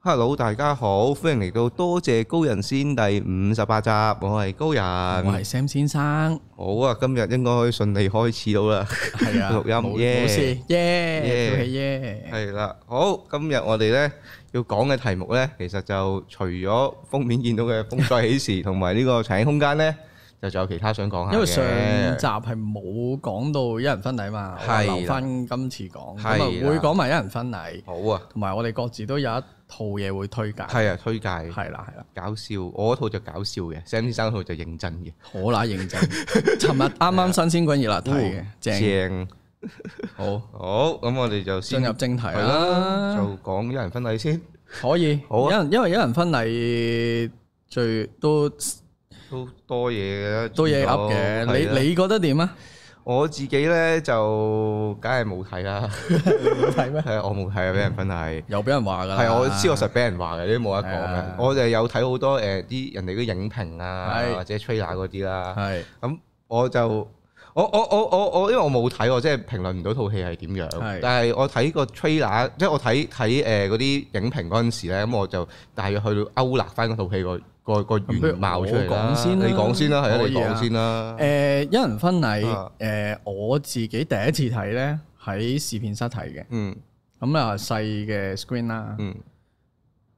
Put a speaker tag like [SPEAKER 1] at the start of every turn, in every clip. [SPEAKER 1] Hello，大家好，歡迎嚟到多謝高人先第五十八集，我係高人，
[SPEAKER 2] 我係 Sam 先生，
[SPEAKER 1] 好啊，今日應該順利開始到啦，
[SPEAKER 2] 係啊，
[SPEAKER 1] 錄音
[SPEAKER 2] 冇
[SPEAKER 1] 耶
[SPEAKER 2] 冇事，耶，
[SPEAKER 1] 耶
[SPEAKER 2] 恭喜耶，
[SPEAKER 1] 係啦，好，今日我哋呢要講嘅題目呢，其實就除咗封面見到嘅風再起時 同埋呢個長影空間呢，就仲有其他想講下嘅
[SPEAKER 2] 因為上集係冇講到一人婚禮嘛，
[SPEAKER 1] 係
[SPEAKER 2] 我
[SPEAKER 1] 啦
[SPEAKER 2] 留翻今次講，咁
[SPEAKER 1] 係
[SPEAKER 2] 啊
[SPEAKER 1] 啦
[SPEAKER 2] 會講埋一人婚禮，
[SPEAKER 1] 好啊，
[SPEAKER 2] 同埋我哋各自都有一套嘢會推介，
[SPEAKER 1] 係啊，推介
[SPEAKER 2] 係啦係啦，
[SPEAKER 1] 搞笑，我嗰套就搞笑嘅，Sam 先生嗰套就認真嘅，
[SPEAKER 2] 好乸認真，尋日 啱啱新鮮滾熱辣睇嘅，正，
[SPEAKER 1] 啊哦正
[SPEAKER 2] 好，
[SPEAKER 1] 好，咁我哋就先
[SPEAKER 2] 進入正題
[SPEAKER 1] 係啦，
[SPEAKER 2] 啦，
[SPEAKER 1] 就講一人婚禮先，
[SPEAKER 2] 可以，
[SPEAKER 1] 好啊
[SPEAKER 2] 因為因為一人婚禮最都
[SPEAKER 1] 都多嘢嘅，
[SPEAKER 2] 都嘢噏嘅，
[SPEAKER 1] 係啦
[SPEAKER 2] 你你覺得 點啊？
[SPEAKER 1] 我自己咧就梗係冇睇 啦，
[SPEAKER 2] 睇咩？
[SPEAKER 1] 係我冇睇啊，俾人分係。
[SPEAKER 2] 又俾人話嗯㗎啦，
[SPEAKER 1] 係我知我實俾人話嘅，呢啲冇得講
[SPEAKER 2] 係啊
[SPEAKER 1] 嘅。我就有睇好多誒啲人哋嘅影評啊，
[SPEAKER 2] 係
[SPEAKER 1] 或者 trailer 嗰啲啦。
[SPEAKER 2] 係
[SPEAKER 1] 咁我就我我我我我，因為我冇睇，我即係評論唔到套戲係點樣
[SPEAKER 2] 係。
[SPEAKER 1] 但係我睇個 trailer，即係我睇睇誒嗰啲影評嗰陣時咧，咁我就大約去到勾勒翻嗰套戲個個個
[SPEAKER 2] 不如
[SPEAKER 1] 原貌出嚟
[SPEAKER 2] 我
[SPEAKER 1] 啦。
[SPEAKER 2] 講先啦
[SPEAKER 1] 你講先啦，係啊，
[SPEAKER 2] 可
[SPEAKER 1] 你
[SPEAKER 2] 以啊
[SPEAKER 1] 講先啦
[SPEAKER 2] 誒、。一人婚禮誒、
[SPEAKER 1] 啊
[SPEAKER 2] 我自己第一次睇咧喺試片室睇嘅，
[SPEAKER 1] 嗯
[SPEAKER 2] 咁啊細嘅 screen 啦。
[SPEAKER 1] 嗯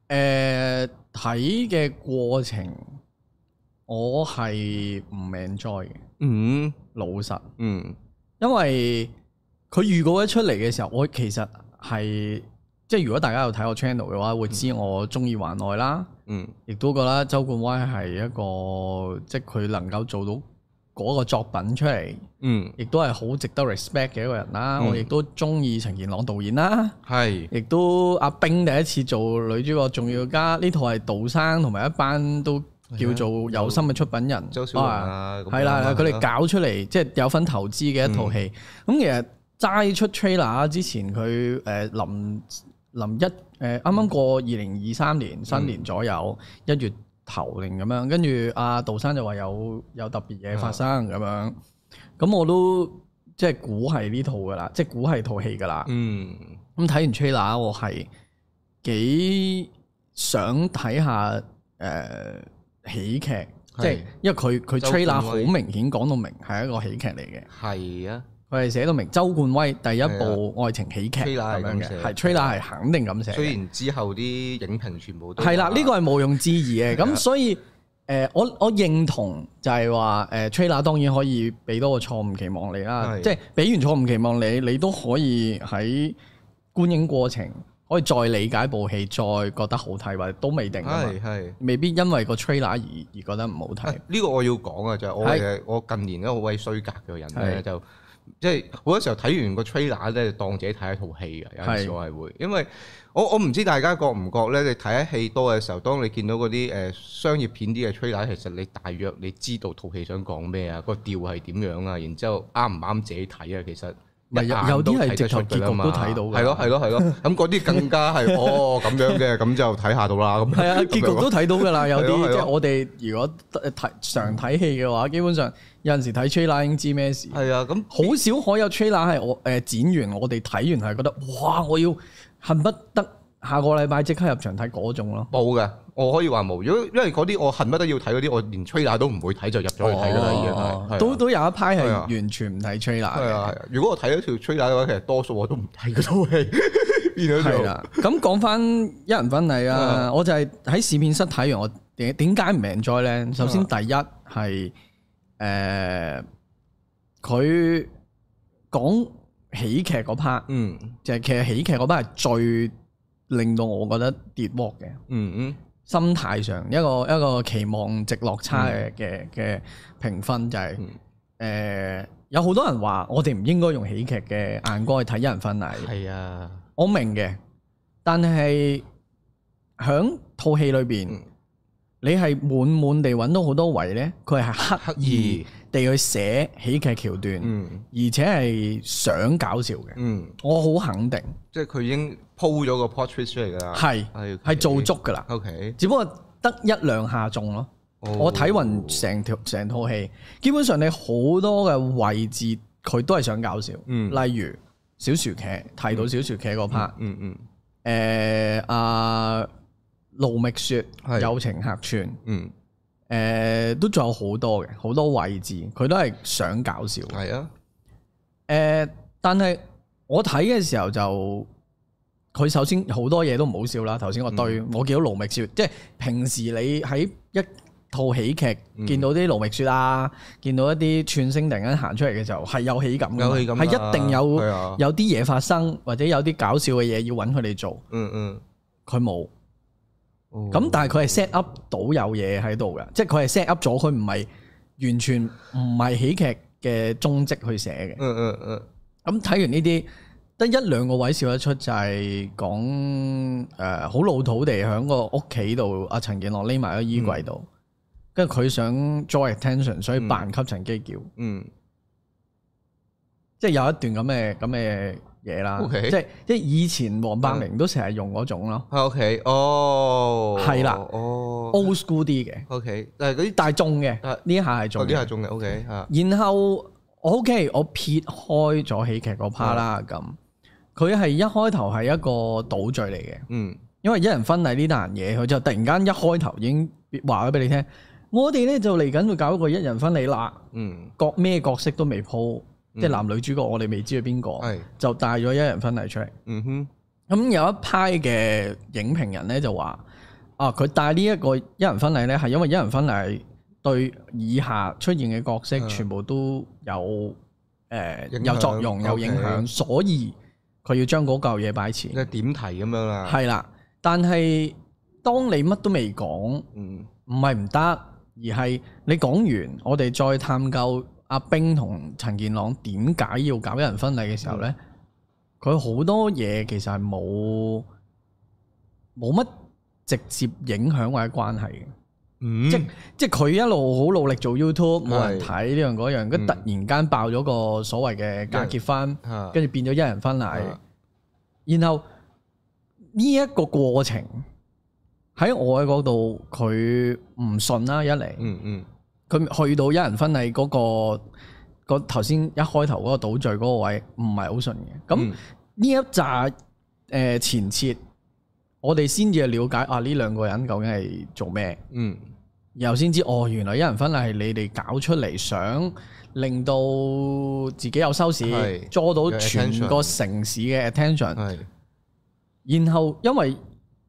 [SPEAKER 2] 誒睇嘅過程，我係唔 enjoy 嘅，
[SPEAKER 1] 嗯
[SPEAKER 2] 老實，
[SPEAKER 1] 嗯
[SPEAKER 2] 因為佢預告一出嚟嘅時候，我其實係即係如果大家有睇我 channel 嘅話，會知我中意環內啦。
[SPEAKER 1] 嗯。
[SPEAKER 2] 亦都覺得周冠威係一個，即係佢能夠做到嗰個作品出嚟，
[SPEAKER 1] 嗯，
[SPEAKER 2] 亦都係好值得 respect 嘅一個人啦。
[SPEAKER 1] 嗯
[SPEAKER 2] 我亦都中意陳健朗導演啦，
[SPEAKER 1] 係，
[SPEAKER 2] 亦都阿冰第一次做女主角，仲要加呢套係杜生同埋一班都叫做有心嘅出品人，
[SPEAKER 1] 啊周小龍
[SPEAKER 2] 啊
[SPEAKER 1] 啊，咁
[SPEAKER 2] 係
[SPEAKER 1] 樣
[SPEAKER 2] 啦，
[SPEAKER 1] 啊
[SPEAKER 2] 佢哋搞出嚟即係有份投資嘅一套戲。咁、
[SPEAKER 1] 嗯
[SPEAKER 2] 其實齋出 trailer 啊之前，佢誒臨臨一誒呃啱啱過二零二三
[SPEAKER 1] 嗯
[SPEAKER 2] 年新年左右一、月頭定咁樣，跟住阿杜生就話有有特別嘢發生咁
[SPEAKER 1] 嗯
[SPEAKER 2] 樣。咁我都即係估係呢套噶啦，即係估係套戲噶啦。
[SPEAKER 1] 嗯
[SPEAKER 2] 咁睇完 trailer，我係幾想睇下誒、呃喜劇，即係因為佢佢
[SPEAKER 1] 周冠威
[SPEAKER 2] trailer 好明顯講到明係一個喜劇嚟嘅，
[SPEAKER 1] 係啊，
[SPEAKER 2] 佢係寫到明周冠威第一部愛情喜劇咁
[SPEAKER 1] trailer 係
[SPEAKER 2] 樣
[SPEAKER 1] 咁
[SPEAKER 2] 嘅，
[SPEAKER 1] 寫
[SPEAKER 2] 係 trailer 係肯定咁寫
[SPEAKER 1] 雖
[SPEAKER 2] 嘅，
[SPEAKER 1] 然之後啲影評全部都
[SPEAKER 2] 係啦，
[SPEAKER 1] 話
[SPEAKER 2] 呢個係毋庸置疑嘅。
[SPEAKER 1] 係啊
[SPEAKER 2] 咁所以誒、呃我我認同就係話誒 trailer 當然可以俾多個錯誤期望你啦，
[SPEAKER 1] 係
[SPEAKER 2] 即係俾完錯誤期望你，你都可以喺觀影過程可以再理解部戲，再覺得好睇或者都未定㗎嘛
[SPEAKER 1] 係係
[SPEAKER 2] 未必因為個 trailer 而而覺得唔好
[SPEAKER 1] 啊
[SPEAKER 2] 睇。
[SPEAKER 1] 呢個我要講啊，就係我
[SPEAKER 2] 係
[SPEAKER 1] 係我近年咧好鬼衰格嘅人咧，
[SPEAKER 2] 係
[SPEAKER 1] 就即係好多時候睇完個 trailer 咧，就當自己睇一套戲啊嘅，有陣時
[SPEAKER 2] 係
[SPEAKER 1] 我係會，因為我我唔知大家覺唔覺咧，你睇一戲多嘅時候，當你見到嗰啲誒商業片啲嘅 trailer，其實你大約你知道套戲想講咩啊，個調係點樣啊，然之後啱唔啱自己睇啊，其實。
[SPEAKER 2] 咪有有啲係直頭結局都睇到㗎
[SPEAKER 1] 係咯係咯係 咯，咁嗰啲更加係哦咁樣嘅，咁就睇下到啦咁。
[SPEAKER 2] 係 啊，結局都睇到㗎啦。有
[SPEAKER 1] 係咯係
[SPEAKER 2] 啲
[SPEAKER 1] 咯
[SPEAKER 2] 即係我哋如果呃睇常睇戲嘅話，基本上有陣時睇 trailer 已經知咩事。
[SPEAKER 1] 係啊，咁
[SPEAKER 2] 好少可有 trailer 係我誒、呃剪完，我哋睇完係覺得哇！我要恨不得下個禮拜即刻入場睇嗰種咯。
[SPEAKER 1] 冇嘅，我可以話冇。如果因為嗰啲我恨不得要睇嗰啲，我連 trailer 都唔會睇就入咗去睇㗎啦，已經
[SPEAKER 2] 哦
[SPEAKER 1] 係。
[SPEAKER 2] 都都有一派係
[SPEAKER 1] 係啊
[SPEAKER 2] 完全唔睇 trailer
[SPEAKER 1] 係
[SPEAKER 2] 嘅。
[SPEAKER 1] 啊係啊！如果我睇咗條 trailer 嘅話，其實多數我都唔睇嗰套戲， 變咗
[SPEAKER 2] 係
[SPEAKER 1] 就
[SPEAKER 2] 啦，咁講翻一人婚禮啊，我就係喺試片室睇完，我點點解唔 enjoy 咧？首
[SPEAKER 1] 啊
[SPEAKER 2] 先第一係誒，佢講喜劇嗰 part，
[SPEAKER 1] 嗯
[SPEAKER 2] 就係其實喜劇嗰 part 係最令到我覺得跌鑊嘅。
[SPEAKER 1] 嗯嗯
[SPEAKER 2] 心態上一個一個期望值落差嘅嘅嘅評分就係、誒、
[SPEAKER 1] 嗯
[SPEAKER 2] 有好多人話我哋唔應該用喜劇嘅眼光去睇一人婚禮，
[SPEAKER 1] 係啊，
[SPEAKER 2] 我明嘅，但係響套戲裏邊，
[SPEAKER 1] 嗯
[SPEAKER 2] 你係滿滿地揾到好多位呢，佢係刻
[SPEAKER 1] 刻
[SPEAKER 2] 意
[SPEAKER 1] 意
[SPEAKER 2] 地去寫喜劇橋段，
[SPEAKER 1] 嗯
[SPEAKER 2] 而且係想搞笑嘅，
[SPEAKER 1] 嗯，
[SPEAKER 2] 我好肯定
[SPEAKER 1] 即係佢已經鋪咗個 portrait 出嚟㗎啦，
[SPEAKER 2] 係
[SPEAKER 1] 係
[SPEAKER 2] 係做足噶啦，
[SPEAKER 1] 啊 OK，
[SPEAKER 2] 只不過得一兩下中咯。
[SPEAKER 1] 哦
[SPEAKER 2] 我睇暈成條成套戲，基本上你好多嘅位置佢都係想搞笑，
[SPEAKER 1] 嗯
[SPEAKER 2] 例如
[SPEAKER 1] 嗯
[SPEAKER 2] 小薯茄提到小薯茄嗰 part，
[SPEAKER 1] 嗯嗯
[SPEAKER 2] 誒阿盧覓雪
[SPEAKER 1] 係、
[SPEAKER 2] 友情客串，
[SPEAKER 1] 嗯，
[SPEAKER 2] 誒、都仲有好多嘅，好多位置，佢都係想搞笑嘅。誒、
[SPEAKER 1] 係啊，
[SPEAKER 2] 呃但係我睇嘅時候就，佢首先好多嘢都唔好笑啦。頭先我對、
[SPEAKER 1] 嗯
[SPEAKER 2] 我見到盧覓雪，即係平時你喺一套喜劇
[SPEAKER 1] 嗯
[SPEAKER 2] 見到啲盧覓雪啊，見到一啲串星突然間行出嚟嘅時候，係有喜感㗎嘛，
[SPEAKER 1] 有戲咁啊
[SPEAKER 2] 嗯係一定有
[SPEAKER 1] 係啊，
[SPEAKER 2] 有啲嘢發生，或者有啲搞笑嘅嘢要揾佢哋做，
[SPEAKER 1] 嗯嗯，
[SPEAKER 2] 佢冇。
[SPEAKER 1] 哦
[SPEAKER 2] 咁但係佢係 set up 到有嘢喺度嘅，即係佢係 set up 咗，佢唔係完全唔係喜劇嘅蹤跡去寫嘅。
[SPEAKER 1] 嗯嗯嗯，
[SPEAKER 2] 咁睇完呢啲，得一兩個位笑得出，就係講誒好老土地喺個屋企度，阿陳健樂匿埋喺衣櫃度，
[SPEAKER 1] 嗯
[SPEAKER 2] 跟住佢想 draw attention，所以扮吸塵機叫，
[SPEAKER 1] 嗯
[SPEAKER 2] 即係有一段咁嘅咁嘅嘢啦。
[SPEAKER 1] OK
[SPEAKER 2] 即係即係以前黃百鳴都成日用嗰種咯
[SPEAKER 1] 喺屋企，哦，
[SPEAKER 2] 係啦
[SPEAKER 1] 哦
[SPEAKER 2] ，old school 啲嘅，
[SPEAKER 1] ，OK，但係嗰啲
[SPEAKER 2] 但係中嘅
[SPEAKER 1] 啊
[SPEAKER 2] 呢下係中
[SPEAKER 1] 嗰
[SPEAKER 2] 嘅嗯
[SPEAKER 1] 啲。係中嘅，OK 嚇，
[SPEAKER 2] 然後我 OK，我撇開咗喜劇嗰 part 啦，咁佢係一開頭係一個倒序嚟嘅，
[SPEAKER 1] 嗯
[SPEAKER 2] 因為一人婚禮呢單嘢，佢就突然間一開頭已經話咗俾你聽，我哋咧就嚟緊會搞一個一人婚禮啦，
[SPEAKER 1] 嗯，
[SPEAKER 2] 各咩角色都未鋪，即係男女主角我哋未知係邊個，
[SPEAKER 1] 係，
[SPEAKER 2] 就帶咗一人婚禮出嚟。
[SPEAKER 1] 嗯哼，
[SPEAKER 2] 咁有一派嘅影評人咧就話：啊，佢帶呢一個一人婚禮咧，係因為一人婚禮對以下出現嘅角色
[SPEAKER 1] 嗯
[SPEAKER 2] 全部都有誒、呃
[SPEAKER 1] 影響
[SPEAKER 2] 有作用、有影
[SPEAKER 1] OK
[SPEAKER 2] 響，所以佢要將嗰嚿嘢擺前
[SPEAKER 1] 即。係點題咁樣啦，
[SPEAKER 2] 係啦，但係當你乜都未講，
[SPEAKER 1] 嗯
[SPEAKER 2] 唔係唔得，而係你講完，我哋再探究阿冰同陳健朗點解要搞一人婚禮嘅時候呢，佢好、多嘢其實係冇冇乜直接影響或者關係嘅，
[SPEAKER 1] 嗯，
[SPEAKER 2] 即即係佢一路好努力做 YouTube，冇人睇呢樣嗰樣，跟
[SPEAKER 1] 嗯
[SPEAKER 2] 住突然間爆咗個所謂嘅假結婚，
[SPEAKER 1] 嚇，
[SPEAKER 2] 跟住變咗一人婚禮，
[SPEAKER 1] 啊
[SPEAKER 2] 然後呢一個過程喺我嘅角度，佢唔信啦，一嚟。
[SPEAKER 1] 嗯嗯
[SPEAKER 2] 佢去到一人婚禮嗰、個嗰頭先一開頭嗰個倒序嗰個位，唔係好順嘅。咁
[SPEAKER 1] 嗯
[SPEAKER 2] 呢、一紮誒、呃前設，我哋先至了解啊呢兩個人究竟係做咩，
[SPEAKER 1] 嗯
[SPEAKER 2] 然後先知哦原來一人婚禮係你哋搞出嚟想令到自己有收視
[SPEAKER 1] 係，
[SPEAKER 2] 捉到
[SPEAKER 1] 有
[SPEAKER 2] 全
[SPEAKER 1] attention
[SPEAKER 2] 個城市嘅 attention。
[SPEAKER 1] 係，
[SPEAKER 2] 然後因為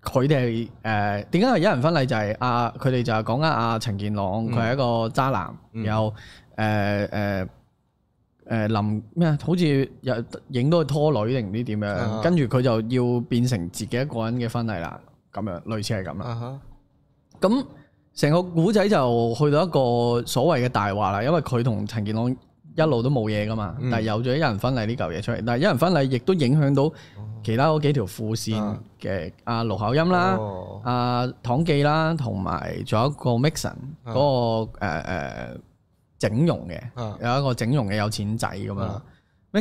[SPEAKER 2] 佢哋誒點解係一人婚禮就係啊佢哋就係講緊阿陳健朗佢係一個渣男，
[SPEAKER 1] 嗯
[SPEAKER 2] 然後誒誒誒林咩啊，好似又影到佢拖女定唔知點
[SPEAKER 1] 啊
[SPEAKER 2] 樣，跟住佢就要變成自己一個人嘅婚禮啦，咁樣類似係咁啦。
[SPEAKER 1] 啊哈，
[SPEAKER 2] 咁成個古仔就去到一個所謂嘅大話啦，因為佢同陳健朗一路都冇嘢噶嘛，
[SPEAKER 1] 嗯
[SPEAKER 2] 但係有咗一人婚禮呢嚿嘢出嚟，但係一人婚禮亦都影響到其他嗰幾條副線
[SPEAKER 1] 哦啊
[SPEAKER 2] 嘅阿盧巧音啦、
[SPEAKER 1] 哦
[SPEAKER 2] 阿唐記啦，同埋仲有一個 Mixon
[SPEAKER 1] 啊
[SPEAKER 2] 嗰個誒誒整容嘅，
[SPEAKER 1] 啊
[SPEAKER 2] 有一個整容嘅有錢仔咁樣
[SPEAKER 1] 啊。嗯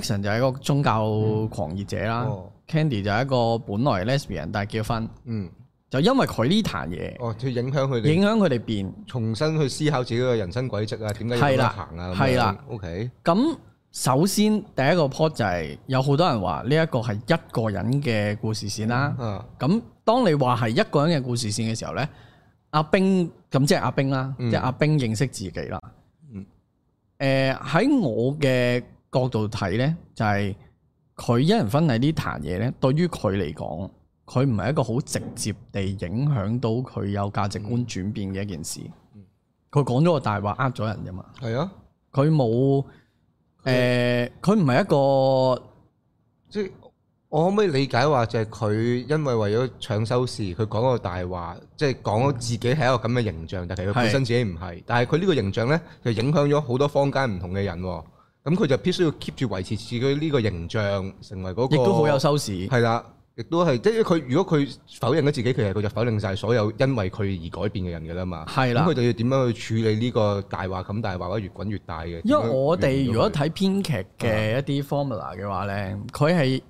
[SPEAKER 2] Mixon 就係一個宗教狂熱者啦
[SPEAKER 1] 哦
[SPEAKER 2] ，Candy 就係一個本來 lesbian 但係結婚，
[SPEAKER 1] 嗯，
[SPEAKER 2] 就因為佢呢壇嘢
[SPEAKER 1] 哦，佢影響佢哋
[SPEAKER 2] 影響佢哋變。
[SPEAKER 1] 重新去思考自己嘅人生軌跡啊，點解要
[SPEAKER 2] 係
[SPEAKER 1] 咁樣
[SPEAKER 2] 啦
[SPEAKER 1] 行啊？
[SPEAKER 2] 係啦
[SPEAKER 1] ，OK，
[SPEAKER 2] 咁首先第一個 point 就係、有好多人話呢一個係一個人嘅故事線啦。
[SPEAKER 1] 啊，
[SPEAKER 2] 咁當你話係一個人嘅故事線嘅時候呢，阿冰咁即係阿冰啦，
[SPEAKER 1] 嗯
[SPEAKER 2] 即係阿冰認識自己啦。
[SPEAKER 1] 嗯
[SPEAKER 2] 誒喺、我嘅角度睇呢，就係、佢一人婚禮呢壇嘢呢，對於佢嚟講，佢唔係一個好直接地影響到佢有價值觀轉變嘅一件事
[SPEAKER 1] 嗯。
[SPEAKER 2] 佢講咗個大話呃咗人啫嘛，
[SPEAKER 1] 係啊，
[SPEAKER 2] 佢冇誒，佢唔係一個
[SPEAKER 1] 即係我可唔可以理解話就係佢因為為咗搶收視，佢講個大話，即係講咗自己係一個咁嘅形象，但其實佢本身自己唔係，但係佢呢個形象呢，就影響咗好多坊間唔同嘅人喎。咁佢就必須要 keep 住維持自己呢個形象，成為嗰、個
[SPEAKER 2] 亦都好有收視。
[SPEAKER 1] 係啦，亦都係即係佢如果佢否認咗自己，其實佢就否認晒所有因為佢而改變嘅人㗎啦嘛。
[SPEAKER 2] 係啦
[SPEAKER 1] 咁佢就要點樣去處理呢個大話咁大話，或者越滾越大嘅。
[SPEAKER 2] 因為我哋如果
[SPEAKER 1] 點樣
[SPEAKER 2] 睇編劇
[SPEAKER 1] 嗯
[SPEAKER 2] 嘅一啲 formula 嘅話咧，佢係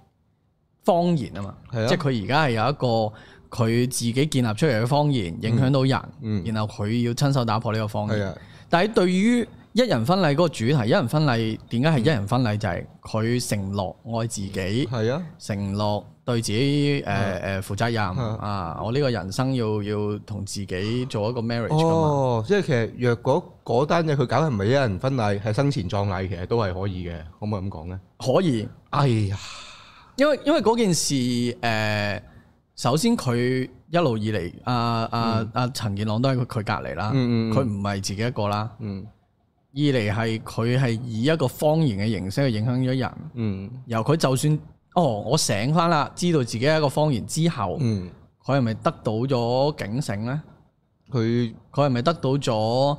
[SPEAKER 2] 方言啊嘛，
[SPEAKER 1] 係啊
[SPEAKER 2] 即係佢而家係有一個佢自己建立出嚟嘅方言，影響到人，
[SPEAKER 1] 嗯
[SPEAKER 2] 然後佢要親手打破呢個方
[SPEAKER 1] 去完咗佢係
[SPEAKER 2] 言。
[SPEAKER 1] 啊，
[SPEAKER 2] 但係對於一人婚禮嗰個主題，一人婚禮點解係一人婚禮？就係佢承諾愛自己，
[SPEAKER 1] 係啊，
[SPEAKER 2] 承諾對自己誒誒負責任
[SPEAKER 1] 嗯
[SPEAKER 2] 啊！我呢個人生要要同自己做一個 marriage 㗎嘛，
[SPEAKER 1] 哦，即係其實若果嗰單嘢佢搞係唔係一人婚禮，係生前葬禮，其實都係可以嘅，可唔可以咁講咧？
[SPEAKER 2] 可以。
[SPEAKER 1] 哎呀，
[SPEAKER 2] 因為因為嗰件事誒、呃首先佢一路以嚟，阿阿阿陳健朗都喺佢佢隔離啦，
[SPEAKER 1] 嗯嗯嗯嗯
[SPEAKER 2] 佢唔係自己一個啦。
[SPEAKER 1] 嗯
[SPEAKER 2] 二嚟係佢係以一個方言嘅形式去影響咗人，
[SPEAKER 1] 嗯
[SPEAKER 2] 由佢就算哦我醒翻啦，知道自己係一個方言之後，
[SPEAKER 1] 嗯，
[SPEAKER 2] 佢係咪得到咗警醒呢？
[SPEAKER 1] 佢
[SPEAKER 2] 佢係咪得到咗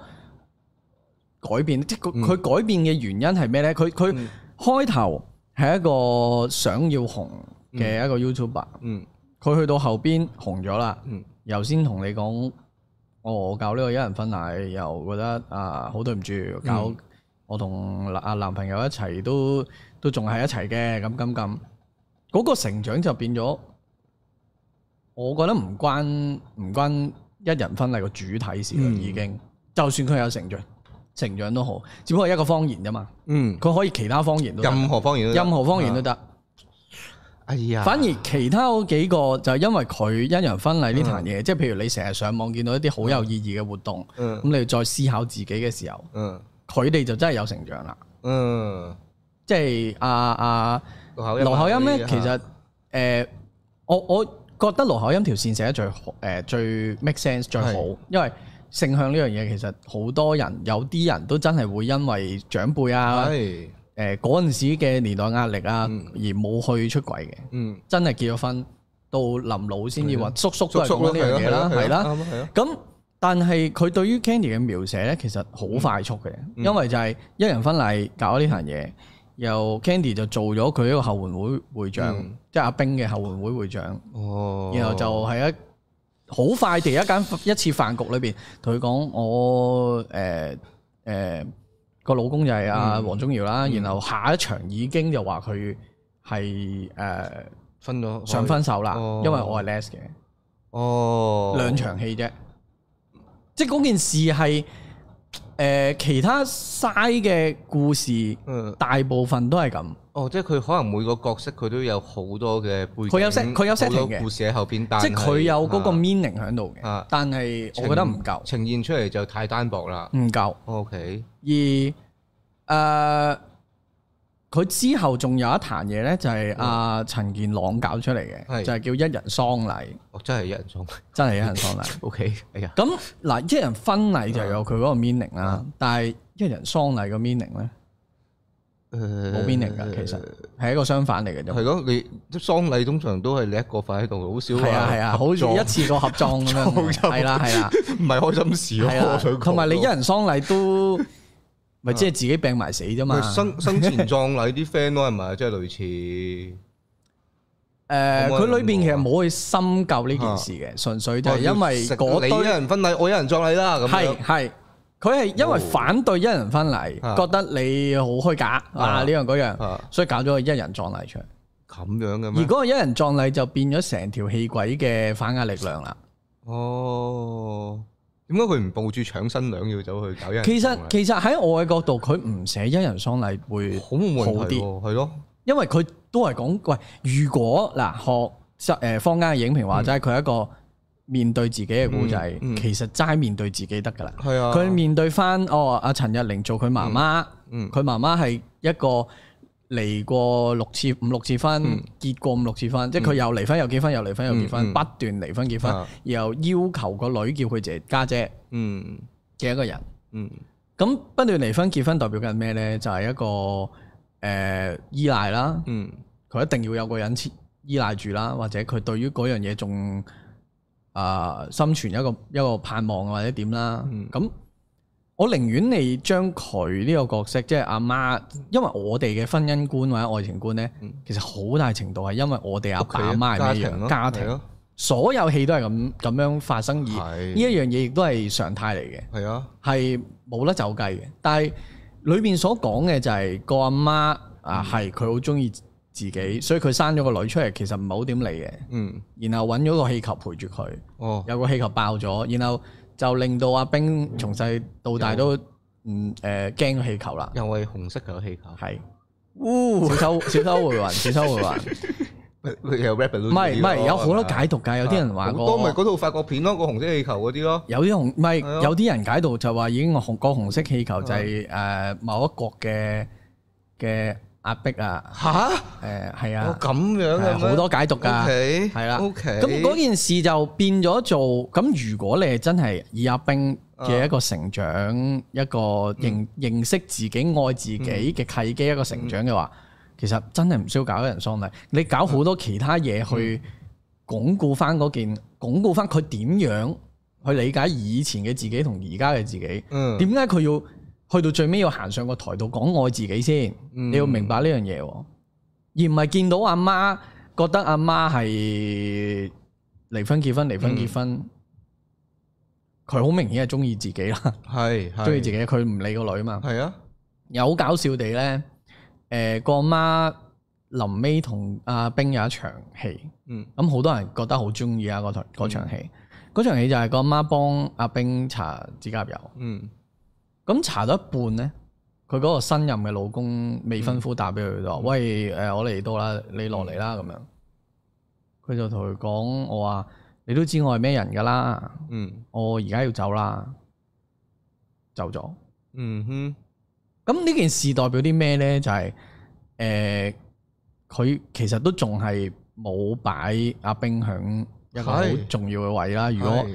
[SPEAKER 2] 改變？即係佢佢改變嘅原因係咩呢？佢佢開頭係一個想要紅嘅一個 YouTuber。
[SPEAKER 1] 嗯
[SPEAKER 2] 佢去到後邊紅咗啦，
[SPEAKER 1] 嗯
[SPEAKER 2] 由先同你講，哦我搞呢個一人婚禮，又覺得啊好對唔住，搞、我同男啊男朋友一齊都都仲係一齊嘅，咁咁咁，嗰、個成長就變咗，我覺得唔關唔關一人婚禮個主體事啦，
[SPEAKER 1] 嗯
[SPEAKER 2] 已經，就算佢有成長，成長都好，只不過一個方言啫嘛，
[SPEAKER 1] 嗯，
[SPEAKER 2] 佢可以其他方言都得
[SPEAKER 1] 任何方言都得
[SPEAKER 2] 任何方言都，得。
[SPEAKER 1] 哎呀，
[SPEAKER 2] 反而其他嗰幾個就係因為佢一人婚禮呢壇嘢，即係譬如你成日上網見到一啲好有意義嘅活動，咁
[SPEAKER 1] 嗯
[SPEAKER 2] 你再思考自己嘅時候，
[SPEAKER 1] 嗯
[SPEAKER 2] 佢哋就真係有成長啦。
[SPEAKER 1] 嗯，
[SPEAKER 2] 即係啊啊
[SPEAKER 1] 羅口音
[SPEAKER 2] 羅口音
[SPEAKER 1] 啊
[SPEAKER 2] 咧，其實誒、呃我我覺得羅口音條線寫得最好誒、呃最 make sense 最好
[SPEAKER 1] 係，
[SPEAKER 2] 因為性向呢樣嘢其實好多人有啲人都真係會因為長輩啊
[SPEAKER 1] 係
[SPEAKER 2] 誒嗰陣時嘅年代壓力啊，
[SPEAKER 1] 嗯
[SPEAKER 2] 而冇去出軌嘅。
[SPEAKER 1] 嗯，
[SPEAKER 2] 真係結咗婚到臨老先至話叔叔
[SPEAKER 1] 叔
[SPEAKER 2] 都係
[SPEAKER 1] 叔咯，
[SPEAKER 2] 講呢樣嘢啦，係啦。
[SPEAKER 1] 啱啊係啊，
[SPEAKER 2] 咁但係佢對於 Candy 嘅描寫咧，其實好快速嘅，
[SPEAKER 1] 嗯
[SPEAKER 2] 因為就係一人婚禮搞呢壇嘢，由 Candy 就做咗佢一個後援會會長，
[SPEAKER 1] 嗯
[SPEAKER 2] 即係阿冰嘅後援會會長，
[SPEAKER 1] 哦，
[SPEAKER 2] 然後就係一。好快地一間一次飯局裏邊，同佢講我誒誒個老公就係阿
[SPEAKER 1] 嗯
[SPEAKER 2] 黃宗耀啦，
[SPEAKER 1] 嗯
[SPEAKER 2] 然後下一場已經就話佢係呃誒
[SPEAKER 1] 分咗
[SPEAKER 2] 想分手啦，
[SPEAKER 1] 哦
[SPEAKER 2] 因為我係 les 嘅，
[SPEAKER 1] 哦，
[SPEAKER 2] 兩場戲啫。即係嗰件事係誒、呃其他嘥嘅故事，
[SPEAKER 1] 嗯。
[SPEAKER 2] 大部分都係咁。
[SPEAKER 1] 哦，即係佢可能每個角色佢都有好多嘅背景，
[SPEAKER 2] 佢有 set- 佢有 setting
[SPEAKER 1] 好多
[SPEAKER 2] 嘅
[SPEAKER 1] 故事喺後邊，但
[SPEAKER 2] 即係佢有嗰個
[SPEAKER 1] 啊
[SPEAKER 2] meaning 喺度嘅
[SPEAKER 1] 啊，
[SPEAKER 2] 但係我覺得唔夠，
[SPEAKER 1] 呈現出嚟就太單薄啦。
[SPEAKER 2] 唔夠。
[SPEAKER 1] OK，
[SPEAKER 2] 而誒，呃佢、之後仲有一壇嘢咧，就係阿陳健朗搞出嚟嘅，
[SPEAKER 1] 嗯係
[SPEAKER 2] 就係叫一人喪禮，
[SPEAKER 1] 我哦真係一人送。
[SPEAKER 2] 真係一人喪禮。
[SPEAKER 1] OK，哎呀，
[SPEAKER 2] 咁嗱，一人婚禮就有佢嗰個 meaning 啦，但係一人喪禮個 meaning 咧冇
[SPEAKER 1] 冇
[SPEAKER 2] meaning 㗎，其實係一個相反嚟嘅啫。
[SPEAKER 1] 呃係咯，你即係喪禮通常都係你一個瞓喺度，好少
[SPEAKER 2] 係啊
[SPEAKER 1] 話
[SPEAKER 2] 係啊，好
[SPEAKER 1] 合
[SPEAKER 2] 似
[SPEAKER 1] 葬
[SPEAKER 2] 一次過合葬咁樣，係啦係啦
[SPEAKER 1] 唔係開心事
[SPEAKER 2] 係
[SPEAKER 1] 咯。我
[SPEAKER 2] 啦
[SPEAKER 1] 想，講
[SPEAKER 2] 同埋你一人喪禮都
[SPEAKER 1] 啊
[SPEAKER 2] 咪即係自己病埋死啫嘛
[SPEAKER 1] 佢。生生前葬禮啲 friend 咯，係咪？即係類似。可
[SPEAKER 2] 誒，
[SPEAKER 1] 唔可
[SPEAKER 2] 佢
[SPEAKER 1] 以
[SPEAKER 2] 裏邊其實
[SPEAKER 1] 咁講啊
[SPEAKER 2] 冇去深究呢
[SPEAKER 1] 啊
[SPEAKER 2] 件事嘅，純粹就係因為嗰
[SPEAKER 1] 哦你一
[SPEAKER 2] 堆
[SPEAKER 1] 人婚禮，我一人葬禮啦。咁
[SPEAKER 2] 係
[SPEAKER 1] 樣哦
[SPEAKER 2] 係，佢係因為反對一人婚禮，
[SPEAKER 1] 啊
[SPEAKER 2] 覺得你好虛假啊
[SPEAKER 1] 啊
[SPEAKER 2] 呢樣嗰樣，
[SPEAKER 1] 啊，
[SPEAKER 2] 所以搞咗個一人葬禮出嚟。
[SPEAKER 1] 咁樣嘅
[SPEAKER 2] 而
[SPEAKER 1] 咩
[SPEAKER 2] 嗰？個一人葬禮就變咗成條氣鬼嘅反壓力量啦。
[SPEAKER 1] 哦，點解佢唔抱住搶新娘要走去搞一人葬禮？
[SPEAKER 2] 其實其實喺我嘅角度，佢唔寫一人喪禮會
[SPEAKER 1] 好冇
[SPEAKER 2] 好
[SPEAKER 1] 問題
[SPEAKER 2] 啲
[SPEAKER 1] 喎，係咯，
[SPEAKER 2] 因為佢都係講喂，如果嗱學誒坊間嘅影評話齋，佢係一個面對自己嘅故仔，
[SPEAKER 1] 嗯嗯嗯
[SPEAKER 2] 其實齋面對自己得㗎啦。
[SPEAKER 1] 係啊，
[SPEAKER 2] 佢面對翻哦，阿陳日玲做佢媽媽，
[SPEAKER 1] 嗯
[SPEAKER 2] 佢媽媽係一個離過六次五六次婚，
[SPEAKER 1] 嗯
[SPEAKER 2] 結過五六次婚，即係佢又離婚又結婚又離婚又結婚，
[SPEAKER 1] 嗯嗯
[SPEAKER 2] 不斷離婚結婚
[SPEAKER 1] 啊，
[SPEAKER 2] 然後要求個女叫佢姐家姐
[SPEAKER 1] 嗯
[SPEAKER 2] 嘅一個人。
[SPEAKER 1] 嗯
[SPEAKER 2] 咁不斷離婚結婚代表緊咩呢？就係、一個誒、呃依賴啦，
[SPEAKER 1] 嗯
[SPEAKER 2] 佢一定要有個人黐依賴住啦，或者佢對於嗰樣嘢仲啊心存一個一個盼望或者點啦。
[SPEAKER 1] 嗯
[SPEAKER 2] 咁、我寧願你將佢呢個角色，即係阿媽，因為我哋嘅婚姻觀或者愛情觀呢，
[SPEAKER 1] 嗯
[SPEAKER 2] 其實好大程度係因為我哋阿爸阿
[SPEAKER 1] 屋企啊
[SPEAKER 2] 媽係咩
[SPEAKER 1] 家庭
[SPEAKER 2] 樣，
[SPEAKER 1] 咯
[SPEAKER 2] 家
[SPEAKER 1] 係
[SPEAKER 2] 庭
[SPEAKER 1] 咯
[SPEAKER 2] 所有戲都係咁咁樣發生，而呢
[SPEAKER 1] 係
[SPEAKER 2] 一樣嘢亦都係常態嚟嘅。
[SPEAKER 1] 係啊，
[SPEAKER 2] 係冇得走計嘅。但係裏邊所講嘅就係個阿媽啊，係佢好中意自己，所以佢生咗個女出嚟，其實唔係好點理嘅。
[SPEAKER 1] 嗯
[SPEAKER 2] 然後揾咗個氣球陪住佢，
[SPEAKER 1] 哦，
[SPEAKER 2] 有個氣球爆咗，然後就令到阿冰從細到大都嗯誒驚個氣球啦，
[SPEAKER 1] 又係紅色嘅氣球，
[SPEAKER 2] 係，呜小偷小偷回魂，小偷回魂，
[SPEAKER 1] 佢有 r a p
[SPEAKER 2] 唔係唔係有好多解讀㗎，有啲人話
[SPEAKER 1] 好
[SPEAKER 2] 個
[SPEAKER 1] 多咪嗰套法國片咯，個紅色氣球嗰啲咯，
[SPEAKER 2] 有啲紅唔
[SPEAKER 1] 係咯
[SPEAKER 2] 係有啲人解讀就話已經紅個紅色氣球就係
[SPEAKER 1] 啊
[SPEAKER 2] 誒某一國嘅嘅壓迫啊，
[SPEAKER 1] 吓？
[SPEAKER 2] 誒係
[SPEAKER 1] 哦
[SPEAKER 2] 啊，
[SPEAKER 1] 咁樣嘅
[SPEAKER 2] 係
[SPEAKER 1] 咩
[SPEAKER 2] 好多解讀㗎。
[SPEAKER 1] ，OK，
[SPEAKER 2] 係 啦
[SPEAKER 1] ，OK，
[SPEAKER 2] 咁嗰件事就變咗做咁。如果你係真係以阿冰嘅一個成長，一個
[SPEAKER 1] 嗯
[SPEAKER 2] 認認識自己、愛自己嘅契機，一個成長嘅
[SPEAKER 1] 嗯
[SPEAKER 2] 話，其實真係唔需要搞人喪禮。你搞好多其他嘢去
[SPEAKER 1] 嗯
[SPEAKER 2] 鞏固翻嗰件，鞏固翻佢點樣去理解以前嘅自己同而家嘅自己。
[SPEAKER 1] 嗯
[SPEAKER 2] 點解佢要去到最尾要行上個台度講愛自己先？
[SPEAKER 1] 嗯
[SPEAKER 2] 你要明白呢樣嘢喎，而唔係見到阿媽覺得阿媽係離婚結婚離
[SPEAKER 1] 嗯
[SPEAKER 2] 婚結婚，佢好、明顯係中意自己啦，
[SPEAKER 1] 嗯係係
[SPEAKER 2] 中意自己，佢唔理個女嘛。
[SPEAKER 1] 係啊，
[SPEAKER 2] 有好搞笑地咧，誒、個阿媽臨尾同阿冰有一場戲，
[SPEAKER 1] 嗯
[SPEAKER 2] 咁好多人覺得好中意啊嗰台嗰場戲，嗰、場戲就係個阿媽幫阿冰搽指甲油。
[SPEAKER 1] 嗯
[SPEAKER 2] 咁查到一半咧，佢嗰個新任嘅老公未婚夫打俾佢就話：喂，誒、我嚟到啦，你落嚟啦咁樣。佢就同佢講：我話你都知我係咩人㗎啦，
[SPEAKER 1] 嗯
[SPEAKER 2] 我而家要走啦，走咗。
[SPEAKER 1] 嗯哼，
[SPEAKER 2] 咁呢件事代表啲咩咧？就係、誒，佢、其實都仲係冇擺阿冰響一個好
[SPEAKER 1] 係
[SPEAKER 2] 重要嘅位啦。如果
[SPEAKER 1] 係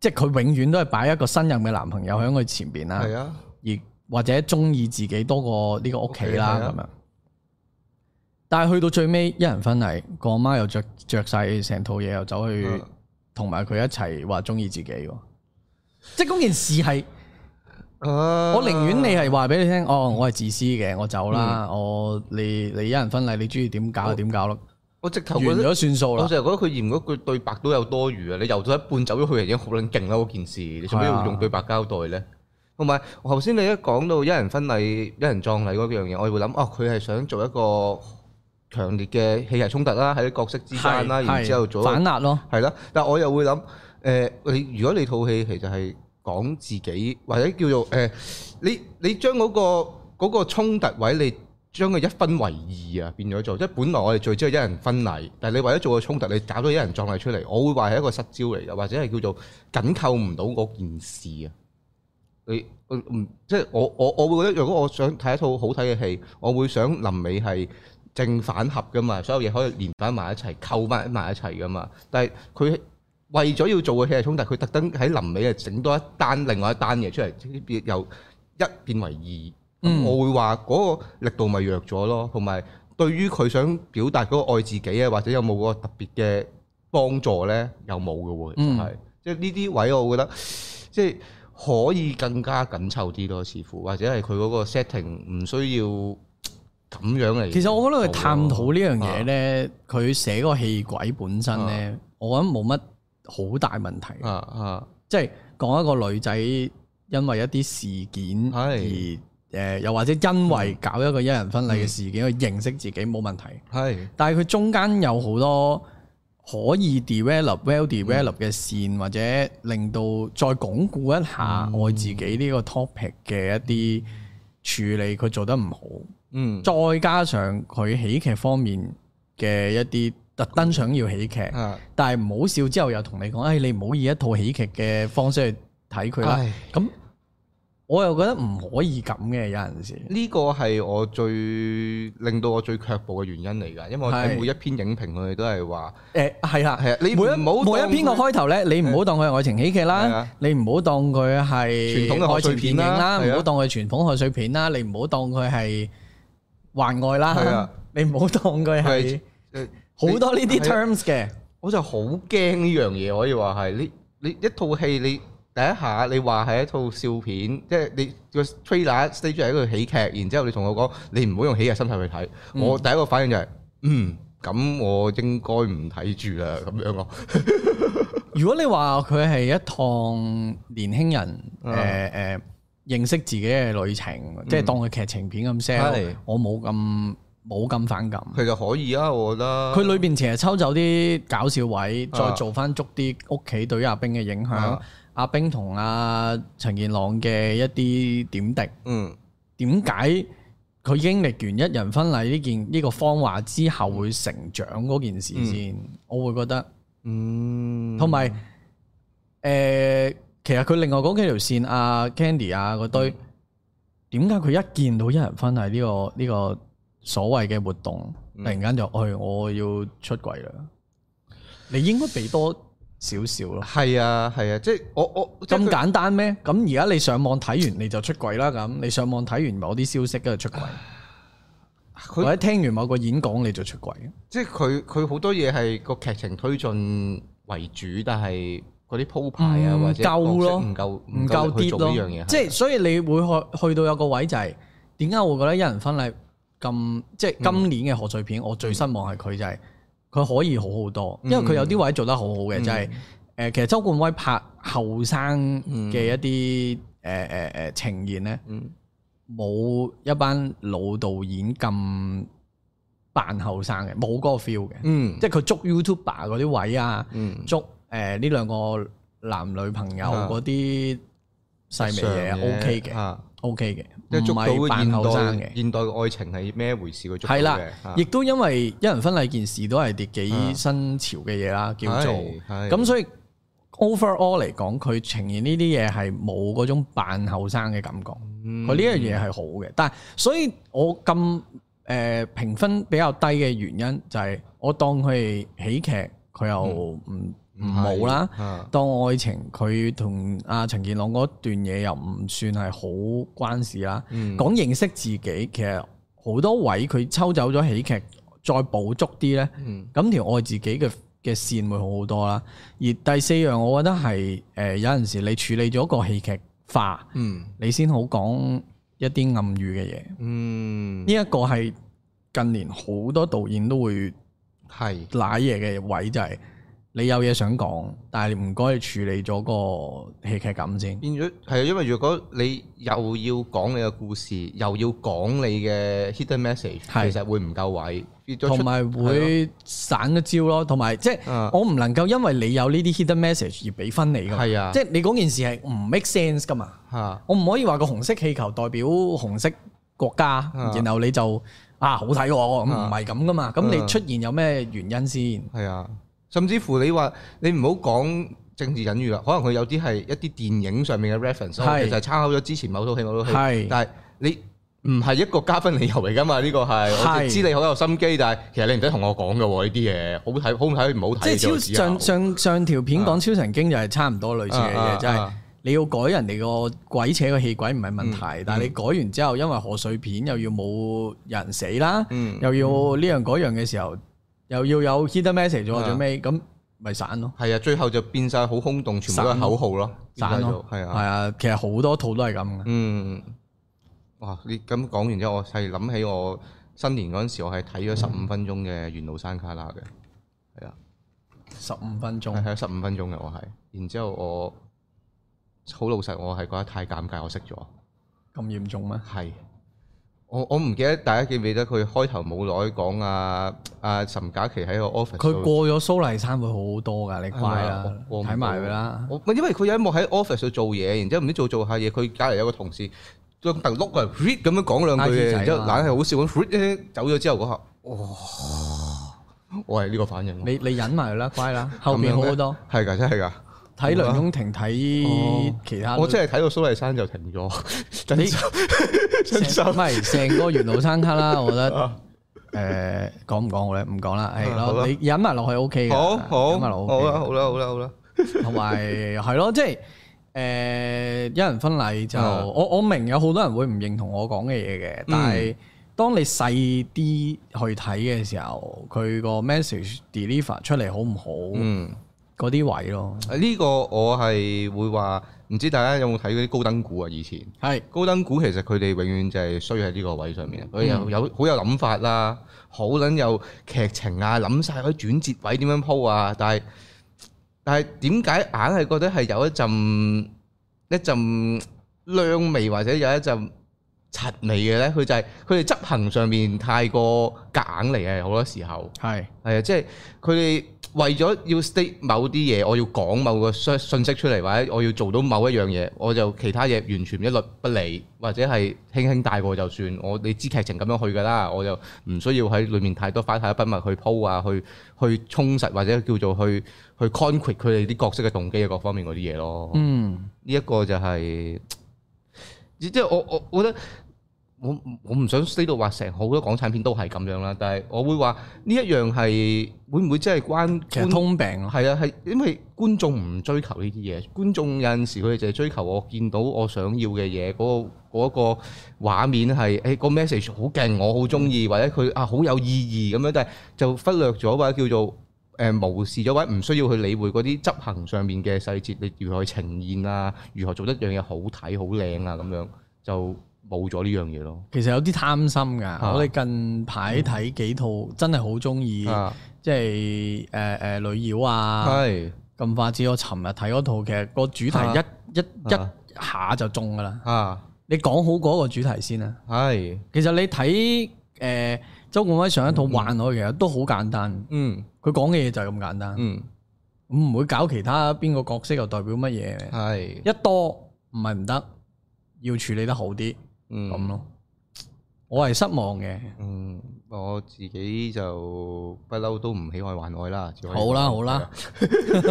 [SPEAKER 2] 即係佢永遠都係擺一個新任嘅男朋友喺佢前邊啦。
[SPEAKER 1] 係啊，
[SPEAKER 2] 而或者中意自己多過呢個屋企
[SPEAKER 1] 屋
[SPEAKER 2] 啦
[SPEAKER 1] 企係啊
[SPEAKER 2] 咁樣。但係去到最尾一人婚禮，個阿媽又着着晒成套嘢，又走去
[SPEAKER 1] 嗯
[SPEAKER 2] 同埋佢一齊話中意自己喎。即係嗰件事係，
[SPEAKER 1] 我啊 À.
[SPEAKER 2] 我寧願你係話俾你聽，哦，我係自私嘅，我走啦，我你你一人婚禮，你中意點搞就點搞咯，
[SPEAKER 1] 嗯我直頭
[SPEAKER 2] 完
[SPEAKER 1] 覺得。
[SPEAKER 2] 咗算數
[SPEAKER 1] 我
[SPEAKER 2] 啦。
[SPEAKER 1] 成日覺得佢嫌嗰句對白都有多餘啊！你游到一半走咗去，已經好撚勁啦！嗰件事，你做咩
[SPEAKER 2] 係啊
[SPEAKER 1] 要用對白交代咧？同埋我頭先你一講到一人婚禮、一人葬禮嗰樣嘢，我會諗哦，佢係想做一個強烈嘅戲劇衝突啦，喺啲角色之間啦，
[SPEAKER 2] 係
[SPEAKER 1] 然之後
[SPEAKER 2] 係
[SPEAKER 1] 做一個
[SPEAKER 2] 反壓咯，
[SPEAKER 1] 係啦，但我又會諗，誒、呃你如果你套戲其實係講自己，或者叫做誒、呃你你將嗰、個嗰、個衝突位，你將佢一分為二啊，變咗做，即係本來我哋最知係一人婚禮，但係你為咗做個衝突，你搞咗一人葬禮出嚟，我會話係一個失焦嚟嘅，或者係叫做緊扣唔到嗰件事啊。你我唔即係我我我會覺得，如果我想睇一套好睇嘅戲，我會想臨尾係正反合噶嘛，所有嘢可以連翻埋一齊，扣翻埋一齊噶嘛。但係佢為咗要做嘅戲係衝突，佢特登喺臨尾啊整多一單另外一單嘢出嚟，由一變為二。咁、
[SPEAKER 2] 嗯
[SPEAKER 1] 我會話嗰個力度咪弱咗咯，同埋對於佢想表達嗰個愛自己啊，或者有冇嗰個特別嘅幫助咧，又冇嘅喎，其實
[SPEAKER 2] 嗯
[SPEAKER 1] 係、即係呢啲位我覺得即係。可以更加緊湊啲咯，似乎或者係佢嗰個 setting 唔需要咁樣嚟。
[SPEAKER 2] 其實我覺得佢探討呢樣嘢咧，佢寫個戲鬼本身咧，我覺得冇乜好大問題。
[SPEAKER 1] 啊啊，
[SPEAKER 2] 即係講一個女仔因為一啲事件而
[SPEAKER 1] 係
[SPEAKER 2] 誒、又或者因為搞一個一人婚禮嘅事件去認識自己冇問題。
[SPEAKER 1] 係
[SPEAKER 2] 但係佢中間有好多可以 develop well develop 嘅線，或者令到再鞏固一下愛自己呢個 topic 嘅一啲處理，佢做得唔好。
[SPEAKER 1] 嗯
[SPEAKER 2] 再加上佢喜劇方面嘅一啲特登想要喜劇，
[SPEAKER 1] 啊
[SPEAKER 2] 但係唔好笑之後又同你講，誒、哎你唔好以一套喜劇嘅方式去睇佢啦
[SPEAKER 1] 唉。
[SPEAKER 2] 咁我又覺得唔可以咁嘅，有陣時
[SPEAKER 1] 呢個係我最令到我最卻步嘅原因嚟㗎，因為我
[SPEAKER 2] 係
[SPEAKER 1] 睇每一篇影評佢哋都係話
[SPEAKER 2] 誒係啦，
[SPEAKER 1] 係啊，你
[SPEAKER 2] 每一
[SPEAKER 1] 唔好當佢
[SPEAKER 2] 每一篇個開頭咧，你唔好當佢係愛情喜劇
[SPEAKER 1] 係
[SPEAKER 2] 啦
[SPEAKER 1] 啊，
[SPEAKER 2] 你唔好當佢係
[SPEAKER 1] 傳統嘅賀
[SPEAKER 2] 愛情
[SPEAKER 1] 歲
[SPEAKER 2] 電
[SPEAKER 1] 片
[SPEAKER 2] 影
[SPEAKER 1] 啦
[SPEAKER 2] 啦，
[SPEAKER 1] 係
[SPEAKER 2] 唔
[SPEAKER 1] 啊
[SPEAKER 2] 好當佢係傳統賀歲片啦，你唔好當佢係幻愛
[SPEAKER 1] 係
[SPEAKER 2] 啦
[SPEAKER 1] 啊，
[SPEAKER 2] 你唔好當佢係
[SPEAKER 1] 係誒
[SPEAKER 2] 好多呢啲
[SPEAKER 1] 係啊
[SPEAKER 2] terms 嘅。
[SPEAKER 1] 我就好驚呢樣嘢，可以話係你你一套戲你第一下你話係一套笑片，即係你個 trailer stage 係一個喜劇，然之後你同我講你唔好用喜劇心態去睇，我第一個反應就係、嗯咁我應該唔睇住啦咁樣咯，
[SPEAKER 2] 如果你話佢係一趟年輕人誒誒、
[SPEAKER 1] 嗯
[SPEAKER 2] 認識自己嘅旅程，即係當佢劇情片咁 sell，
[SPEAKER 1] 係
[SPEAKER 2] 我冇咁冇咁反感。
[SPEAKER 1] 其實可以啊，我覺得。
[SPEAKER 2] 佢裏邊其實抽走啲搞笑位，
[SPEAKER 1] 啊
[SPEAKER 2] 再做翻足啲屋企對於阿冰嘅影響
[SPEAKER 1] 啊，
[SPEAKER 2] 阿冰同阿陳健朗嘅一啲點滴。
[SPEAKER 1] 嗯
[SPEAKER 2] 點解佢經歷完一人婚禮呢件呢個謊話之後會成長嗰件事先？我會覺得，
[SPEAKER 1] 嗯，
[SPEAKER 2] 同埋誒，其實佢另外嗰幾條線，阿 Candy 啊嗰
[SPEAKER 1] 嗯
[SPEAKER 2] 堆，點解佢一見到一人婚禮呢個呢個所謂嘅活動，突
[SPEAKER 1] 嗯
[SPEAKER 2] 然間就，哎，我要出軌啦！你應該俾多少少咯。
[SPEAKER 1] 係啊係啊，即係我我即係
[SPEAKER 2] 咁
[SPEAKER 1] 佢
[SPEAKER 2] 簡單咩？咁而家你上網睇完你就出軌啦，咁你上網睇完某啲消息跟住出軌。或
[SPEAKER 1] 佢
[SPEAKER 2] 者聽完某個演講你就出軌，
[SPEAKER 1] 即係佢佢好多嘢係個劇情推進為主，但係嗰啲鋪排啊
[SPEAKER 2] 唔
[SPEAKER 1] 或者
[SPEAKER 2] 夠咯
[SPEAKER 1] 角色唔夠
[SPEAKER 2] 唔
[SPEAKER 1] 唔
[SPEAKER 2] 夠
[SPEAKER 1] 夠力
[SPEAKER 2] 啲
[SPEAKER 1] 去做呢樣
[SPEAKER 2] 咯
[SPEAKER 1] 嘢，。啊
[SPEAKER 2] 即係所以你會去去到有個位就係點解我會覺得一人婚禮咁，即
[SPEAKER 1] 嗯
[SPEAKER 2] 係今年嘅賀歲片，我最失望係佢就係佢可以好好多，
[SPEAKER 1] 嗯
[SPEAKER 2] 因為佢有啲位做得好好嘅，就係誒其實周冠威拍後生嘅一啲誒誒誒呈現咧，
[SPEAKER 1] 嗯
[SPEAKER 2] 冇一班老導演咁扮後生嘅，冇嗰個 feel 嘅，
[SPEAKER 1] 嗯
[SPEAKER 2] 即係佢捉 YouTuber 嗰啲位啊。
[SPEAKER 1] 嗯
[SPEAKER 2] 捉誒呃呢兩個男女朋友嗰啲細微
[SPEAKER 1] 啊
[SPEAKER 2] 嘢
[SPEAKER 1] 常嘅
[SPEAKER 2] OK 嘅
[SPEAKER 1] 啊
[SPEAKER 2] ，OK 嘅，
[SPEAKER 1] 即係
[SPEAKER 2] 唔
[SPEAKER 1] 捉到
[SPEAKER 2] 係扮後生
[SPEAKER 1] 現代
[SPEAKER 2] 嘅。
[SPEAKER 1] 現代嘅愛情係咩回事？佢捉到
[SPEAKER 2] 係啦
[SPEAKER 1] 嘅，啊
[SPEAKER 2] 亦都因為一人婚禮件事都係啲幾
[SPEAKER 1] 啊
[SPEAKER 2] 新潮嘅嘢啦，叫做
[SPEAKER 1] 係係
[SPEAKER 2] 咁，所以 overall 嚟講，佢呈現呢啲嘢係冇嗰種扮後生嘅感覺。
[SPEAKER 1] 嗯
[SPEAKER 2] 佢呢樣嘢係好嘅，但係所以我咁誒、呃、評分比較低嘅原因就係我當佢係喜劇，佢又唔
[SPEAKER 1] 嗯
[SPEAKER 2] 唔好啦。
[SPEAKER 1] 啊
[SPEAKER 2] 當愛情佢同阿陳健朗嗰段嘢又唔算係好關事啦。
[SPEAKER 1] 嗯
[SPEAKER 2] 講認識自己，其實好多位佢抽走咗喜劇，再捕捉啲呢，
[SPEAKER 1] 嗯
[SPEAKER 2] 咁條愛自己嘅嘅線會好好多啦。而第四樣，我覺得係誒、呃有陣時你處理咗個戲劇化，
[SPEAKER 1] 嗯
[SPEAKER 2] 你先好講一啲暗語嘅嘢。
[SPEAKER 1] 嗯
[SPEAKER 2] 呢一個係近年好多導演都會
[SPEAKER 1] 係
[SPEAKER 2] 濑嘢嘅位就係你有嘢想講，但係唔該你處理咗個戲劇感先。
[SPEAKER 1] 變咗係啊，因為如果你又要講你嘅故事，又要講你嘅 hidden message，
[SPEAKER 2] 係
[SPEAKER 1] 其實會唔夠位，變咗出
[SPEAKER 2] 同埋會散一招咯，同埋即係
[SPEAKER 1] 啊
[SPEAKER 2] 我唔能夠因為你有呢啲 hidden message 而俾分你噶嘛，
[SPEAKER 1] 係啊
[SPEAKER 2] 即係你嗰件事係唔 make sense 噶嘛，
[SPEAKER 1] 嚇
[SPEAKER 2] 我唔可以話個紅色氣球代表紅色國家，然後你就啊好睇喎，咁唔係咁噶嘛，咁你
[SPEAKER 1] 啊
[SPEAKER 2] 出現有咩原因先？
[SPEAKER 1] 係啊，甚至乎你話你唔好講政治隱喻啦，可能佢有啲係一啲電影上面嘅 reference，其
[SPEAKER 2] 係
[SPEAKER 1] 實係參考咗之前某套戲某套戲，
[SPEAKER 2] 係
[SPEAKER 1] 但係你。唔係一個加分理由嚟㗎嘛？呢個係我
[SPEAKER 2] 係
[SPEAKER 1] 知你好有心機，但係其實你唔使同我講㗎喎呢啲嘢，好睇好唔睇唔好睇
[SPEAKER 2] 即係
[SPEAKER 1] 啫
[SPEAKER 2] 超
[SPEAKER 1] 我只
[SPEAKER 2] 上
[SPEAKER 1] 有
[SPEAKER 2] 上上條片講超神經就係差唔多類似嘅
[SPEAKER 1] 啊啊啊
[SPEAKER 2] 嘢，就係
[SPEAKER 1] 啊
[SPEAKER 2] 你要改人哋個鬼扯個氣鬼唔係
[SPEAKER 1] 嗯
[SPEAKER 2] 問題，但係你改完之後，因為賀歲片又要冇人死啦，
[SPEAKER 1] 嗯
[SPEAKER 2] 又要呢樣嗰樣嘅時候，又要有 hidden message 喎
[SPEAKER 1] 啊
[SPEAKER 2] 最尾，咁咪散咯，
[SPEAKER 1] 係啊，最後就變晒好空洞，全部都係口號咯，變晒
[SPEAKER 2] 散咯，係
[SPEAKER 1] 做係啊，
[SPEAKER 2] 啊，其實好多套都係咁嘅，
[SPEAKER 1] 嗯，哇！你咁講完之後，我係諗起我新年嗰陣時，我係
[SPEAKER 2] 嗯
[SPEAKER 1] 睇咗十五分鐘嘅《緣路山旮旯》嘅，係啊，
[SPEAKER 2] 十五分
[SPEAKER 1] 係 睇
[SPEAKER 2] 鐘，
[SPEAKER 1] 咗十五分鐘嘅我係，然之後我好老實，我係覺得太尷尬，我識咗，
[SPEAKER 2] 咁嚴重咩？
[SPEAKER 1] 係。我我唔記得大家記唔記得佢開頭冇耐講啊啊岑嘉琪喺個 office
[SPEAKER 2] 佢
[SPEAKER 1] 度
[SPEAKER 2] 過咗蘇麗珊會好好多㗎，你快啦
[SPEAKER 1] 係啊，我我唔
[SPEAKER 2] 睇埋佢啦，
[SPEAKER 1] 我因為佢有一幕喺 office 度做嘢，然之後唔知做做下嘢，佢隔離有個同事將凳碌過嚟，read 咁樣講兩句
[SPEAKER 2] 拉
[SPEAKER 1] 嘅，然
[SPEAKER 2] 住仔嘛啊
[SPEAKER 1] 之後懶係好笑咁 read 咧走咗之後嗰下，哇！我係呢個反應喎，
[SPEAKER 2] 你你忍埋佢啦，乖啦，後面好好多。
[SPEAKER 1] 係㗎，真係㗎，
[SPEAKER 2] 睇梁雍婷睇其他都，
[SPEAKER 1] 哦我真係睇到蘇麗珊就停 咗，真
[SPEAKER 2] 你
[SPEAKER 1] 心
[SPEAKER 2] 成
[SPEAKER 1] 真心
[SPEAKER 2] 唔係成個元老山 卡啦，我覺得
[SPEAKER 1] 啊
[SPEAKER 2] 誒講唔講好咧？唔講啦，係
[SPEAKER 1] 啊好啦
[SPEAKER 2] 咯，你啊飲埋落去 O K 嘅，
[SPEAKER 1] 好好
[SPEAKER 2] 飲埋落去
[SPEAKER 1] 好
[SPEAKER 2] OK
[SPEAKER 1] 啦
[SPEAKER 2] 嘅
[SPEAKER 1] 好啦好啦好啦，
[SPEAKER 2] 同埋係咯，即係誒一人婚禮就
[SPEAKER 1] 啊嗯
[SPEAKER 2] 我我明有好多人會唔認同我講嘅嘢嘅，但係當你細啲去睇嘅時候，佢個 message deliver 出嚟好唔好
[SPEAKER 1] 嗯。
[SPEAKER 2] 嗰啲位咯，
[SPEAKER 1] 呢個我係會話，唔知大家有冇睇嗰啲高登股啊？以前
[SPEAKER 2] 係
[SPEAKER 1] 高登股其實佢哋永遠就係衰喺呢個位上面，啊佢又有好有諗法啦，好撚有劇情啊，諗晒嗰啲轉折位點樣鋪啊，但係但係點解硬係覺得係有一陣一陣孏味或者有一陣柒味嘅咧？佢就係佢哋執行上面太過夾硬嚟嘅，好多時候
[SPEAKER 2] 係
[SPEAKER 1] 係啊，即係佢哋為咗要 state 某啲嘢，我要講某個信信息出嚟，或者我要做到某一樣嘢，我就其他嘢完全一律不理，或者係輕輕帶過就算。我你知劇情咁樣去㗎啦，我就唔需要喺裡面太多花太多筆墨去鋪啊，去去充實或者叫做去去 concrete 佢哋啲角色嘅動機啊各方面嗰啲嘢咯。
[SPEAKER 2] 嗯
[SPEAKER 1] 呢一個就係、即即係我我我覺得我我唔想 stay 到話成好多港產片都係咁樣啦，但係我會話呢一樣係會唔會真係關
[SPEAKER 2] 其實
[SPEAKER 1] 觀
[SPEAKER 2] 通病咯，
[SPEAKER 1] 係啊係，因為觀眾唔追求呢啲嘢，觀眾有陣時佢哋就係追求我見到我想要嘅嘢，嗰、個嗰、個畫面係誒、個 message 好勁，我好中意，或者佢啊好有意義咁樣，但係就忽略咗或者叫做。誒、無視咗或者唔需要去理會嗰啲執行上面嘅細節，你如何去呈現啊，如何做得樣嘢好睇好靚啊咁樣，就冇咗呢樣嘢咯。
[SPEAKER 2] 其實有啲貪心㗎。我哋近排睇幾套真係好中意，
[SPEAKER 1] 嗯啊，
[SPEAKER 2] 即係誒誒女妖啊，
[SPEAKER 1] 係
[SPEAKER 2] 咁快知我尋日睇嗰套，其實個主題
[SPEAKER 1] 啊
[SPEAKER 2] 一一
[SPEAKER 1] 啊
[SPEAKER 2] 一下就中㗎啦。
[SPEAKER 1] 啊，
[SPEAKER 2] 你講好嗰個主題先啊。
[SPEAKER 1] 係，
[SPEAKER 2] 其實你睇誒周冠威上一套《幻海》，其實都好簡單，
[SPEAKER 1] 嗯
[SPEAKER 2] 佢講嘅嘢就係咁簡單，
[SPEAKER 1] 嗯，啊
[SPEAKER 2] 唔會搞其他邊個角色又代表乜嘢，
[SPEAKER 1] 係，
[SPEAKER 2] 一多唔係唔得，要處理得好啲
[SPEAKER 1] 嗯
[SPEAKER 2] 咁咯。我係失望嘅，
[SPEAKER 1] 嗯，我自己就不嬲都唔喜愛幻愛啦。只可以
[SPEAKER 2] 好啦
[SPEAKER 1] 講
[SPEAKER 2] 好啦，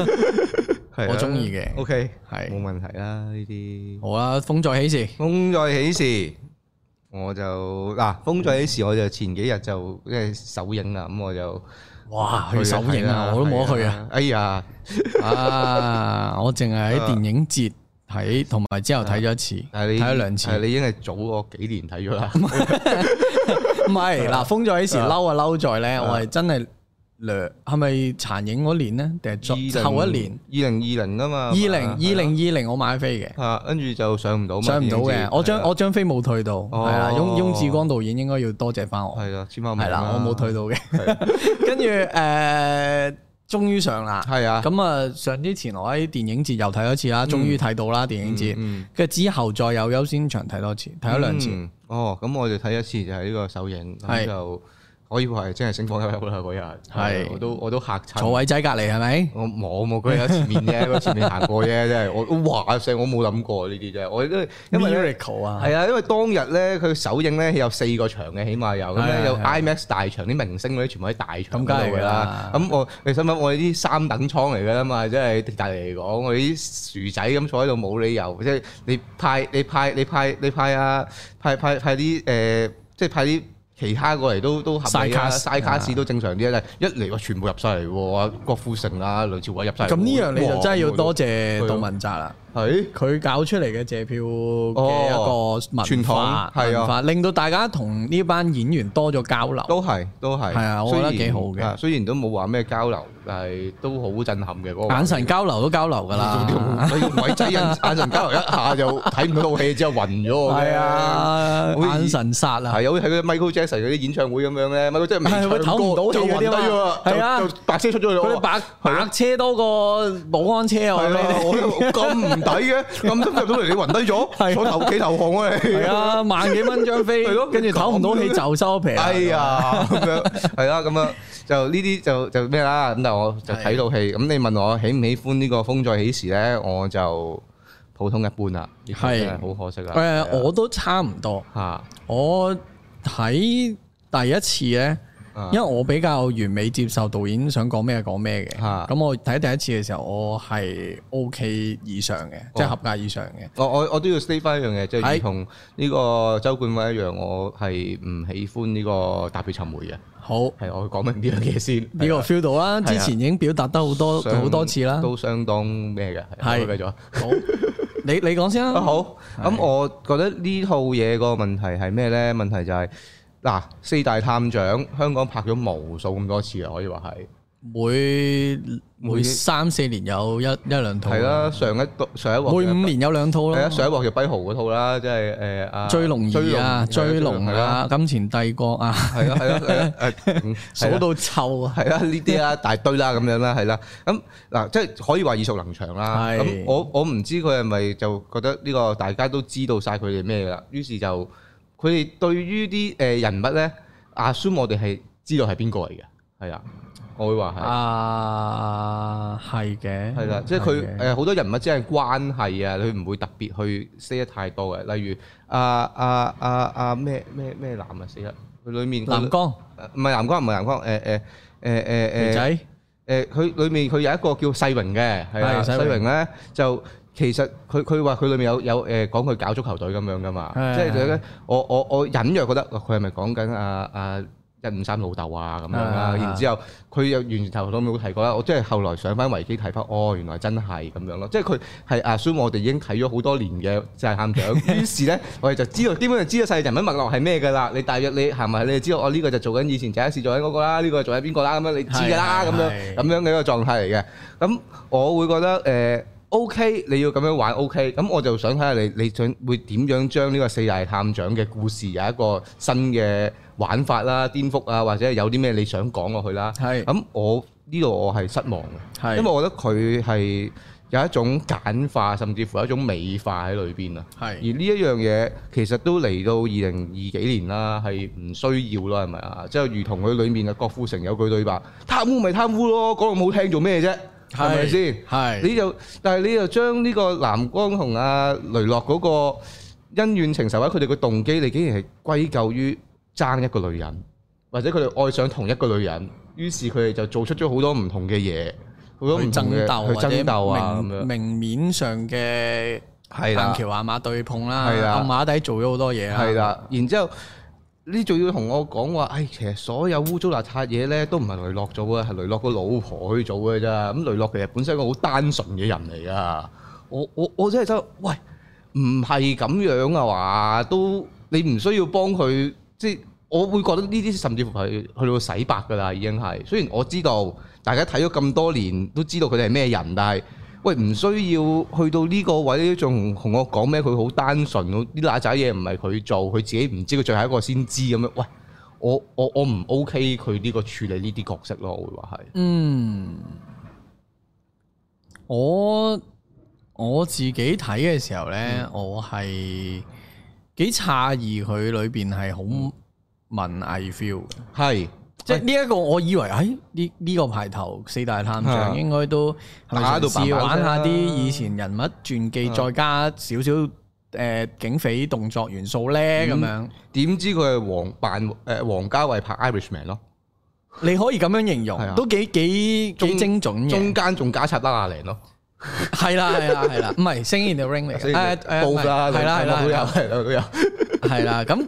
[SPEAKER 1] 係啦
[SPEAKER 2] 我鍾意嘅
[SPEAKER 1] OK，
[SPEAKER 2] 係
[SPEAKER 1] 冇問題啦，呢啲。
[SPEAKER 2] 好啦，風再起時，
[SPEAKER 1] 風再起時，我就嗱風再起時，我就前幾日就即係首映啦，咁我就
[SPEAKER 2] 哇，去首映啊，我都冇得去啊，！
[SPEAKER 1] 係哎呀，
[SPEAKER 2] 啊，我淨係喺電影節睇，同埋之後睇咗一次，
[SPEAKER 1] 但係
[SPEAKER 2] 睇
[SPEAKER 1] 你
[SPEAKER 2] 咗兩次
[SPEAKER 1] 係。你已經係早我幾年睇咗 啦。
[SPEAKER 2] 唔係嗱，封咗起時嬲啊嬲在咧，我係真係略係咪殘影嗰年咧，定係再
[SPEAKER 1] 20
[SPEAKER 2] 後一年？
[SPEAKER 1] 二零二零啊嘛，
[SPEAKER 2] 二零二零二零我買飛嘅，
[SPEAKER 1] 啊，跟住就上唔到嘛，
[SPEAKER 2] 上唔到
[SPEAKER 1] 電影
[SPEAKER 2] 嘅。
[SPEAKER 1] 節
[SPEAKER 2] 我張
[SPEAKER 1] 係啦
[SPEAKER 2] 我張飛冇退到，係啊，翁翁志光導演應該要多謝翻我，啊
[SPEAKER 1] 係啦，千萬
[SPEAKER 2] 係啦，我冇退到嘅。跟住誒，終於上啦。
[SPEAKER 1] 係啊，
[SPEAKER 2] 咁啊，上之前我喺電影節又睇咗一次啦，終於睇到啦電影節。
[SPEAKER 1] 嗯。
[SPEAKER 2] 跟住之後再有優先場睇多次，睇咗兩次。
[SPEAKER 1] 嗯哦，咁我哋睇一次就係呢個首映，
[SPEAKER 2] 係
[SPEAKER 1] 咁就可以話係真係星光熠熠啦嗰日。
[SPEAKER 2] 係
[SPEAKER 1] 我都我都嚇親。
[SPEAKER 2] 嗯坐位仔隔離係咪？
[SPEAKER 1] 我冇冇嗰日喺前面啫，我前面行過啫，真係我哇聲，我冇諗過呢啲啫。我因為因為咧
[SPEAKER 2] Miracle 啊，
[SPEAKER 1] 係啊，因為當日咧佢首映咧有四個場嘅，起碼有咁
[SPEAKER 2] 係啊
[SPEAKER 1] 咧有
[SPEAKER 2] 係啊
[SPEAKER 1] IMAX 大場啲明星嗰啲全部喺大場
[SPEAKER 2] 咁梗係
[SPEAKER 1] 嗰度㗎啦。
[SPEAKER 2] 㗎
[SPEAKER 1] 咁我你想諗我哋啲三等倉嚟㗎啦嘛，即係迪達尼嚟講，我哋啲薯仔咁坐喺度冇理由，即係你派你派你派你派啊派派派啲誒、呃即係派啲。其他過嚟都都合理啊，
[SPEAKER 2] 晒
[SPEAKER 1] 曬
[SPEAKER 2] 卡
[SPEAKER 1] 卡士都正常啲啊！但係一嚟話全部入晒嚟喎，郭富城啊、梁朝偉入晒嚟喎。
[SPEAKER 2] 咁呢樣你就真係要多
[SPEAKER 1] 哇
[SPEAKER 2] 謝
[SPEAKER 1] 啊
[SPEAKER 2] 杜汶澤啦，
[SPEAKER 1] 係
[SPEAKER 2] 佢搞出嚟嘅謝票嘅一
[SPEAKER 1] 哦
[SPEAKER 2] 個文
[SPEAKER 1] 傳
[SPEAKER 2] 化
[SPEAKER 1] 統，係啊
[SPEAKER 2] 文化令到大家同呢班演員多咗交流。
[SPEAKER 1] 都係，都係。
[SPEAKER 2] 係啊我覺得幾好嘅
[SPEAKER 1] 雖然啊雖然都冇話咩交流，但係都好啊震撼嘅嗰個
[SPEAKER 2] 眼神交流都交流㗎啦，
[SPEAKER 1] 你個 鬼仔眼眼神交流一下 就睇唔到戲，之後暈咗我嘅。
[SPEAKER 2] 係啊，
[SPEAKER 1] 好似
[SPEAKER 2] 眼神殺啊，
[SPEAKER 1] 係啊，好似睇嗰啲 Michael Jackson 嗰啲演唱會咁樣咧，Michael Jackson 未
[SPEAKER 2] 係會
[SPEAKER 1] 唱
[SPEAKER 2] 唞唔
[SPEAKER 1] 歌
[SPEAKER 2] 到
[SPEAKER 1] 就
[SPEAKER 2] 氣嗰
[SPEAKER 1] 暈
[SPEAKER 2] 啲嘛
[SPEAKER 1] 低咗啦，
[SPEAKER 2] 係啊
[SPEAKER 1] 就就白車出咗去
[SPEAKER 2] 佢哋
[SPEAKER 1] 咯。
[SPEAKER 2] 白白車多過保安車啊！我
[SPEAKER 1] 係啊，
[SPEAKER 2] 哋
[SPEAKER 1] 我咁唔抵嘅，咁都入到嚟你暈低
[SPEAKER 2] 係啊
[SPEAKER 1] 咗，坐頭企頭行啊你。
[SPEAKER 2] 係啊， 萬幾蚊張飛
[SPEAKER 1] 係咯，
[SPEAKER 2] 跟住唞唔到氣就收皮啊。
[SPEAKER 1] 哎呀，咁樣係啦，咁樣就呢啲就就咩啦，咁但係我就睇到戲，咁你問我喜唔喜歡呢個《風再起時》咧，我就普通一般啦，呢個
[SPEAKER 2] 係
[SPEAKER 1] 真係好可惜啦。
[SPEAKER 2] 誒，我都差唔多。
[SPEAKER 1] 嚇
[SPEAKER 2] 我睇第一次咧
[SPEAKER 1] 啊，
[SPEAKER 2] 因為我比較完美接受導演想講咩就講咩嘅，咁、
[SPEAKER 1] 啊
[SPEAKER 2] 我睇第一次嘅時候，我係 O K 以上嘅，
[SPEAKER 1] 哦
[SPEAKER 2] 即係合格以上嘅。
[SPEAKER 1] 我我我都要 stay 翻一樣嘢，即
[SPEAKER 2] 係
[SPEAKER 1] 係同呢個周冠威一樣，我係唔喜歡呢個踏血尋梅嘅，
[SPEAKER 2] 好，
[SPEAKER 1] 係我講明呢樣嘢先。
[SPEAKER 2] 呢個 feel 到啦，
[SPEAKER 1] 係啊
[SPEAKER 2] 之前已經表達得好多
[SPEAKER 1] 相
[SPEAKER 2] 好多次啦。
[SPEAKER 1] 都相當咩嘅，
[SPEAKER 2] 係
[SPEAKER 1] 係繼續。
[SPEAKER 2] 好，你你講先
[SPEAKER 1] 啊
[SPEAKER 2] 啦。
[SPEAKER 1] 好，咁我覺得呢套嘢個問題係咩呢？問題就係、嗱，四大探長香港拍咗無數咁多次啊，可以話係。
[SPEAKER 2] 每每
[SPEAKER 1] 每
[SPEAKER 2] 三四年有一一兩套，
[SPEAKER 1] 係，啦，上一個上一
[SPEAKER 2] 每
[SPEAKER 1] 鑊
[SPEAKER 2] 五
[SPEAKER 1] 嘅
[SPEAKER 2] 年有兩套
[SPEAKER 1] 係
[SPEAKER 2] 咯
[SPEAKER 1] 啊，。上一鑊就跛豪嗰套啦，即係誒啊
[SPEAKER 2] 追龍二啊，追龍，啊，金錢帝國啊，
[SPEAKER 1] 係啦係啦係啦係啦誒 嗯係
[SPEAKER 2] 數
[SPEAKER 1] 啦。
[SPEAKER 2] 到臭啊！
[SPEAKER 1] 係啦，呢啲 啦，大堆啦，咁樣啦，係啦，咁嗱，即係可以話耳熟能詳啦。
[SPEAKER 2] 係
[SPEAKER 1] 咁我我唔知佢係咪就覺得呢個大家都知道晒佢哋咩啦，於是就佢哋對於啲誒人物咧，assume 我哋係知道係邊個嚟嘅，係啊，我會話係。
[SPEAKER 2] 啊，係嘅，
[SPEAKER 1] 係啦，即係佢
[SPEAKER 2] 嘅
[SPEAKER 1] 誒好多人物之間嘅關係啊，佢唔會特別去 say 得太多嘅。例如啊啊啊啊咩咩咩男啊死啦，佢裡面
[SPEAKER 2] 藍江
[SPEAKER 1] 唔係藍光唔係藍光誒誒誒
[SPEAKER 2] 肥
[SPEAKER 1] 誒誒
[SPEAKER 2] 仔
[SPEAKER 1] 誒，呃佢裡面佢有一個叫世榮嘅，係啊，
[SPEAKER 2] 係世
[SPEAKER 1] 世
[SPEAKER 2] 榮
[SPEAKER 1] 榮咧就。其實佢佢話佢裏面有有誒講佢搞足球隊咁樣噶嘛，
[SPEAKER 2] 係
[SPEAKER 1] 即係佢咧，我我我隱約覺得佢係咪講緊啊啊一五三老豆啊咁樣啦，
[SPEAKER 2] 係係
[SPEAKER 1] 然之後佢又完全頭都冇提過啦，我即係後來上翻維基睇翻，哦原來真係咁樣咯，即係佢係 assume 我哋已經睇咗好多年嘅就係喊 獎，於是咧我哋就知道基本上知道晒人物脈絡係咩㗎啦，你大約你行埋你就知道我哦呢個就做緊以前第一次做緊嗰個啦，呢個做緊邊個啦咁樣你知㗎啦
[SPEAKER 2] 係
[SPEAKER 1] 咁
[SPEAKER 2] 係
[SPEAKER 1] 樣
[SPEAKER 2] 係
[SPEAKER 1] 咁樣嘅一個狀態嚟嘅，咁我會覺得誒。呃 O.K. 你要咁樣玩 O.K. 咁我就想睇下你你想會點樣將呢個四大探長嘅故事有一個新嘅玩法啦、顛覆啊，或者有啲咩你想講落去啦。
[SPEAKER 2] 係
[SPEAKER 1] 咁我呢度我係失望嘅，
[SPEAKER 2] 係
[SPEAKER 1] 啊因為我覺得佢係有一種簡化，甚至乎有一種美化喺裏邊啊。而呢
[SPEAKER 2] 係
[SPEAKER 1] 一樣嘢其實都嚟到二零二幾年啦，係唔需要啦，係咪啊？即係如同佢裡面嘅郭富城有句對白：貪污咪貪污咯，講咁好聽做咩啫？係咪先？
[SPEAKER 2] 係
[SPEAKER 1] 你就但係你就將呢個藍光同阿雷洛嗰個恩怨情仇或者啊佢哋嘅動機，你竟然係歸咎於爭一個女人，或者佢哋愛上同一個女人，於是佢哋就做出咗好多唔同嘅嘢，好多唔
[SPEAKER 2] 去
[SPEAKER 1] 同
[SPEAKER 2] 爭
[SPEAKER 1] 嘅
[SPEAKER 2] 鬥
[SPEAKER 1] 去爭鬥啊
[SPEAKER 2] 或者
[SPEAKER 1] 咁
[SPEAKER 2] 明
[SPEAKER 1] 樣，
[SPEAKER 2] 明面上嘅
[SPEAKER 1] 係
[SPEAKER 2] 硬
[SPEAKER 1] 啦，
[SPEAKER 2] 橋硬馬對碰啦，
[SPEAKER 1] 係啦
[SPEAKER 2] 暗馬底做咗好多嘢啊啦，
[SPEAKER 1] 係啦，然之後。呢仲要同我講話，唉、其實所有污糟邋遢嘢咧，都唔係雷洛做嘅，係雷洛個老婆去做嘅咋。咁雷洛其實本身係一個好單純嘅人嚟噶。我我我真係真，喂，唔係咁樣啊話，都你唔需要幫佢，即係我會覺得呢啲甚至乎係去到洗白㗎啦，已經係。雖然我知道大家睇咗咁多年，都知道佢哋係咩人，但係喂唔需要去到呢個位，仲同我講咩？佢好單純，啲嗱仔嘢唔係佢做，佢自己唔知，佢最後一個先知咁樣。喂，我我我唔 OK 佢呢個處理呢啲角色咯，我會話係。
[SPEAKER 2] 嗯，我我自己睇嘅時候咧，
[SPEAKER 1] 嗯
[SPEAKER 2] 我係幾詫異佢裏邊係好
[SPEAKER 1] 嗯
[SPEAKER 2] 文藝 feel 嘅，
[SPEAKER 1] 係
[SPEAKER 2] 即係呢一個我以為喺呢呢個排頭四大探
[SPEAKER 1] 啊
[SPEAKER 2] 長應該都係咪
[SPEAKER 1] 打到
[SPEAKER 2] 嘗試
[SPEAKER 1] 嘭嘭
[SPEAKER 2] 玩
[SPEAKER 1] 聲啦
[SPEAKER 2] 下啲以前人物傳記，
[SPEAKER 1] 啊
[SPEAKER 2] 再加少少誒警匪動作元素咧
[SPEAKER 1] 嗯
[SPEAKER 2] 咁樣，
[SPEAKER 1] 點知佢係黃扮誒黃家衞拍 Irishman 咯？
[SPEAKER 2] 你可以咁樣形
[SPEAKER 1] 係啊
[SPEAKER 2] 容，都幾幾幾
[SPEAKER 1] 中
[SPEAKER 2] 精準嘅。
[SPEAKER 1] 中間仲加插拉亞零咯，
[SPEAKER 2] 係啦係啦 係啦，唔係《Sing in the Ring》嚟嘅，誒誒唔
[SPEAKER 1] 報
[SPEAKER 2] 係
[SPEAKER 1] 啦，
[SPEAKER 2] 係啦係
[SPEAKER 1] 兩個都有，
[SPEAKER 2] 啦
[SPEAKER 1] 係啦都有，
[SPEAKER 2] 係啦，咁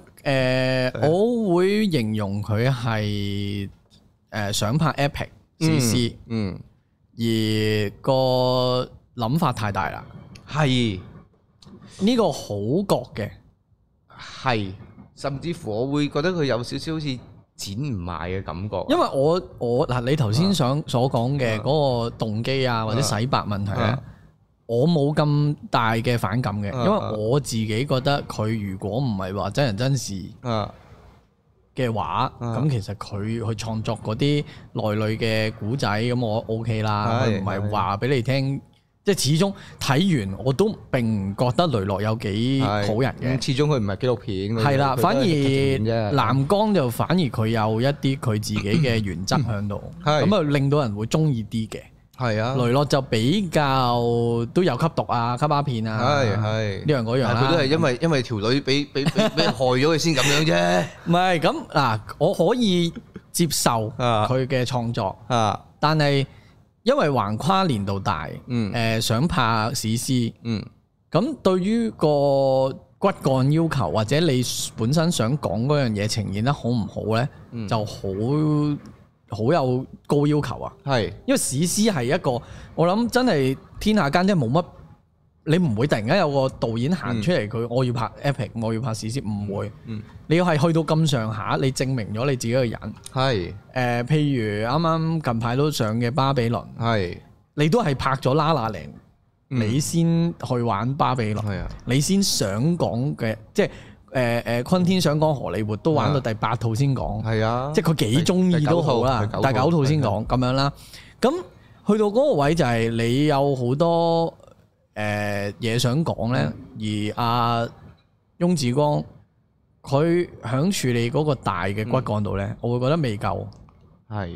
[SPEAKER 2] 誒，我會形容佢係誒想拍 epic 史詩，
[SPEAKER 1] 嗯，
[SPEAKER 2] 而個諗法太大啦，
[SPEAKER 1] 係
[SPEAKER 2] 呢個好覺嘅，
[SPEAKER 1] 係，甚至乎我會覺得佢有少少好似剪唔埋嘅感覺，
[SPEAKER 2] 因為我我嗱你頭先想所講嘅嗰個動機啊或者洗白問題咧
[SPEAKER 1] 啊。
[SPEAKER 2] 我冇咁大嘅反感嘅，
[SPEAKER 1] 啊
[SPEAKER 2] 因為我自己覺得佢如果唔係話真人真事，
[SPEAKER 1] 啊
[SPEAKER 2] 嘅話，
[SPEAKER 1] 啊
[SPEAKER 2] 咁其實佢去創作嗰啲內裏嘅古仔，咁我 O K 啦。
[SPEAKER 1] 係
[SPEAKER 2] 佢唔係話俾你聽，即係始終睇完我都並唔覺得雷洛有幾
[SPEAKER 1] 係
[SPEAKER 2] 好人嘅。
[SPEAKER 1] 咁始終佢唔係紀錄片，
[SPEAKER 2] 係啦，
[SPEAKER 1] 佢
[SPEAKER 2] 反而
[SPEAKER 1] 佢都係劇情片啫
[SPEAKER 2] 藍光就反而佢有一啲佢自己嘅原則喺度，
[SPEAKER 1] 嗯係
[SPEAKER 2] 咁啊令到人會中意啲嘅。
[SPEAKER 1] 係啊，
[SPEAKER 2] 雷洛就比較都有吸毒啊、吸鴉片啊，
[SPEAKER 1] 係
[SPEAKER 2] 呢
[SPEAKER 1] 係
[SPEAKER 2] 樣嗰樣
[SPEAKER 1] 但
[SPEAKER 2] 啦。
[SPEAKER 1] 係佢都係因為因為條女俾俾俾俾人害咗佢先咁樣 啫，
[SPEAKER 2] 唔係咁嗱，我可以接受
[SPEAKER 1] 啊
[SPEAKER 2] 佢嘅創作。
[SPEAKER 1] 啊
[SPEAKER 2] 但係因為橫跨年度大，誒、
[SPEAKER 1] 嗯
[SPEAKER 2] 想拍史詩，
[SPEAKER 1] 嗯
[SPEAKER 2] 咁對於個骨幹要求或者你本身想講嗰樣嘢呈現得好唔好呢，
[SPEAKER 1] 嗯
[SPEAKER 2] 就好好有高要求啊！
[SPEAKER 1] 係
[SPEAKER 2] 因為史詩係一個，我諗真係天下間真係冇乜，你唔會突然間有個導演行出嚟，佢、我要拍 epic，我要拍史詩，唔會。
[SPEAKER 1] 嗯
[SPEAKER 2] 你要係去到咁上下，你證明咗你自己嘅人。
[SPEAKER 1] 係
[SPEAKER 2] 誒、譬如啱啱近排都上嘅巴比倫，
[SPEAKER 1] 係
[SPEAKER 2] 你都係拍咗啦啦零，
[SPEAKER 1] 嗯
[SPEAKER 2] 你先去玩巴比倫，
[SPEAKER 1] 係啊
[SPEAKER 2] 你先想講嘅，即係誒誒，昆天想講荷里活都玩到第八套先講，
[SPEAKER 1] 啊係啊，
[SPEAKER 2] 即係佢幾中意都好啦，
[SPEAKER 1] 第九
[SPEAKER 2] 第
[SPEAKER 1] 套
[SPEAKER 2] 九套先講咁樣啦。咁去到嗰個位就係你有好多誒嘢、想講咧，而阿、翁志光佢響處理嗰個大嘅骨幹度
[SPEAKER 1] 嗯
[SPEAKER 2] 咧，我會覺得未夠。
[SPEAKER 1] 係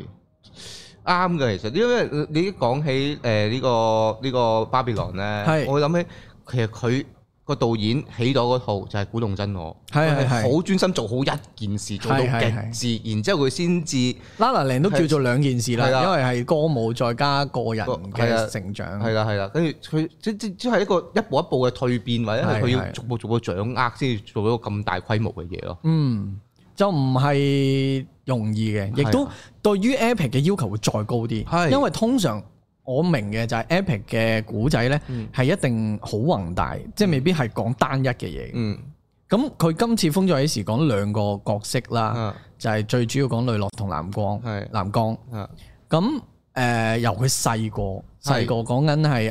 [SPEAKER 1] 啱嘅，其實因為你一講起誒呢個呢個巴比倫咧，
[SPEAKER 2] 係
[SPEAKER 1] 我會諗起其實佢個導演起到嗰套就係古洞真我，
[SPEAKER 2] 係
[SPEAKER 1] 佢
[SPEAKER 2] 係係
[SPEAKER 1] 好專心做好一件事，做到
[SPEAKER 2] 係係
[SPEAKER 1] 極致，然之後佢先至。
[SPEAKER 2] La La Land 都叫做兩件事啦，
[SPEAKER 1] 係啦
[SPEAKER 2] 因為係歌舞再加個人
[SPEAKER 1] 係啊
[SPEAKER 2] 嘅成長。
[SPEAKER 1] 係啦係啦，跟住佢即即即係一個一步一步嘅蜕變，或者係佢
[SPEAKER 2] 係
[SPEAKER 1] 要
[SPEAKER 2] 係
[SPEAKER 1] 逐步逐步掌握先至做到咁大規模嘅嘢咯。
[SPEAKER 2] 嗯，就唔係容易嘅，亦
[SPEAKER 1] 係
[SPEAKER 2] 都
[SPEAKER 1] 啊
[SPEAKER 2] 對於 Epic 嘅要求會再高啲，
[SPEAKER 1] 係
[SPEAKER 2] 因為通常我明嘅就係 Epic 嘅古仔呢
[SPEAKER 1] 嗯
[SPEAKER 2] 係一定好宏大，即係未必係講單一嘅嘢。
[SPEAKER 1] 嗯，
[SPEAKER 2] 咁佢今次《風再起時》講兩個角色啦，
[SPEAKER 1] 啊
[SPEAKER 2] 就係最主要講雷洛同藍光
[SPEAKER 1] 係，
[SPEAKER 2] 藍光。
[SPEAKER 1] 啊
[SPEAKER 2] 咁誒由佢細個細個講緊係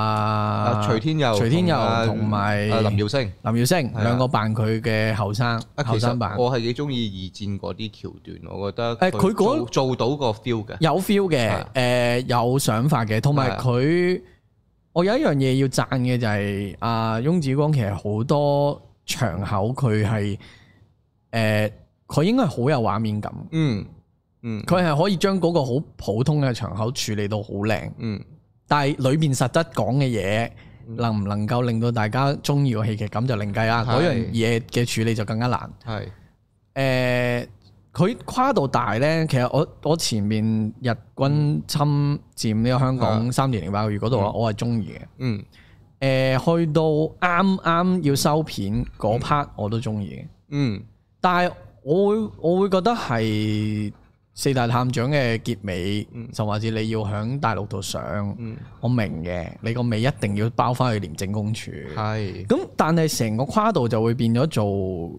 [SPEAKER 2] 阿
[SPEAKER 1] 啊！徐天佑、
[SPEAKER 2] 徐天佑
[SPEAKER 1] 啊
[SPEAKER 2] 同埋
[SPEAKER 1] 啊林耀星。
[SPEAKER 2] 林耀星
[SPEAKER 1] 係啊
[SPEAKER 2] 兩個扮佢嘅後生
[SPEAKER 1] 啊，
[SPEAKER 2] 後
[SPEAKER 1] 其
[SPEAKER 2] 生版
[SPEAKER 1] 實。我係幾中意二戰嗰啲橋段，我覺得
[SPEAKER 2] 誒佢嗰
[SPEAKER 1] 做做到個 feel 嘅，
[SPEAKER 2] 有 feel 嘅，
[SPEAKER 1] 係
[SPEAKER 2] 誒、有想法嘅，同埋
[SPEAKER 1] 啊
[SPEAKER 2] 佢，我有一樣嘢要讚嘅就係、阿、翁子光其實好多場口佢係誒，佢、應該係好有畫面感，
[SPEAKER 1] 嗯嗯
[SPEAKER 2] 佢係可以將嗰個好普通嘅場口處理到好靚，
[SPEAKER 1] 嗯
[SPEAKER 2] 但係裏邊實質講嘅嘢。能唔能夠令到大家中意個戲劇感就另計啦，
[SPEAKER 1] 係
[SPEAKER 2] 嗰樣嘢嘅處理就更加難。
[SPEAKER 1] 係
[SPEAKER 2] 誒，呃佢跨度大咧，其實我我前面日軍侵佔呢個香港三年零八個月嗰度啦，我係中意嘅。
[SPEAKER 1] 嗯
[SPEAKER 2] 誒、去到啱啱要收片嗰 part 我都中意嘅，
[SPEAKER 1] 嗯
[SPEAKER 2] 但係我會我會覺得係四大探長嘅結尾，就或者你要喺大陸度上，
[SPEAKER 1] 嗯
[SPEAKER 2] 我明嘅，你個尾一定要包翻去廉政公署。
[SPEAKER 1] 係
[SPEAKER 2] 咁但係成個跨度就會變咗做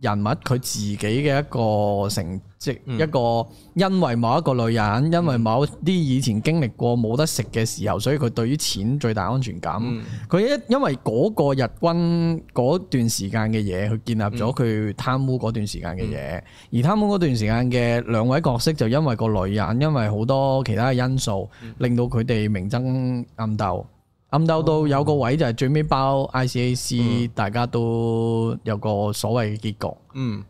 [SPEAKER 2] 人物佢自己嘅一個成績，
[SPEAKER 1] 嗯
[SPEAKER 2] 一個因為某一個女人，因為某啲以前經歷過冇得食嘅時候，所以佢對於錢最大安全感。
[SPEAKER 1] 嗯
[SPEAKER 2] 佢一、因為嗰個日軍嗰段時間嘅嘢，佢建立咗佢貪污嗰段時間嘅嘢，而貪污嗰段時間嘅兩位角色就因為個女人，因為好多其他嘅因素，令到佢哋明爭暗鬥。暗鬥到有個位就係最尾包 ICAC，、大家都有個所謂嘅結局。
[SPEAKER 1] 嗯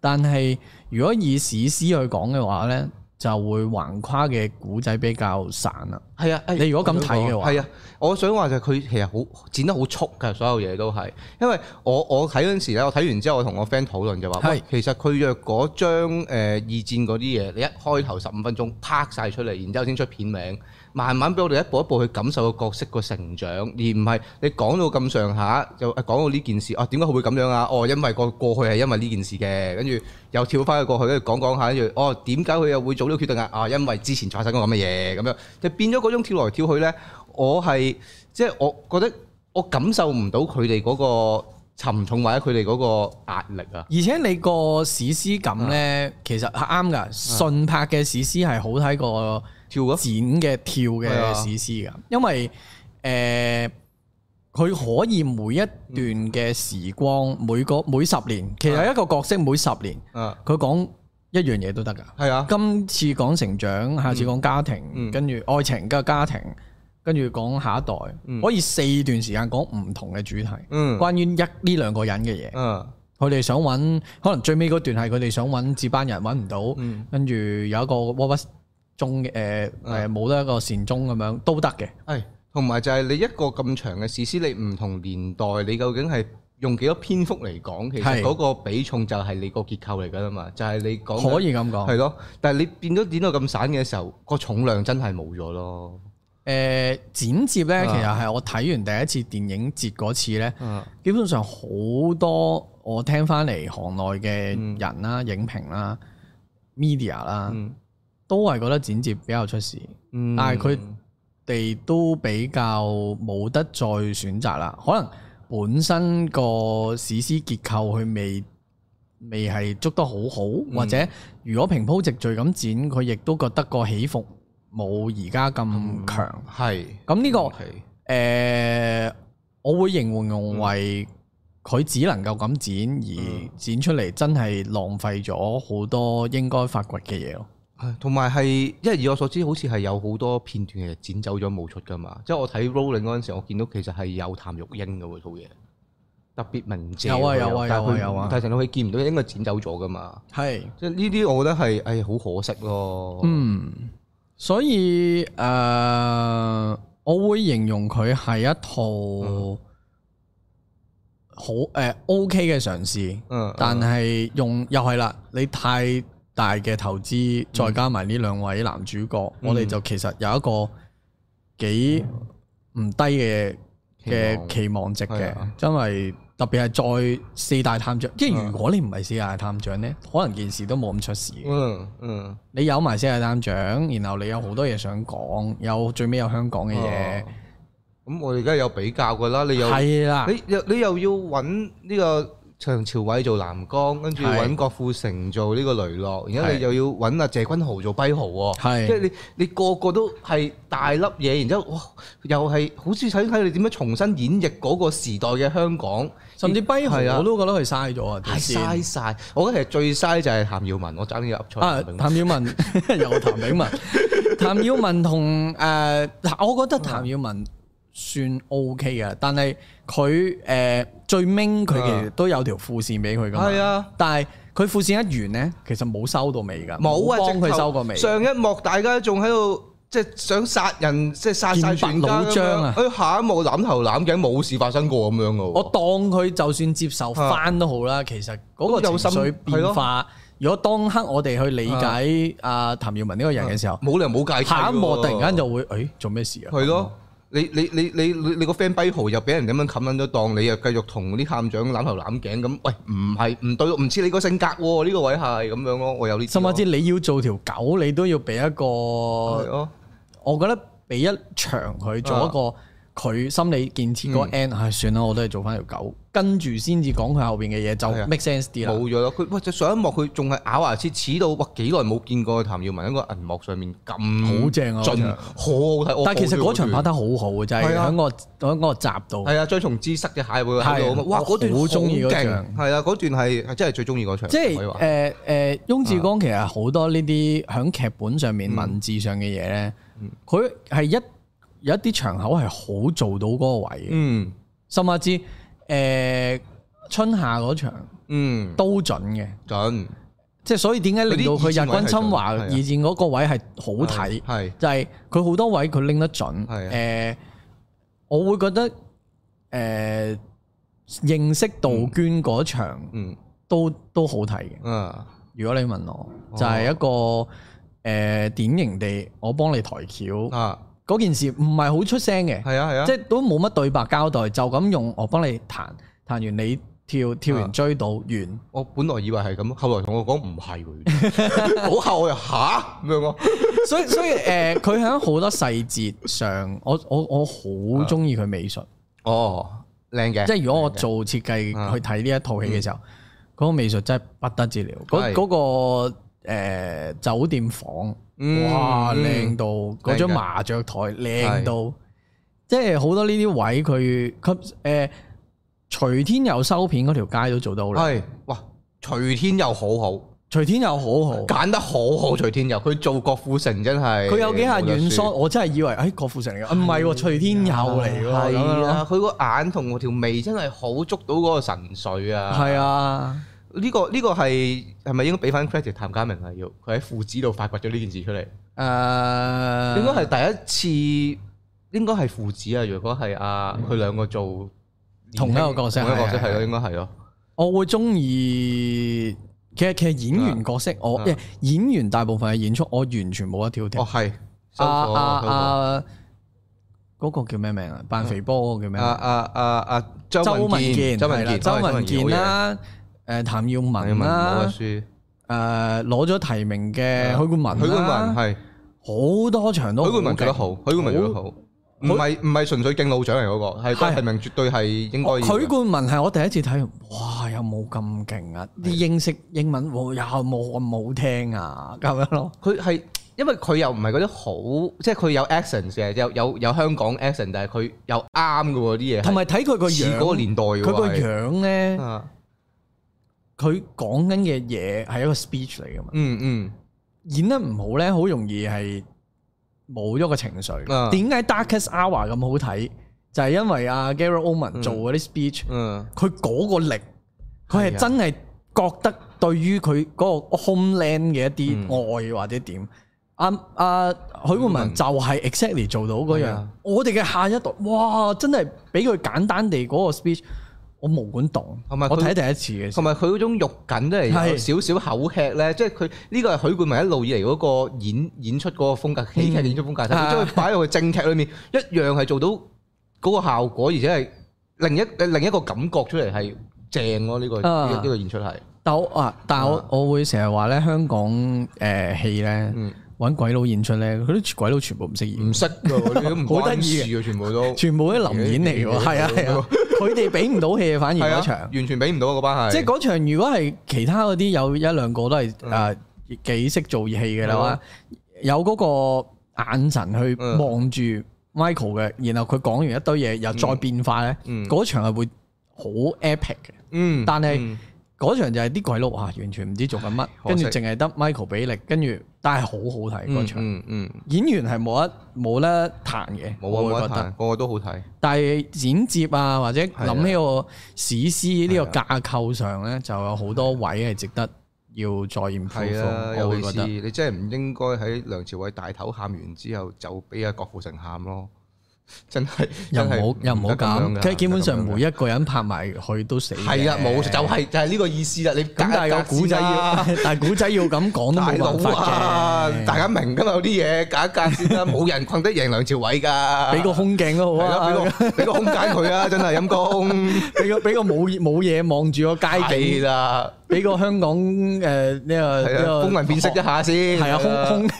[SPEAKER 2] 但係如果以史詩去講嘅話呢，就會橫跨嘅古仔比較散啦。
[SPEAKER 1] 係啊！哎
[SPEAKER 2] 你如果咁睇嘅話
[SPEAKER 1] 係啊，我想話就係佢其實好剪得好速㗎，所有嘢都係，因為我我睇嗰陣時咧，我睇完之後，我同我 friend 討論就話，
[SPEAKER 2] 係
[SPEAKER 1] 喂，其實佢若果將誒二戰嗰啲嘢，你一開頭十五分鐘拍晒出嚟，然之後先出片名。慢慢俾我哋一步一步去感受個角色個成長，而唔係你講到咁上下就啊講到呢件事啊，點解佢會咁樣啊？哦，因為個過去係因為呢件事嘅，跟住又跳翻去過去，跟住講講下，跟住哦點解佢又會做呢個決定啊？啊，因為之前發生過咁嘅嘢咁樣，就變咗嗰種跳來跳去呢。我係即係我覺得我感受唔到佢哋嗰個沉重或者佢哋嗰個壓力啊。
[SPEAKER 2] 而且你個史詩感呢，其實係啱
[SPEAKER 1] 啊
[SPEAKER 2] 㗎。順拍嘅史詩係好睇過
[SPEAKER 1] 跳啊
[SPEAKER 2] 剪嘅跳
[SPEAKER 1] 係啊
[SPEAKER 2] 嘅史詩㗎，因為誒佢、可以每一段嘅時光，
[SPEAKER 1] 嗯
[SPEAKER 2] 每個每十年，其實一個角色每十年，
[SPEAKER 1] 啊，
[SPEAKER 2] 佢講一樣嘢都得㗎。
[SPEAKER 1] 係啊，
[SPEAKER 2] 今次講成長，下次講家庭，
[SPEAKER 1] 嗯
[SPEAKER 2] 跟住愛情嘅家庭，跟住講下一代，
[SPEAKER 1] 嗯
[SPEAKER 2] 可以四段時間講唔同嘅主題，
[SPEAKER 1] 嗯，
[SPEAKER 2] 關於一呢兩個人嘅嘢。
[SPEAKER 1] 嗯
[SPEAKER 2] 佢哋想揾，可能最尾嗰段係佢哋想揾接班人揾唔到，
[SPEAKER 1] 嗯，啊
[SPEAKER 2] 跟住有一個窩屈中嘅誒誒冇得一個善終咁樣都得嘅。
[SPEAKER 1] 係，同埋就係你一個咁長嘅史詩，你唔同年代，你究竟係用幾多篇幅嚟講？其實
[SPEAKER 2] 係
[SPEAKER 1] 嗰個比重就係你個結構嚟㗎啦嘛，就係你講緊
[SPEAKER 2] 可以咁講。
[SPEAKER 1] 係咯。但係你變咗點到咁散嘅時候，個重量真係冇咗咯。
[SPEAKER 2] 誒、呃剪接咧，
[SPEAKER 1] 啊
[SPEAKER 2] 其實係我睇完第一次電影節嗰次咧，
[SPEAKER 1] 嗯
[SPEAKER 2] 基本上好多我聽翻嚟行內嘅人啦、影評啦、media 啦，
[SPEAKER 1] 嗯
[SPEAKER 2] 都係覺得剪接比較出事。
[SPEAKER 1] 嗯
[SPEAKER 2] 但係佢哋都比較冇得再選擇啦。可能本身個史詩結構佢未未係捉得好好，或者如果平鋪直敍咁剪，佢亦都覺得個起伏冇而家咁強。
[SPEAKER 1] 係
[SPEAKER 2] 咁呢、個誒
[SPEAKER 1] OK，
[SPEAKER 2] 我會形容為佢只能夠咁剪，而剪出嚟真係浪費咗好多應該發掘嘅嘢咯。
[SPEAKER 1] 係同埋係，因為以我所知，好似係有好多片段其實剪走咗冇出㗎嘛。即係我睇 Rolling 嗰陣時，我見到其實係有譚玉英嘅喎套嘢。特別鳴謝
[SPEAKER 2] 有啊
[SPEAKER 1] 佢
[SPEAKER 2] 有啊
[SPEAKER 1] 但係佢
[SPEAKER 2] 有啊有啊
[SPEAKER 1] 但係成套戲見唔到，應該剪走咗噶嘛。
[SPEAKER 2] 係。
[SPEAKER 1] 即係呢啲，我覺得係唉好可惜咯。
[SPEAKER 2] 嗯，所以诶、呃我會形容佢係一
[SPEAKER 1] 嗯
[SPEAKER 2] 套好诶、OK 嘅嘗試，
[SPEAKER 1] 嗯，
[SPEAKER 2] 但
[SPEAKER 1] 係
[SPEAKER 2] 係
[SPEAKER 1] 嗯
[SPEAKER 2] 用又係啦，你太大嘅投資，再加埋呢兩位男主角，
[SPEAKER 1] 嗯
[SPEAKER 2] 我哋就其實有一個幾唔低嘅嘅期望值
[SPEAKER 1] 係
[SPEAKER 2] 嘅
[SPEAKER 1] 啊，
[SPEAKER 2] 因為特別係再四大探長，因為
[SPEAKER 1] 嗯
[SPEAKER 2] 如果你唔係四大探長呢，可能件事都冇咁出事嘅。
[SPEAKER 1] 嗯嗯
[SPEAKER 2] 你有埋四大探長，然後你有好多嘢想講，有最尾有香港嘅嘢
[SPEAKER 1] 哦，咁我哋而家有比較噶啦，你有
[SPEAKER 2] 係啊啦，
[SPEAKER 1] 你又你又要揾呢個梁朝偉做南江，跟住
[SPEAKER 2] 係
[SPEAKER 1] 揾郭富城做呢個雷洛，然後
[SPEAKER 2] 係
[SPEAKER 1] 你又要揾阿謝君豪做跛豪喎。即係
[SPEAKER 2] 係
[SPEAKER 1] 你你個個都係大粒嘢，然之後哇，又係好似睇睇你點樣重新演繹嗰個時代嘅香港，
[SPEAKER 2] 甚至跛
[SPEAKER 1] 係
[SPEAKER 2] 豪
[SPEAKER 1] 啊
[SPEAKER 2] 我都覺得佢嘥咗啊，條
[SPEAKER 1] 係
[SPEAKER 2] 線
[SPEAKER 1] 嘥晒。我覺得其實最嘥就係譚耀文，我爭啲噏錯。
[SPEAKER 2] 啊！譚耀 文又譚炳文，譚耀文同誒、呃我
[SPEAKER 1] 嗯
[SPEAKER 2] 覺得譚耀文算 O K 嘅，但係佢誒最明佢其實都有條副線俾佢噶嘛，
[SPEAKER 1] 嗯係啊，
[SPEAKER 2] 但係佢副線一完咧，其實冇收到尾㗎，
[SPEAKER 1] 冇啊，
[SPEAKER 2] 幫佢
[SPEAKER 1] 直頭
[SPEAKER 2] 收過尾，
[SPEAKER 1] 上一幕大家仲喺度。即係想殺人，即係殺晒全
[SPEAKER 2] 劍拔
[SPEAKER 1] 家
[SPEAKER 2] 弩
[SPEAKER 1] 咁
[SPEAKER 2] 張
[SPEAKER 1] 樣
[SPEAKER 2] 啊。
[SPEAKER 1] 佢下一幕攬頭攬頸，冇事發生過咁樣嘅喎。
[SPEAKER 2] 我當佢就算接受翻都好啦，其實嗰個情
[SPEAKER 1] 啊有心
[SPEAKER 2] 緒變化，如果當刻我哋去理解阿譚耀文呢個人嘅時候，
[SPEAKER 1] 冇理由冇戒。
[SPEAKER 2] 啊下一幕突然間就會，誒做咩事啊？
[SPEAKER 1] 係咯。你你你你你你個 friend 跛豪又俾人咁樣冚撚咗檔，你又繼續同啲探長攬頭攬頸咁，喂唔係唔對，唔似你個性格喎，呢、個位係咁樣咯，我有呢啲
[SPEAKER 2] 甚
[SPEAKER 1] 咯。
[SPEAKER 2] 至你要做條狗，你都要俾一個，
[SPEAKER 1] 係咯，
[SPEAKER 2] 我覺得俾一場佢做一
[SPEAKER 1] 啊
[SPEAKER 2] 個佢心理建設
[SPEAKER 1] 嗯
[SPEAKER 2] 嗰個 end，唉算啦，我都係做翻條狗，跟住先至講佢後邊嘅嘢就
[SPEAKER 1] 係啊
[SPEAKER 2] make sense 啲啦。
[SPEAKER 1] 冇咗咯。佢喂就上一幕佢仲係咬牙切齒到，哇幾耐冇見過譚耀文喺個銀幕上面咁
[SPEAKER 2] 好正啊嗰
[SPEAKER 1] 盡
[SPEAKER 2] 場
[SPEAKER 1] 好好睇。我
[SPEAKER 2] 但係其實嗰場
[SPEAKER 1] 好中意
[SPEAKER 2] 拍得好好嘅，就係
[SPEAKER 1] 係啊
[SPEAKER 2] 喺個喺個閘度。
[SPEAKER 1] 係啊，張松之塞嘅蟹會喺度啊嘛，
[SPEAKER 2] 係
[SPEAKER 1] 哇
[SPEAKER 2] 我
[SPEAKER 1] 嗰段
[SPEAKER 2] 好中意嗰
[SPEAKER 1] 勁
[SPEAKER 2] 場
[SPEAKER 1] 係啊，嗰段係係真係最中意嗰場。
[SPEAKER 2] 即
[SPEAKER 1] 可以
[SPEAKER 2] 係
[SPEAKER 1] 話
[SPEAKER 2] 誒誒，翁志剛其實好多呢啲喺劇本上
[SPEAKER 1] 嗯
[SPEAKER 2] 面、文字上嘅嘢咧，佢係一有一啲場口係好做到嗰個位嘅，
[SPEAKER 1] 嗯
[SPEAKER 2] 甚至誒、呃春夏嗰場
[SPEAKER 1] 嗯
[SPEAKER 2] 都準嘅，
[SPEAKER 1] 準
[SPEAKER 2] 即係所以點解令到佢日軍侵華
[SPEAKER 1] 佢啲二戰位係準係啊
[SPEAKER 2] 二戰嗰個位係好睇，
[SPEAKER 1] 係。啊
[SPEAKER 2] 就係佢好多位佢拎得準。誒、
[SPEAKER 1] 係啊
[SPEAKER 2] 我會覺得誒、呃、認識杜娟嗰場
[SPEAKER 1] 嗯
[SPEAKER 2] 都都好睇嘅。
[SPEAKER 1] 啊，
[SPEAKER 2] 如果你問我，
[SPEAKER 1] 哦
[SPEAKER 2] 就係、一個誒、呃典型地，我幫你抬橋
[SPEAKER 1] 啊，
[SPEAKER 2] 嗰件事，唔係好出聲嘅，
[SPEAKER 1] 係啊係啊，
[SPEAKER 2] 即係都冇乜對白交代，就咁用我幫你彈彈完你跳跳
[SPEAKER 1] 啊
[SPEAKER 2] 完追到完，
[SPEAKER 1] 我本來以為係咁，後來同我講唔係 喎，好後我又吓咁樣咯，
[SPEAKER 2] 所以所以誒，佢喺好多細節上，我我我
[SPEAKER 1] 啊
[SPEAKER 2] 好中意佢美術，
[SPEAKER 1] 哦，靚嘅，
[SPEAKER 2] 即係如果我做設計
[SPEAKER 1] 啊嗯
[SPEAKER 2] 去睇呢一套戲嘅時候，嗰個美術真係不得之了，
[SPEAKER 1] 係
[SPEAKER 2] 嗰嗰個呃酒店房。
[SPEAKER 1] 嗯
[SPEAKER 2] 哇，靚，到嗰張
[SPEAKER 1] 靚㗎
[SPEAKER 2] 麻雀台靚到，即係好多呢啲位佢吸誒，徐天佑收片嗰條街都做得好
[SPEAKER 1] 嗯
[SPEAKER 2] 靚，
[SPEAKER 1] 係哇，徐天佑好好，
[SPEAKER 2] 徐天佑好好，
[SPEAKER 1] 揀得好好，徐天佑，佢做郭富城真係，
[SPEAKER 2] 佢有幾下
[SPEAKER 1] 冇得
[SPEAKER 2] 軟
[SPEAKER 1] 輸啊
[SPEAKER 2] 梳，我真係以為誒哎郭富城嚟嘅，唔係喎，徐天佑嚟喎，咁
[SPEAKER 1] 係
[SPEAKER 2] 樣咯
[SPEAKER 1] 啊，佢個眼同條眉真係好捉到嗰個神髓啊，
[SPEAKER 2] 係啊，
[SPEAKER 1] 呢個呢個係係咪應該俾翻 credit 譚家明啊？要佢喺父子度發掘咗呢件事出嚟。
[SPEAKER 2] 誒，
[SPEAKER 1] 應該係第一次，應該係父子啊！如果係啊，佢兩個做
[SPEAKER 2] 嗯同一個角色
[SPEAKER 1] 同一個角色
[SPEAKER 2] 係係啊
[SPEAKER 1] 係咯，應該係咯。
[SPEAKER 2] 我會中意。其實其實演員角色，我
[SPEAKER 1] 啊
[SPEAKER 2] 誒演員大部分嘅演出，我完全冇得挑剔
[SPEAKER 1] 哦，。係收
[SPEAKER 2] 啊
[SPEAKER 1] 貨收貨
[SPEAKER 2] 啊啊！嗰個叫咩名啊？扮肥波嗰個叫咩
[SPEAKER 1] 啊
[SPEAKER 2] 名？
[SPEAKER 1] 啊啊啊！周
[SPEAKER 2] 周
[SPEAKER 1] 文
[SPEAKER 2] 文
[SPEAKER 1] 健，
[SPEAKER 2] 健，
[SPEAKER 1] 周
[SPEAKER 2] 係
[SPEAKER 1] 文
[SPEAKER 2] 啦
[SPEAKER 1] 健，
[SPEAKER 2] 周文
[SPEAKER 1] 健，
[SPEAKER 2] 健
[SPEAKER 1] 哦
[SPEAKER 2] 啦，誒譚耀
[SPEAKER 1] 好嘢啊
[SPEAKER 2] 文
[SPEAKER 1] 文冇得
[SPEAKER 2] 啦，嗯
[SPEAKER 1] 輸。
[SPEAKER 2] 誒攞咗提名嘅許冠文
[SPEAKER 1] 許
[SPEAKER 2] 啦
[SPEAKER 1] 冠文，係
[SPEAKER 2] 好多場都
[SPEAKER 1] 許
[SPEAKER 2] 好
[SPEAKER 1] 冠文做得好，許冠文做得好，唔係唔係純粹敬老獎嚟嗰個，係
[SPEAKER 2] 係
[SPEAKER 1] 提名絕對係應該要
[SPEAKER 2] 勁。
[SPEAKER 1] 嘅。
[SPEAKER 2] 許冠文係我第一次睇，哇！有冇咁勁啊？啲英式英文我有冇咁好聽啊？咁樣咯，
[SPEAKER 1] 佢係因為佢又唔係嗰啲好，即係佢有 accent 嘅，有有有香港 accent，但係佢又啱嘅喎啲嘢係，
[SPEAKER 2] 同埋睇佢個
[SPEAKER 1] 似嗰個
[SPEAKER 2] 樣，
[SPEAKER 1] 年代嘅喎。
[SPEAKER 2] 佢個
[SPEAKER 1] 係
[SPEAKER 2] 樣咧，
[SPEAKER 1] 啊
[SPEAKER 2] 佢講緊嘅嘢係一個 speech 嚟噶嘛。
[SPEAKER 1] 嗯嗯。
[SPEAKER 2] 演得唔好咧，好容易係冇咗個情緒。
[SPEAKER 1] 啊
[SPEAKER 2] 點解 Darkest Hour 咁好睇？就係因為阿 Gary Oldman 做嗰啲 speech，
[SPEAKER 1] 嗯，
[SPEAKER 2] 佢嗰個力，佢
[SPEAKER 1] 係啊
[SPEAKER 2] 係真係覺得對於佢嗰個 homeland
[SPEAKER 1] 嗯
[SPEAKER 2] 嘅一啲愛或者點。阿阿許冠文就係 exactly 做到嗰
[SPEAKER 1] 係
[SPEAKER 2] 樣
[SPEAKER 1] 啊，
[SPEAKER 2] 我哋嘅下一代，哇！真係俾佢簡單地嗰個 speech，我毛管動，
[SPEAKER 1] 同埋佢
[SPEAKER 2] 我睇第一次嘅時
[SPEAKER 1] 同
[SPEAKER 2] 候，
[SPEAKER 1] 埋佢嗰種肉緊都係有少少口吃咧，即係佢呢個係許冠文一路以嚟嗰個演演出嗰個風格，喜劇演出風格，但係佢將佢擺入去正劇裏面，一樣係做到嗰個效果，而且係另一另一個感覺出嚟係正咯。呢個
[SPEAKER 2] 啊
[SPEAKER 1] 呢個演出係，
[SPEAKER 2] 但我啊，但係
[SPEAKER 1] 啊
[SPEAKER 2] 我我會成日話咧，香港誒戲咧
[SPEAKER 1] 嗯，
[SPEAKER 2] 揾鬼佬演出咧，佢啲鬼佬全部唔識演。
[SPEAKER 1] 唔識 㗎喎，呢啲都唔
[SPEAKER 2] 好得
[SPEAKER 1] 關
[SPEAKER 2] 意
[SPEAKER 1] 事啊
[SPEAKER 2] 嘅
[SPEAKER 1] 嘅，全部 都
[SPEAKER 2] 全部都臨演嚟嘅喎，係啊係啊，佢哋俾唔到戲，反而
[SPEAKER 1] 嗯係啊
[SPEAKER 2] 嗰場，
[SPEAKER 1] 完全俾唔到啊嗰班係，
[SPEAKER 2] 即係嗰場如果係其他嗰啲有一兩個都係
[SPEAKER 1] 嗯
[SPEAKER 2] 誒幾識做戲嘅
[SPEAKER 1] 係
[SPEAKER 2] 啦
[SPEAKER 1] 啊，
[SPEAKER 2] 有嗰個眼神去
[SPEAKER 1] 嗯
[SPEAKER 2] 望住 Michael 嘅，然後佢講完一堆嘢又再變化咧，
[SPEAKER 1] 嗯
[SPEAKER 2] 嗰場係會好 epic 嘅。
[SPEAKER 1] 嗯，
[SPEAKER 2] 但係
[SPEAKER 1] 嗯
[SPEAKER 2] 嗰場就係啲鬼佬啊，完全唔知做緊乜，
[SPEAKER 1] 可
[SPEAKER 2] 跟
[SPEAKER 1] 惜
[SPEAKER 2] 住淨係得 Michael 俾力，跟住但係好好睇嗰場，
[SPEAKER 1] 嗯嗯，嗯
[SPEAKER 2] 演員係冇得冇得彈嘅，
[SPEAKER 1] 冇啊
[SPEAKER 2] 我
[SPEAKER 1] 冇
[SPEAKER 2] 會
[SPEAKER 1] 得
[SPEAKER 2] 覺得
[SPEAKER 1] 彈，。個個都好睇，
[SPEAKER 2] 但係剪接啊，或者諗起個史詩
[SPEAKER 1] 啊
[SPEAKER 2] 呢個架構上咧，就有好多位係值得要再研究。
[SPEAKER 1] 係啊，
[SPEAKER 2] 我
[SPEAKER 1] 尤
[SPEAKER 2] 會
[SPEAKER 1] 其
[SPEAKER 2] 覺
[SPEAKER 1] 是
[SPEAKER 2] 得
[SPEAKER 1] 你真係唔應該喺梁朝偉大頭喊完之後就俾阿郭富城喊咯， 真係
[SPEAKER 2] 又唔好又唔好
[SPEAKER 1] 咁，
[SPEAKER 2] 咁，即係基本上
[SPEAKER 1] 唔得咁樣㗎
[SPEAKER 2] 每一個人拍埋佢都死嘅。
[SPEAKER 1] 係啊，冇就係就係呢個意思啦。你
[SPEAKER 2] 咁，但係
[SPEAKER 1] 有
[SPEAKER 2] 個古仔要， 但係古仔要咁講都
[SPEAKER 1] 大
[SPEAKER 2] 冇辦
[SPEAKER 1] 佬
[SPEAKER 2] 法
[SPEAKER 1] 啊，
[SPEAKER 2] 嘅。
[SPEAKER 1] 大家明㗎嘛？有啲嘢格一格 先啦，冇人困得贏梁朝偉㗎。
[SPEAKER 2] 俾個空鏡都好
[SPEAKER 1] 啊係啦
[SPEAKER 2] 啊，
[SPEAKER 1] 俾個俾個空間佢啊，真係 陰公。
[SPEAKER 2] 俾個俾個冇冇嘢望住個街
[SPEAKER 1] 係
[SPEAKER 2] 景，
[SPEAKER 1] 啦，
[SPEAKER 2] 俾個香港誒呢個
[SPEAKER 1] 係
[SPEAKER 2] 呢
[SPEAKER 1] 啊，
[SPEAKER 2] 個
[SPEAKER 1] 風雲變色一下先。
[SPEAKER 2] 係
[SPEAKER 1] 係啦
[SPEAKER 2] 啊，
[SPEAKER 1] 嗯
[SPEAKER 2] 空空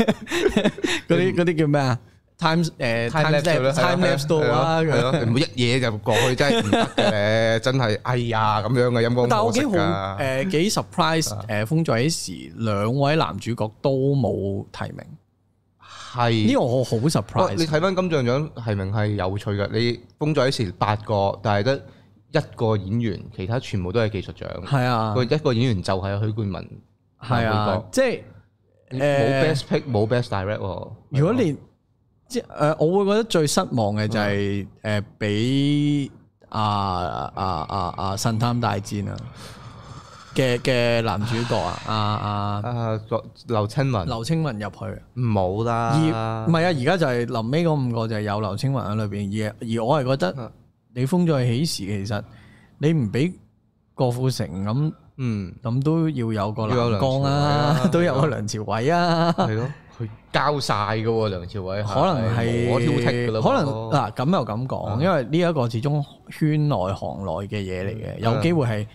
[SPEAKER 2] 嗰啲嗰啲叫咩啊？time 誒 time
[SPEAKER 1] time-lapse 咯
[SPEAKER 2] lapse time lapse 到啦。
[SPEAKER 1] 啊係啊
[SPEAKER 2] 咁
[SPEAKER 1] 咯係咯唔好一嘢就過去，真係唔得嘅咧，真係哎呀咁樣嘅陰公。
[SPEAKER 2] 但係我幾好
[SPEAKER 1] 誒，
[SPEAKER 2] 誒幾
[SPEAKER 1] 啊
[SPEAKER 2] surprise 誒風再起時兩位男主角都冇提名，
[SPEAKER 1] 係
[SPEAKER 2] 呢個我好
[SPEAKER 1] 哇哦你
[SPEAKER 2] surprise。
[SPEAKER 1] 睇翻金像獎提名係有趣嘅，你封咗起時八個，但係得一個演員，其他全部都係技術獎。
[SPEAKER 2] 係啊
[SPEAKER 1] 佢，一個演員就係許冠文，
[SPEAKER 2] 係
[SPEAKER 1] 美
[SPEAKER 2] 啊
[SPEAKER 1] 國，
[SPEAKER 2] 即係
[SPEAKER 1] 冇
[SPEAKER 2] 誒，
[SPEAKER 1] best pick，冇 best direct 喎。
[SPEAKER 2] 如果你即係誒，我會覺得最失望嘅就係誒俾啊啊啊啊神探大戰啊嘅嘅男主角啊啊啊
[SPEAKER 1] 啊，劉青雲
[SPEAKER 2] 劉青雲入去。
[SPEAKER 1] 冇
[SPEAKER 2] 而
[SPEAKER 1] 啦
[SPEAKER 2] 唔，係啊，而家就係臨尾嗰五個就係有劉青雲喺裏邊，而而我係覺
[SPEAKER 1] 啊
[SPEAKER 2] 得你封咗起時，其實你唔俾郭富城咁
[SPEAKER 1] 嗯，
[SPEAKER 2] 咁都要有個
[SPEAKER 1] 要有
[SPEAKER 2] 梁
[SPEAKER 1] 梁朝
[SPEAKER 2] 江
[SPEAKER 1] 偉
[SPEAKER 2] 啊
[SPEAKER 1] 啊，
[SPEAKER 2] 都有個梁朝偉啊，
[SPEAKER 1] 係咯，佢交晒嘅喎，梁朝偉
[SPEAKER 2] 可能係
[SPEAKER 1] 我挑剔㗎啦，
[SPEAKER 2] 可能
[SPEAKER 1] 嗰個
[SPEAKER 2] 嗱咁又咁
[SPEAKER 1] 嗯
[SPEAKER 2] 講，因為呢一個始終圈內行內嘅嘢嚟
[SPEAKER 1] 嗯
[SPEAKER 2] 嘅，有機會係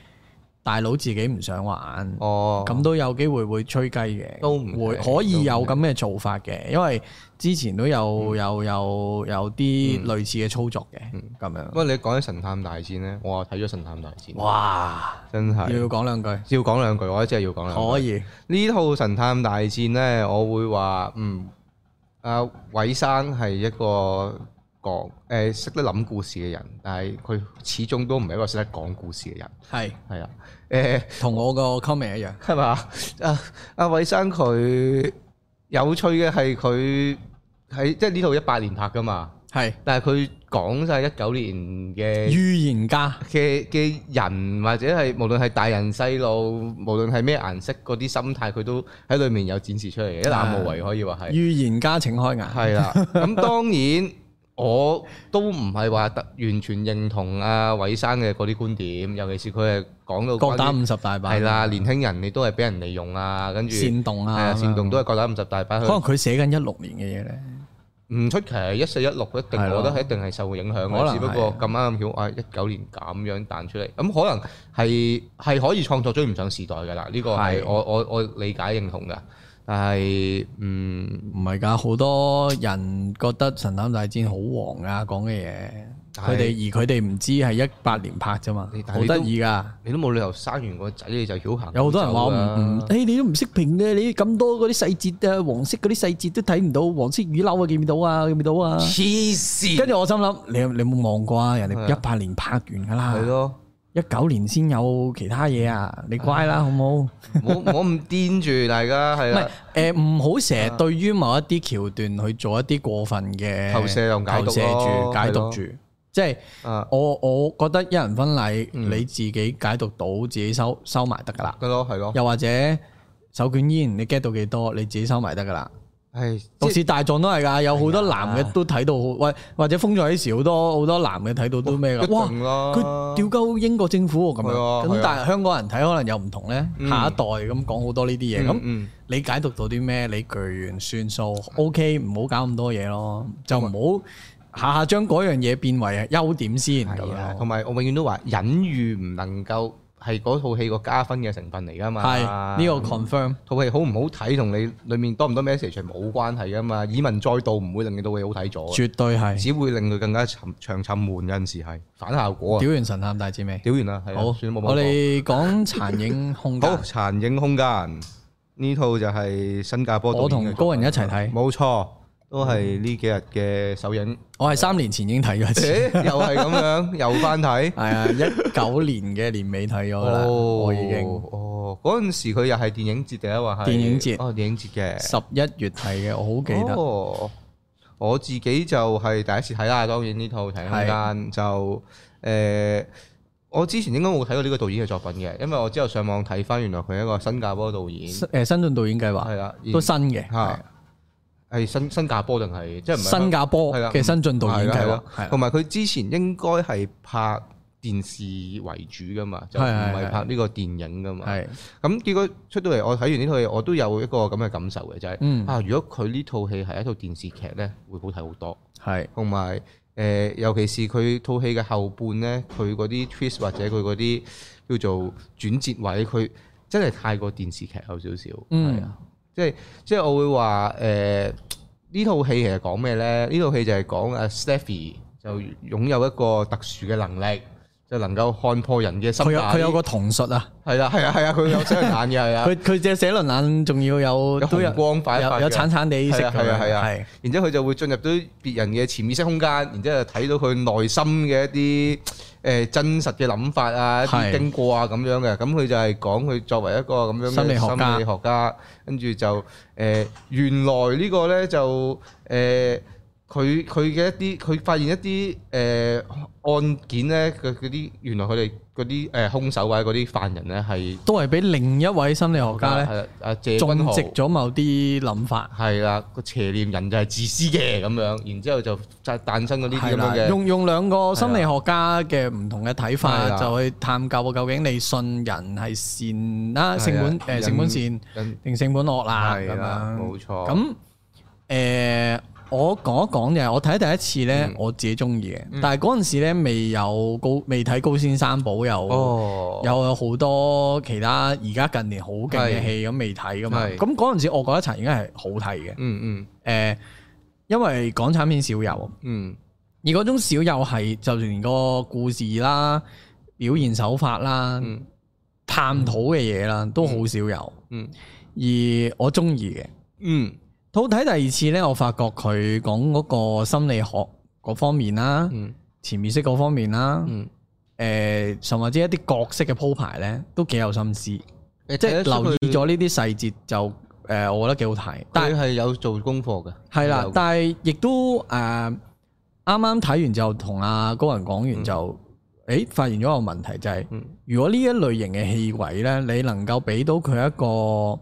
[SPEAKER 2] 大佬自己唔想玩。
[SPEAKER 1] 哦，
[SPEAKER 2] 咁都有機會會吹雞嘅，
[SPEAKER 1] 都唔
[SPEAKER 2] 會
[SPEAKER 1] 奇
[SPEAKER 2] 可以有
[SPEAKER 1] 都唔奇
[SPEAKER 2] 咁嘅做法嘅，因為之前都
[SPEAKER 1] 嗯
[SPEAKER 2] 有有有有啲類似嘅操作嘅咁
[SPEAKER 1] 不
[SPEAKER 2] 樣。
[SPEAKER 1] 過你講起《神探大戰》咧，我啊睇咗《神探大戰》，
[SPEAKER 2] 哇！
[SPEAKER 1] 真
[SPEAKER 2] 要
[SPEAKER 1] 係
[SPEAKER 2] 講兩句，
[SPEAKER 1] 要講兩句，我真係要講兩句。
[SPEAKER 2] 可以
[SPEAKER 1] 呢套《神探大戰》呢，我會話嗯，阿、啊、韋生係一個講誒識得諗故事嘅人，但係佢始終都唔係一個識得講故事嘅人，
[SPEAKER 2] 係
[SPEAKER 1] 係啊， 誒
[SPEAKER 2] 同我個 comment 一樣，
[SPEAKER 1] 係嘛？啊阿韋生佢有趣嘅係佢喺即係呢套一八年拍噶嘛，
[SPEAKER 2] 係
[SPEAKER 1] 但係佢講晒一九年嘅。
[SPEAKER 2] 預言家
[SPEAKER 1] 嘅嘅人或者係無論係大人細路，無論係咩顏色嗰啲心態，佢都喺裏面有展示出嚟嘅，一覽無遺可以話係。
[SPEAKER 2] 預言家請開眼，
[SPEAKER 1] 係啦，咁當然我都唔係話特完全認同阿韋生嘅嗰啲觀點，尤其是佢係講到
[SPEAKER 2] 各打
[SPEAKER 1] 關於
[SPEAKER 2] 五十大板，
[SPEAKER 1] 係啦，年輕人你都係俾人利用啊，跟住
[SPEAKER 2] 煽動
[SPEAKER 1] 係
[SPEAKER 2] 啊，
[SPEAKER 1] 啊，煽動
[SPEAKER 2] 咁樣
[SPEAKER 1] 都係各打五十大板
[SPEAKER 2] 可
[SPEAKER 1] 去
[SPEAKER 2] 能，佢寫緊一六年嘅嘢咧，
[SPEAKER 1] 唔出奇，一四一六一定，
[SPEAKER 2] 係咯
[SPEAKER 1] 我覺得係一定係受影響
[SPEAKER 2] 可
[SPEAKER 1] 嘅。
[SPEAKER 2] 能
[SPEAKER 1] 只不過咁啱咁巧啊，一九年咁樣彈出嚟，咁可能係係可以創作追唔上時代㗎啦。呢個係
[SPEAKER 2] 係
[SPEAKER 1] 我我我理解認同㗎。但係嗯，
[SPEAKER 2] 唔係㗎，好多人覺得《神探大戰》好黃啊，講嘅嘢，
[SPEAKER 1] 係
[SPEAKER 2] 佢哋而佢哋唔知係一八年拍啫嘛
[SPEAKER 1] 你，但係
[SPEAKER 2] 好
[SPEAKER 1] 你都
[SPEAKER 2] 得意㗎。
[SPEAKER 1] 你都冇理由生完個仔你就曉行。
[SPEAKER 2] 有好多人話我唔
[SPEAKER 1] 啊
[SPEAKER 2] 唔，誒你都唔識評嘅，你咁多嗰啲細節啊，黃色嗰啲細節都睇唔到，黃色雨褸啊，見唔到啊，見唔到啊。
[SPEAKER 1] 黐線，
[SPEAKER 2] 跟住我心諗，你有你有冇望過啊？人
[SPEAKER 1] 係
[SPEAKER 2] 哋
[SPEAKER 1] 啊
[SPEAKER 2] 一八年拍完㗎
[SPEAKER 1] 係
[SPEAKER 2] 啦，
[SPEAKER 1] 咯，
[SPEAKER 2] 一九年先有其他嘢啊，你乖啦，好唔好？
[SPEAKER 1] 我我唔癲住大家係
[SPEAKER 2] 唔係
[SPEAKER 1] 啦，
[SPEAKER 2] 誒，呃唔好成日對於某一啲橋段去做一啲過分嘅
[SPEAKER 1] 投射同解讀
[SPEAKER 2] 投射
[SPEAKER 1] 咯
[SPEAKER 2] 住、解讀
[SPEAKER 1] 係
[SPEAKER 2] 住，即係
[SPEAKER 1] 啊，
[SPEAKER 2] 我我覺得一人婚禮
[SPEAKER 1] 嗯
[SPEAKER 2] 你自己解讀到，自己收收埋得噶啦。
[SPEAKER 1] 得咯，係咯，
[SPEAKER 2] 又或者手捲煙，你 get 到幾多，你自己收埋得噶啦。
[SPEAKER 1] 係
[SPEAKER 2] 毒
[SPEAKER 1] 即係
[SPEAKER 2] 舌大狀都係㗎，有好多男嘅都睇到，喂或者封咗喺時好多好多男嘅睇到都咩㗎？哇
[SPEAKER 1] 一！定啦，
[SPEAKER 2] 佢屌鳩英國政府喎咁
[SPEAKER 1] 嗯係啊係
[SPEAKER 2] 樣，咁
[SPEAKER 1] 啊
[SPEAKER 2] 但係香港人睇可能又唔同咧，
[SPEAKER 1] 嗯
[SPEAKER 2] 下一代咁講好多呢啲
[SPEAKER 1] 嗯
[SPEAKER 2] 嘢，咁
[SPEAKER 1] 嗯
[SPEAKER 2] 你解讀到啲咩？你巨完算數，OK，唔好搞咁多嘢咯，就
[SPEAKER 1] 啊
[SPEAKER 2] 唔好下下將嗰樣嘢變為優點先咁
[SPEAKER 1] 係啊，
[SPEAKER 2] 樣
[SPEAKER 1] 同。埋我永遠都話隱喻唔能夠係嗰套戲個加分嘅成分嚟㗎嘛，
[SPEAKER 2] 係呢
[SPEAKER 1] 嗯
[SPEAKER 2] 個 confirm，
[SPEAKER 1] 套戲好唔好睇同你裡面多唔多 message 係冇關係噶嘛，以文再道唔會令到套戲好睇咗嘅，
[SPEAKER 2] 絕對係。
[SPEAKER 1] 只會令佢更加沉長沉悶，有陣時係反效果啊！
[SPEAKER 2] 屌完神探大戰未？
[SPEAKER 1] 屌完啦，係啊
[SPEAKER 2] 好，
[SPEAKER 1] 算冇
[SPEAKER 2] 我哋講殘影空間
[SPEAKER 1] 好。殘影空間呢套就係新加坡導演嘅
[SPEAKER 2] 我
[SPEAKER 1] 作品
[SPEAKER 2] 同高人一齊睇，
[SPEAKER 1] 冇錯，都係呢幾日嘅首 映，
[SPEAKER 2] 我係三年前已經睇咗一次，
[SPEAKER 1] 誒又係咁樣，又翻睇。
[SPEAKER 2] 係啊，一九年嘅年尾睇咗啦，我已經
[SPEAKER 1] 哦，嗰陣時佢又係電影節定係話係
[SPEAKER 2] 電影節
[SPEAKER 1] 哦，電影節嘅。
[SPEAKER 2] 十一月睇嘅，我好記得。
[SPEAKER 1] 哦，我自己就係第一次睇啦，當然呢套《睇空間》就誒。我之前應該冇睇過呢個導演嘅作品嘅，因為我之後上網睇翻，原來佢係一個新加坡導演，
[SPEAKER 2] 誒新晉導演計劃
[SPEAKER 1] 係啦，
[SPEAKER 2] 都新嘅，係
[SPEAKER 1] 嚇係新新加坡定係即係唔係
[SPEAKER 2] 新加坡
[SPEAKER 1] 係啦
[SPEAKER 2] 嘅新晉導演計
[SPEAKER 1] 係
[SPEAKER 2] 劃
[SPEAKER 1] 啦，
[SPEAKER 2] 係
[SPEAKER 1] 同
[SPEAKER 2] 啦
[SPEAKER 1] 埋佢之前應該係拍電視為主噶嘛，就唔
[SPEAKER 2] 係係係
[SPEAKER 1] 係拍呢個電影噶嘛。
[SPEAKER 2] 係
[SPEAKER 1] 咁結果出到嚟，我睇完呢套戲，我都有一個咁嘅感受嘅，就係、
[SPEAKER 2] 嗯
[SPEAKER 1] 啊，如果佢呢套戲係一套電視劇呢，會好睇好多。
[SPEAKER 2] 係
[SPEAKER 1] 同埋誒，尤其是佢套戲嘅後半呢，佢嗰啲 twist 或者佢嗰啲叫做轉折位，佢真係太過電視劇有少少，係、
[SPEAKER 2] 嗯
[SPEAKER 1] 啊，即係即係我會話誒呢套戲其實講咩呢？呢套戲就係講阿 Stephy 就擁有一個特殊嘅能力，就能夠看破人嘅心
[SPEAKER 2] 佢有佢有
[SPEAKER 1] 底。
[SPEAKER 2] 個瞳術啊，
[SPEAKER 1] 係啦，係啊，係啊，佢有雙眼嘅，係 啊。
[SPEAKER 2] 佢佢隻寫輪眼仲要有
[SPEAKER 1] 有
[SPEAKER 2] 都有
[SPEAKER 1] 紅光反
[SPEAKER 2] 有
[SPEAKER 1] 發
[SPEAKER 2] 有
[SPEAKER 1] 嘅
[SPEAKER 2] 橙橙地色
[SPEAKER 1] 係啊
[SPEAKER 2] 咁
[SPEAKER 1] 係啊係
[SPEAKER 2] 樣，
[SPEAKER 1] 啊
[SPEAKER 2] 係
[SPEAKER 1] 然之後佢就會進入到別人嘅潛意識空間，然之後睇到佢內心嘅一啲誒、呃真實嘅諗法啊、一
[SPEAKER 2] 係
[SPEAKER 1] 啲經過啊咁樣嘅。咁佢就係講佢作為一個咁樣嘅
[SPEAKER 2] 心理學家
[SPEAKER 1] 心理學家，跟住就誒、呃原來呢個呢，就誒佢佢嘅一啲佢發現一啲誒、呃案件呢，佢嗰啲原來佢哋嗰啲誒兇手或者嗰啲犯人呢，係
[SPEAKER 2] 都係俾另一位心理學家咧
[SPEAKER 1] 係啊謝君
[SPEAKER 2] 種
[SPEAKER 1] 豪
[SPEAKER 2] 植咗某啲諗法，
[SPEAKER 1] 係啦，個邪念人就係自私嘅咁樣，然之後就就誕生咗呢啲
[SPEAKER 2] 係
[SPEAKER 1] 咁樣
[SPEAKER 2] 啦，
[SPEAKER 1] 嘅
[SPEAKER 2] 用用兩個心理學家嘅唔同嘅
[SPEAKER 1] 係啊
[SPEAKER 2] 睇法，
[SPEAKER 1] 啦
[SPEAKER 2] 就去探究究竟你信人係善啦，
[SPEAKER 1] 係啊
[SPEAKER 2] 性本誒
[SPEAKER 1] 人
[SPEAKER 2] 性本善
[SPEAKER 1] 人
[SPEAKER 2] 定性本惡啦啊咁
[SPEAKER 1] 係啦，
[SPEAKER 2] 樣。
[SPEAKER 1] 冇錯。
[SPEAKER 2] 咁誒，我講一講就係我睇第一次咧
[SPEAKER 1] 嗯，
[SPEAKER 2] 我自己中意嘅，但係嗰陣時咧未有高未睇高先三寶有。
[SPEAKER 1] 哦，
[SPEAKER 2] 有有好多其他而家近年好勁嘅戲咁未睇噶嘛，
[SPEAKER 1] 係
[SPEAKER 2] 咁嗰陣時我覺得陳應該係好睇嘅，誒、呃
[SPEAKER 1] 嗯嗯
[SPEAKER 2] 因為港產片少有，
[SPEAKER 1] 嗯
[SPEAKER 2] 而嗰種少有係，就連個故事啦、表現手法啦、
[SPEAKER 1] 嗯
[SPEAKER 2] 探討嘅嘢啦，都好少有。
[SPEAKER 1] 嗯
[SPEAKER 2] 而我中意嘅，
[SPEAKER 1] 嗯
[SPEAKER 2] 好睇第二次呢，我發覺佢講嗰個心理學嗰方面啦、
[SPEAKER 1] 嗯
[SPEAKER 2] 潛意識嗰方面啦，
[SPEAKER 1] 嗯，
[SPEAKER 2] 誒、甚或者一啲角色嘅鋪排呢，都幾有心思。即
[SPEAKER 1] 即
[SPEAKER 2] 係留意咗呢啲細節就誒、我覺得幾好睇。
[SPEAKER 1] 但
[SPEAKER 2] 但係
[SPEAKER 1] 係有做功課嘅，
[SPEAKER 2] 係啦
[SPEAKER 1] 有，
[SPEAKER 2] 但係亦都誒，啱啱睇完就同阿高人講完就，誒、發現咗個問題就係、
[SPEAKER 1] 嗯
[SPEAKER 2] 如果呢一類型嘅戲位咧，你能夠俾到佢一個誒、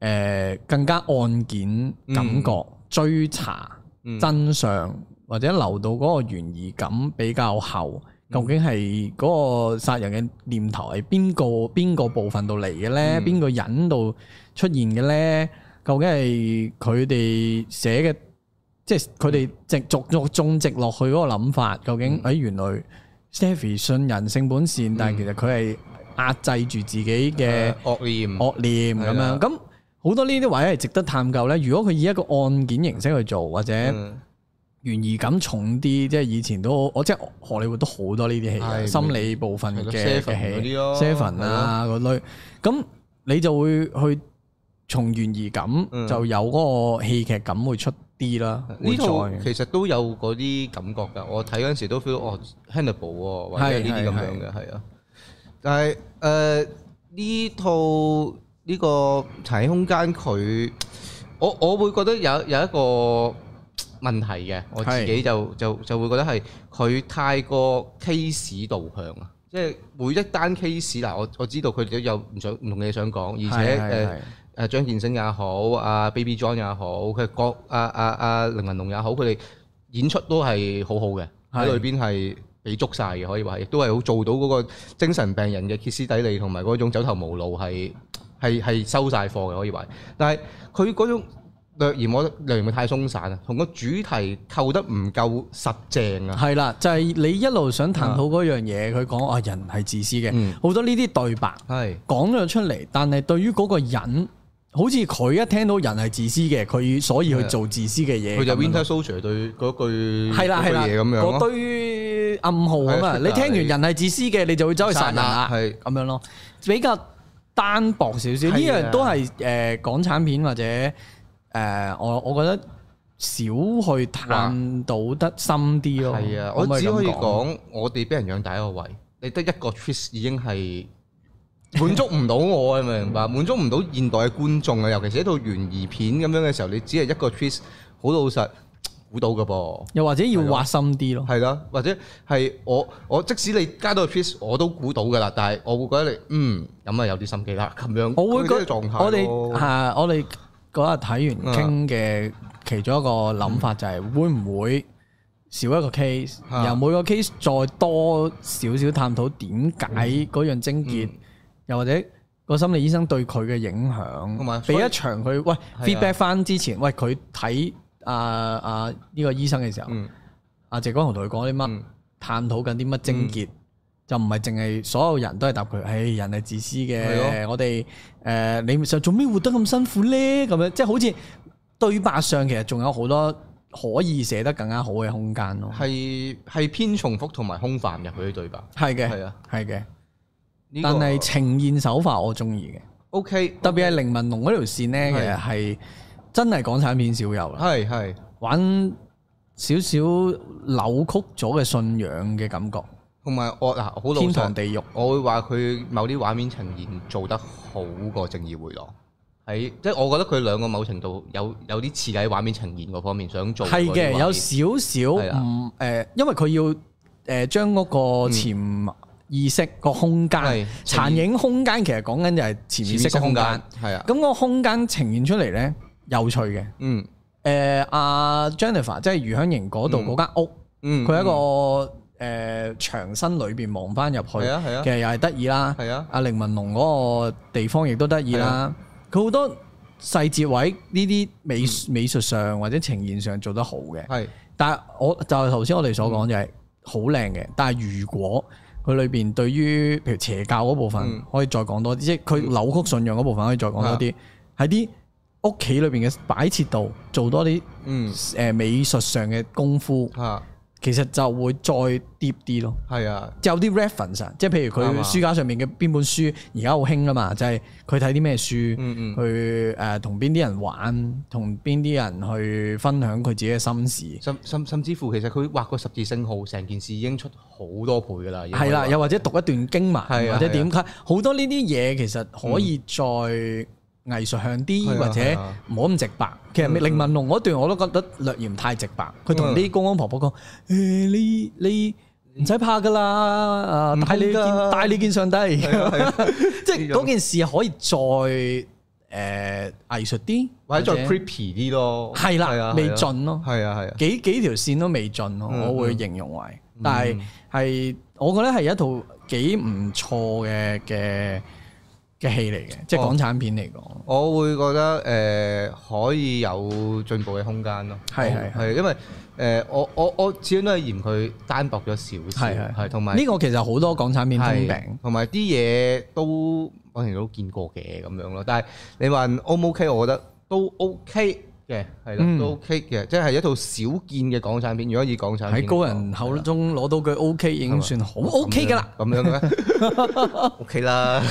[SPEAKER 2] 呃更加案件感覺、追查
[SPEAKER 1] 嗯
[SPEAKER 2] 真相，或者留到嗰個懸疑感比較厚。
[SPEAKER 1] 嗯
[SPEAKER 2] 究竟係嗰個殺人嘅念頭係邊個邊個部分度嚟嘅咧？
[SPEAKER 1] 嗯
[SPEAKER 2] 邊個引度出現嘅咧？究竟係佢哋寫嘅，即係佢哋植逐逐種植落去嗰個諗法，究竟誒、哎原來 Stephy 信人性本善，但係其實佢係壓制住自己
[SPEAKER 1] 誒
[SPEAKER 2] 嘅
[SPEAKER 1] 惡念，
[SPEAKER 2] 惡念咁
[SPEAKER 1] 啊係啦
[SPEAKER 2] 樣。咁好多呢啲位係值得探究咧。如果佢以一個案件形式去做，或者
[SPEAKER 1] 嗯
[SPEAKER 2] 呃懸疑感重啲，即係以前都我即係荷里活都好多呢啲戲嘅
[SPEAKER 1] 係
[SPEAKER 2] 心理部分
[SPEAKER 1] 係
[SPEAKER 2] 嘅
[SPEAKER 1] 咯
[SPEAKER 2] 嘅
[SPEAKER 1] Seven 嗰
[SPEAKER 2] 戲
[SPEAKER 1] 啲咯
[SPEAKER 2] ，Seven 啊嗰類，咁你就會去從懸疑感、
[SPEAKER 1] 嗯
[SPEAKER 2] 就有嗰個戲劇感會出啲啦，
[SPEAKER 1] 呢套
[SPEAKER 2] 會再
[SPEAKER 1] 其實都有嗰啲感覺㗎，我睇嗰陣時都 feel 到哦 Hannibal 喎，或者呢啲咁樣嘅係啊。但係誒呢套呢個殘影空間佢，我我會覺得有有一個問題嘅，我自己就就就會覺得係佢太過 case 導向啊，即係每一單 case 嗱，我我知道佢哋都有唔想唔同嘢想講，而且誒。呃誒張建升也好，阿 Baby John 也好，佢各阿阿阿凌雲龍也好，佢哋演出都係好好嘅，喺裏
[SPEAKER 2] 係
[SPEAKER 1] 邊係俾捉晒嘅，可以話，亦都係好做到嗰個精神病人嘅歇斯底里同埋嗰種走投無路係係係收晒貨嘅，可以話。但係佢嗰種略嫌我略嫌佢太鬆散啊，同個主題扣得唔夠實正啊。
[SPEAKER 2] 係啦，就係你一路想探討嗰樣嘢，佢講啊人係自私
[SPEAKER 1] 嗯
[SPEAKER 2] 嘅，好多呢啲對白
[SPEAKER 1] 係
[SPEAKER 2] 講咗出嚟，但係對於嗰個人，好似佢一聽到人係自私嘅，佢所以去做自私嘅嘢咁樣咯，
[SPEAKER 1] 佢就 Winter Soldier 對嗰句
[SPEAKER 2] 係啦
[SPEAKER 1] 嗰句
[SPEAKER 2] 係啦，
[SPEAKER 1] 嘢咁樣
[SPEAKER 2] 嗰
[SPEAKER 1] 咯，
[SPEAKER 2] 堆暗號啊
[SPEAKER 1] 係啊
[SPEAKER 2] 嘛，
[SPEAKER 1] 出
[SPEAKER 2] 你聽
[SPEAKER 1] 嚟
[SPEAKER 2] 完人係自私嘅，你就會走去殺人啦，
[SPEAKER 1] 殺人係啊
[SPEAKER 2] 咁樣咯，比較單薄少少。呢
[SPEAKER 1] 係啊
[SPEAKER 2] 樣都係誒港產片或者誒我我覺得少去探到得深啲咯。
[SPEAKER 1] 係啊，我
[SPEAKER 2] 唔
[SPEAKER 1] 只可以
[SPEAKER 2] 咁講
[SPEAKER 1] 講，我哋俾人養大一個位，你得一個 twist 已經係滿足唔到我，你明唔明 白？滿足唔到現代嘅觀眾啊，尤其是一套懸疑片咁樣嘅時候，你只係一個 twist，好老實估到嘅噃。
[SPEAKER 2] 又或者要挖深啲咯。
[SPEAKER 1] 係啦，或者係我我即使你加到個 twist，我都估到㗎啦，但係我會覺得你嗯咁啊有啲心機啦，咁樣
[SPEAKER 2] 我會
[SPEAKER 1] 嗰啲
[SPEAKER 2] 覺
[SPEAKER 1] 狀態咯
[SPEAKER 2] 我哋嚇我哋嗰日睇完
[SPEAKER 1] 啊嗯
[SPEAKER 2] 傾嘅其中一個諗法就係會唔會少一個 case，
[SPEAKER 1] 啊
[SPEAKER 2] 由每個 case 再多少少探討點解
[SPEAKER 1] 嗯
[SPEAKER 2] 嗰樣症結，又或者個心理醫生對佢嘅影
[SPEAKER 1] 同埋
[SPEAKER 2] 響，
[SPEAKER 1] 所以啊
[SPEAKER 2] 俾一場佢喂 feedback 翻之前，喂佢睇啊啊呢個醫生嘅時候
[SPEAKER 1] 嗯，
[SPEAKER 2] 阿謝光雄同佢講啲乜
[SPEAKER 1] 嗯，
[SPEAKER 2] 探討緊啲乜症結。就唔係淨係所有人都係答佢，唉，人係自私
[SPEAKER 1] 係
[SPEAKER 2] 嘅。我哋誒、呃你就做咩活得咁辛苦咧？咁樣即係好似對白上其實仲有好多可以寫得更加好嘅空間咯。
[SPEAKER 1] 係係偏重複同埋空泛嘅佢啲對白。
[SPEAKER 2] 係嘅，
[SPEAKER 1] 係啊，
[SPEAKER 2] 係嘅。
[SPEAKER 1] 呢個
[SPEAKER 2] 但係呈現手法我中意嘅，
[SPEAKER 1] OK，
[SPEAKER 2] 特別係凌文龍嗰條線
[SPEAKER 1] 係
[SPEAKER 2] 咧，其實係真係港產片少有啦，
[SPEAKER 1] 係係。
[SPEAKER 2] 玩少少扭曲咗嘅信仰嘅感覺，
[SPEAKER 1] 同埋我嗱，好老
[SPEAKER 2] 天堂
[SPEAKER 1] 實，
[SPEAKER 2] 地獄。
[SPEAKER 1] 我會話佢某啲畫面呈現做得好過《正義回廊》，喺即係我覺得佢兩個某程度有有啲似喺畫面呈現嗰方面想做嗰
[SPEAKER 2] 係
[SPEAKER 1] 啲畫
[SPEAKER 2] 嘅，
[SPEAKER 1] 面。
[SPEAKER 2] 有少
[SPEAKER 1] 係
[SPEAKER 2] 少
[SPEAKER 1] 啊
[SPEAKER 2] 唔誒，因為佢要誒將嗰個潛意識個
[SPEAKER 1] 係
[SPEAKER 2] 空間、殘影空間，其實講緊就係潛意識個空間。咁
[SPEAKER 1] 係啊，
[SPEAKER 2] 嗰個空間呈現出嚟咧，有趣嘅。
[SPEAKER 1] 嗯
[SPEAKER 2] 誒阿 Jennifer 即係余香瑩嗰度
[SPEAKER 1] 嗯
[SPEAKER 2] 嗰間屋，
[SPEAKER 1] 嗯，
[SPEAKER 2] 佢喺一個誒牆身裏邊望翻入去，
[SPEAKER 1] 係啊係啊
[SPEAKER 2] 其實又係得意啦。
[SPEAKER 1] 係啊，
[SPEAKER 2] 阿凌文龍嗰個地方亦都得意
[SPEAKER 1] 係
[SPEAKER 2] 啦
[SPEAKER 1] 啊。
[SPEAKER 2] 佢好多細節位呢啲美美術上或者呈現上做得好嘅。
[SPEAKER 1] 係
[SPEAKER 2] 但係我就係頭先我哋所講就係好靚嘅，但係如果佢裏邊對於譬如邪教嗰部分、
[SPEAKER 1] 嗯
[SPEAKER 2] 可以再講多啲，即係佢扭曲信仰嗰部分可以再講多啲，
[SPEAKER 1] 啊
[SPEAKER 2] 喺啲屋企裏邊嘅擺設度做多啲
[SPEAKER 1] 嗯
[SPEAKER 2] 誒、呃美術上嘅功夫，
[SPEAKER 1] 嚇
[SPEAKER 2] 其實就會再 deep 啲咯。
[SPEAKER 1] 係啊，
[SPEAKER 2] 有啲 reference 啊，即係譬如
[SPEAKER 1] 啱啊
[SPEAKER 2] 佢書架上面嘅邊本書，而家好興啦嘛，就係佢睇啲咩書，
[SPEAKER 1] 嗯嗯
[SPEAKER 2] 去誒同邊啲人玩，同邊啲人去分享佢自己嘅心事。
[SPEAKER 1] 甚甚甚至乎其實佢畫個十字星號，成件事已經出好多倍㗎啦。已經
[SPEAKER 2] 係啦，
[SPEAKER 1] 可以話
[SPEAKER 2] 又或者讀一段經文，
[SPEAKER 1] 係啊
[SPEAKER 2] 或者點解好多呢啲嘢其實可以再藝術向
[SPEAKER 1] 係
[SPEAKER 2] 啲，
[SPEAKER 1] 啊
[SPEAKER 2] 或者
[SPEAKER 1] 係啊嗯
[SPEAKER 2] 唔好咁直白。其實凌文龍嗰段我都覺得略嫌太直白。佢同啲公公婆婆講：誒，你你唔使怕噶啦，啊，帶你
[SPEAKER 1] 唔怕㗎
[SPEAKER 2] 見帶你見上帝。
[SPEAKER 1] 係啊係啊
[SPEAKER 2] 即係嗰件事可以再誒藝術啲，
[SPEAKER 1] 或者再 creepy 啲咯。
[SPEAKER 2] 係
[SPEAKER 1] 係啊
[SPEAKER 2] 啦，未
[SPEAKER 1] 係啊
[SPEAKER 2] 盡咯。
[SPEAKER 1] 係啊係啊，
[SPEAKER 2] 幾幾條線都未盡咯，
[SPEAKER 1] 嗯
[SPEAKER 2] 我會形容為，但係係我覺得係一套幾唔錯嘅嘅嘅戲嚟嘅，即係
[SPEAKER 1] 哦
[SPEAKER 2] 港產片嚟講，
[SPEAKER 1] 我會覺得誒、呃可以有進步嘅空間咯，
[SPEAKER 2] 係係
[SPEAKER 1] 係，因為誒、呃我我我始終都係嫌佢單薄咗少少，
[SPEAKER 2] 係係
[SPEAKER 1] 係同埋
[SPEAKER 2] 呢個其實好多港產片通
[SPEAKER 1] 係
[SPEAKER 2] 病，
[SPEAKER 1] 同埋啲嘢都我哋都見過嘅咁樣咯。但係你話 O 唔 OK？我覺得都 OK 嘅，係啦，
[SPEAKER 2] 嗯
[SPEAKER 1] 都 OK 嘅，即係一套少見嘅港產片。如果以港產片
[SPEAKER 2] 喺高人口中攞到句 OK 已經算好 OK 㗎啦，，
[SPEAKER 1] 咁樣咁樣嘅咩 OK 啦，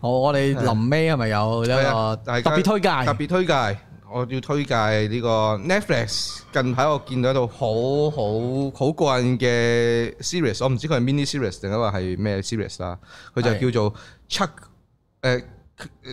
[SPEAKER 2] 我我哋臨尾係咪有一
[SPEAKER 1] 係啊
[SPEAKER 2] 個
[SPEAKER 1] 大
[SPEAKER 2] 特
[SPEAKER 1] 家
[SPEAKER 2] 別推介？
[SPEAKER 1] 特別推介，我要推介呢個 Netflix。近排我見到一套好好好過癮嘅 series，我唔知佢係 mini series 定係話係咩 series 啦。佢就叫做 Chuck 誒、呃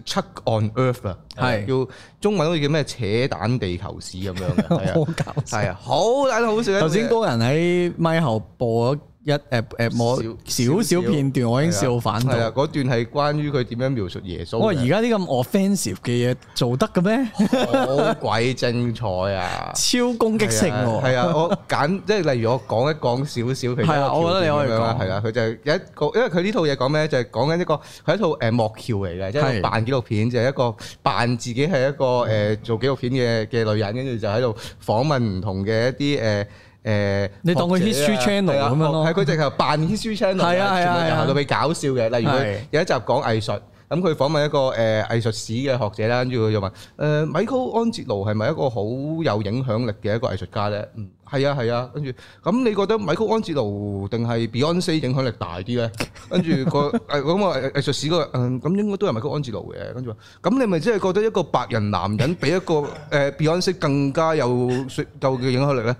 [SPEAKER 1] Chuck on Earth 啊，
[SPEAKER 2] 係
[SPEAKER 1] 要中文好似叫咩扯蛋地球史咁樣 嘅，係啊，
[SPEAKER 2] 好搞笑
[SPEAKER 1] 係啊，好撚好笑。
[SPEAKER 2] 頭先高人喺咪後播咗一誒誒我
[SPEAKER 1] 少
[SPEAKER 2] 少少片段，我已經笑反
[SPEAKER 1] 係啊，
[SPEAKER 2] 到。
[SPEAKER 1] 嗰段係關於佢點樣描述耶穌嘅。
[SPEAKER 2] 我話而家啲咁 offensive 嘅嘢做得嘅咩？
[SPEAKER 1] 好鬼精彩 啊！
[SPEAKER 2] 超攻擊性喎！
[SPEAKER 1] 係啊，我揀 即係例如我講一講少少，譬如
[SPEAKER 2] 係啊我覺得你可以講
[SPEAKER 1] 係啦，佢就係有一個，因為佢呢套嘢講咩就係講緊一個佢一套誒幕橋嚟嘅，即係
[SPEAKER 2] 係
[SPEAKER 1] 扮紀錄片，就係一個扮自己係一個誒做紀錄片嘅嘅女人，跟住就喺度訪問唔同嘅一啲誒。誒，
[SPEAKER 2] 你當佢
[SPEAKER 1] 學者啊
[SPEAKER 2] history channel
[SPEAKER 1] 係啊
[SPEAKER 2] 咁樣咯
[SPEAKER 1] 係佢直頭扮 history channel，
[SPEAKER 2] 係啊係啊
[SPEAKER 1] 全部
[SPEAKER 2] 係
[SPEAKER 1] 就
[SPEAKER 2] 啊
[SPEAKER 1] 行到俾搞笑嘅。例如佢
[SPEAKER 2] 係
[SPEAKER 1] 有一集講藝術，咁佢訪問一個誒、呃、藝術史嘅學者啦，跟住佢就問誒、呃、米高安哲奴係咪一個好有影響力嘅一個藝術家咧？嗯，係啊係啊，跟住咁你覺得米高安哲奴定係 Beyonce 影響力大啲咧？跟住個誒咁啊藝藝術史嗰個嗯咁應該都係米高安哲奴嘅，跟住話咁你咪即係覺得一個白人男人比一個誒、呃 Beyonce 更加有說有嘅影響力咧？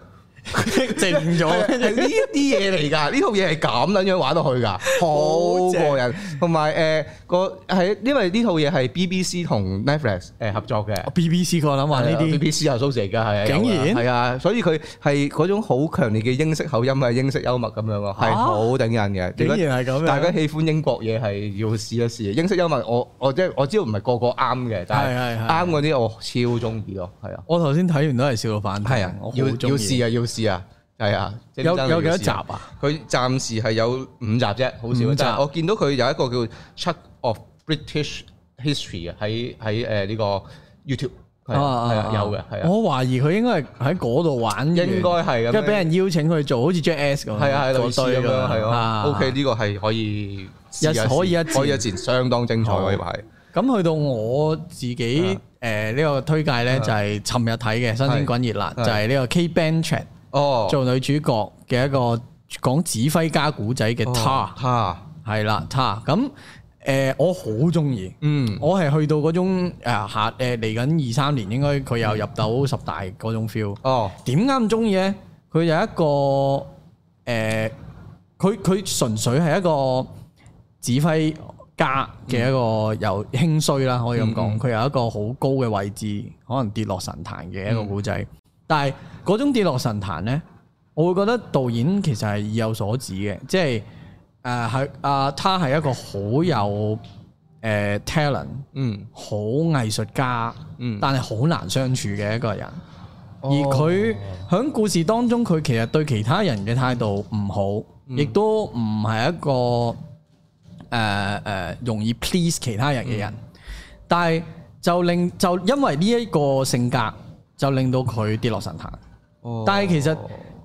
[SPEAKER 2] 靜咗，
[SPEAKER 1] 哦係呢一啲嘢嚟㗎，呢套嘢係咁撚樣玩落 去㗎，好過癮。同埋誒個係因為呢套嘢係 BBC 同 Netflix 誒合作嘅。
[SPEAKER 2] BBC 個諗話呢
[SPEAKER 1] 係啊
[SPEAKER 2] 啲
[SPEAKER 1] BBC 又蘇蛇㗎，係啊，
[SPEAKER 2] 竟然
[SPEAKER 1] 有㗎係啊，所以佢係嗰種好強烈嘅英式口音啊、英式幽默咁樣啊，係
[SPEAKER 2] 啊
[SPEAKER 1] 好頂人嘅。
[SPEAKER 2] 竟然係咁樣
[SPEAKER 1] 大家喜歡英國嘢係要試一試。英式幽默我我即係我知道唔係個個啱嘅，但
[SPEAKER 2] 係係
[SPEAKER 1] 係
[SPEAKER 2] 係
[SPEAKER 1] 啱嗰啲我超中意咯，係啊，
[SPEAKER 2] 我頭先睇完都係笑到反彈，
[SPEAKER 1] 係啊，
[SPEAKER 2] 我好
[SPEAKER 1] 要要
[SPEAKER 2] 鍾意
[SPEAKER 1] 試啊，要試啊，係啊，
[SPEAKER 2] 有
[SPEAKER 1] 真係要
[SPEAKER 2] 有幾多
[SPEAKER 1] 試
[SPEAKER 2] 集啊？
[SPEAKER 1] 佢暫時係有五集啫，好少
[SPEAKER 2] 五
[SPEAKER 1] 嘅。
[SPEAKER 2] 集
[SPEAKER 1] 但係我見到佢有一個叫 Chuck of British History 嘅，喺喺誒呢個 YouTube 係
[SPEAKER 2] 啊啊
[SPEAKER 1] 啊係
[SPEAKER 2] 啊
[SPEAKER 1] 啊有嘅係啊，
[SPEAKER 2] 我懷疑佢應該係喺嗰度玩完，
[SPEAKER 1] 應該
[SPEAKER 2] 跟
[SPEAKER 1] 係咁樣。
[SPEAKER 2] 住俾人邀請佢做，好似 JS 咁樣，
[SPEAKER 1] 係啊係類
[SPEAKER 2] 嗰
[SPEAKER 1] 似
[SPEAKER 2] 堆
[SPEAKER 1] 咁樣
[SPEAKER 2] 㗎
[SPEAKER 1] 係咯
[SPEAKER 2] 啊。
[SPEAKER 1] OK 呢個係可以試
[SPEAKER 2] 一可以一
[SPEAKER 1] 試
[SPEAKER 2] 戰哦
[SPEAKER 1] 可以一戰，相當精彩
[SPEAKER 2] 好
[SPEAKER 1] 可以話係。
[SPEAKER 2] 咁去到我自己誒呢個推介咧，就係尋日睇嘅新鮮滾熱辣，就
[SPEAKER 1] 係
[SPEAKER 2] 係呢個 K Benchet
[SPEAKER 1] 哦，
[SPEAKER 2] 做女主角嘅一個講指揮家古仔嘅
[SPEAKER 1] 哦
[SPEAKER 2] 她，
[SPEAKER 1] 他
[SPEAKER 2] 係啦她。咁誒我好中意，
[SPEAKER 1] 嗯
[SPEAKER 2] 我係去到嗰種誒下誒嚟緊二三年，應該佢又入到十大嗰種 feel。
[SPEAKER 1] 哦
[SPEAKER 2] 點解咁中意咧？佢有一個誒，呃佢、佢純粹係一個指揮家嘅一個由輕衰啦，可以咁
[SPEAKER 1] 嗯
[SPEAKER 2] 講。佢、有一個好高嘅位置，可能跌落神壇嘅一個古仔。
[SPEAKER 1] 嗯
[SPEAKER 2] 但係嗰種跌落神壇咧，我會覺得導演其實係意有所指嘅，即係誒係啊，他係一個好有誒、呃 talent、
[SPEAKER 1] 嗯
[SPEAKER 2] 好藝術家，
[SPEAKER 1] 嗯
[SPEAKER 2] 但係好難相處嘅一個人。
[SPEAKER 1] 哦
[SPEAKER 2] 而佢喺故事當中，佢其實對其他人嘅態度唔好，
[SPEAKER 1] 嗯
[SPEAKER 2] 亦都唔係一個誒誒、呃呃容易 please 其他人嘅人。
[SPEAKER 1] 嗯
[SPEAKER 2] 但係就令就因為呢一個性格，就令到佢跌落神壇。
[SPEAKER 1] 哦
[SPEAKER 2] 但係其實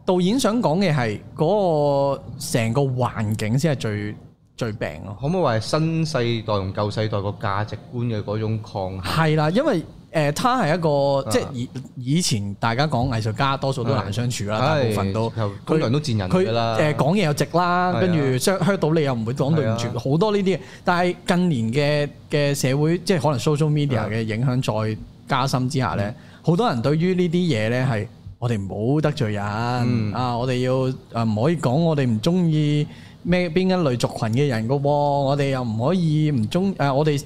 [SPEAKER 2] 導演想講嘅係嗰個成個環境先係最最病咯。
[SPEAKER 1] 可唔可以話係新世代同舊世代個價值觀嘅嗰種抗衡？
[SPEAKER 2] 係啦，因為誒、呃，他係一個
[SPEAKER 1] 啊
[SPEAKER 2] 即係以以前大家講藝術家，多數都難相處啦，大
[SPEAKER 1] 唉
[SPEAKER 2] 部分都
[SPEAKER 1] 又通常都賤人
[SPEAKER 2] 佢
[SPEAKER 1] 㗎啦
[SPEAKER 2] 誒講嘢又直啦
[SPEAKER 1] 係，啊
[SPEAKER 2] 跟住 hurt hurt 到你又唔會講對唔
[SPEAKER 1] 係
[SPEAKER 2] 住，
[SPEAKER 1] 啊
[SPEAKER 2] 好多呢啲嘢。但係近年嘅嘅社會，即係可能 social media 嘅影響再加深之下
[SPEAKER 1] 嗯
[SPEAKER 2] 咧，好多人對於呢啲嘢咧係我哋唔好得罪人、
[SPEAKER 1] 嗯
[SPEAKER 2] 啊！我哋要啊唔可以講我哋唔中意咩邊一類族群嘅人噶喎，我哋又唔可以唔中誒我哋。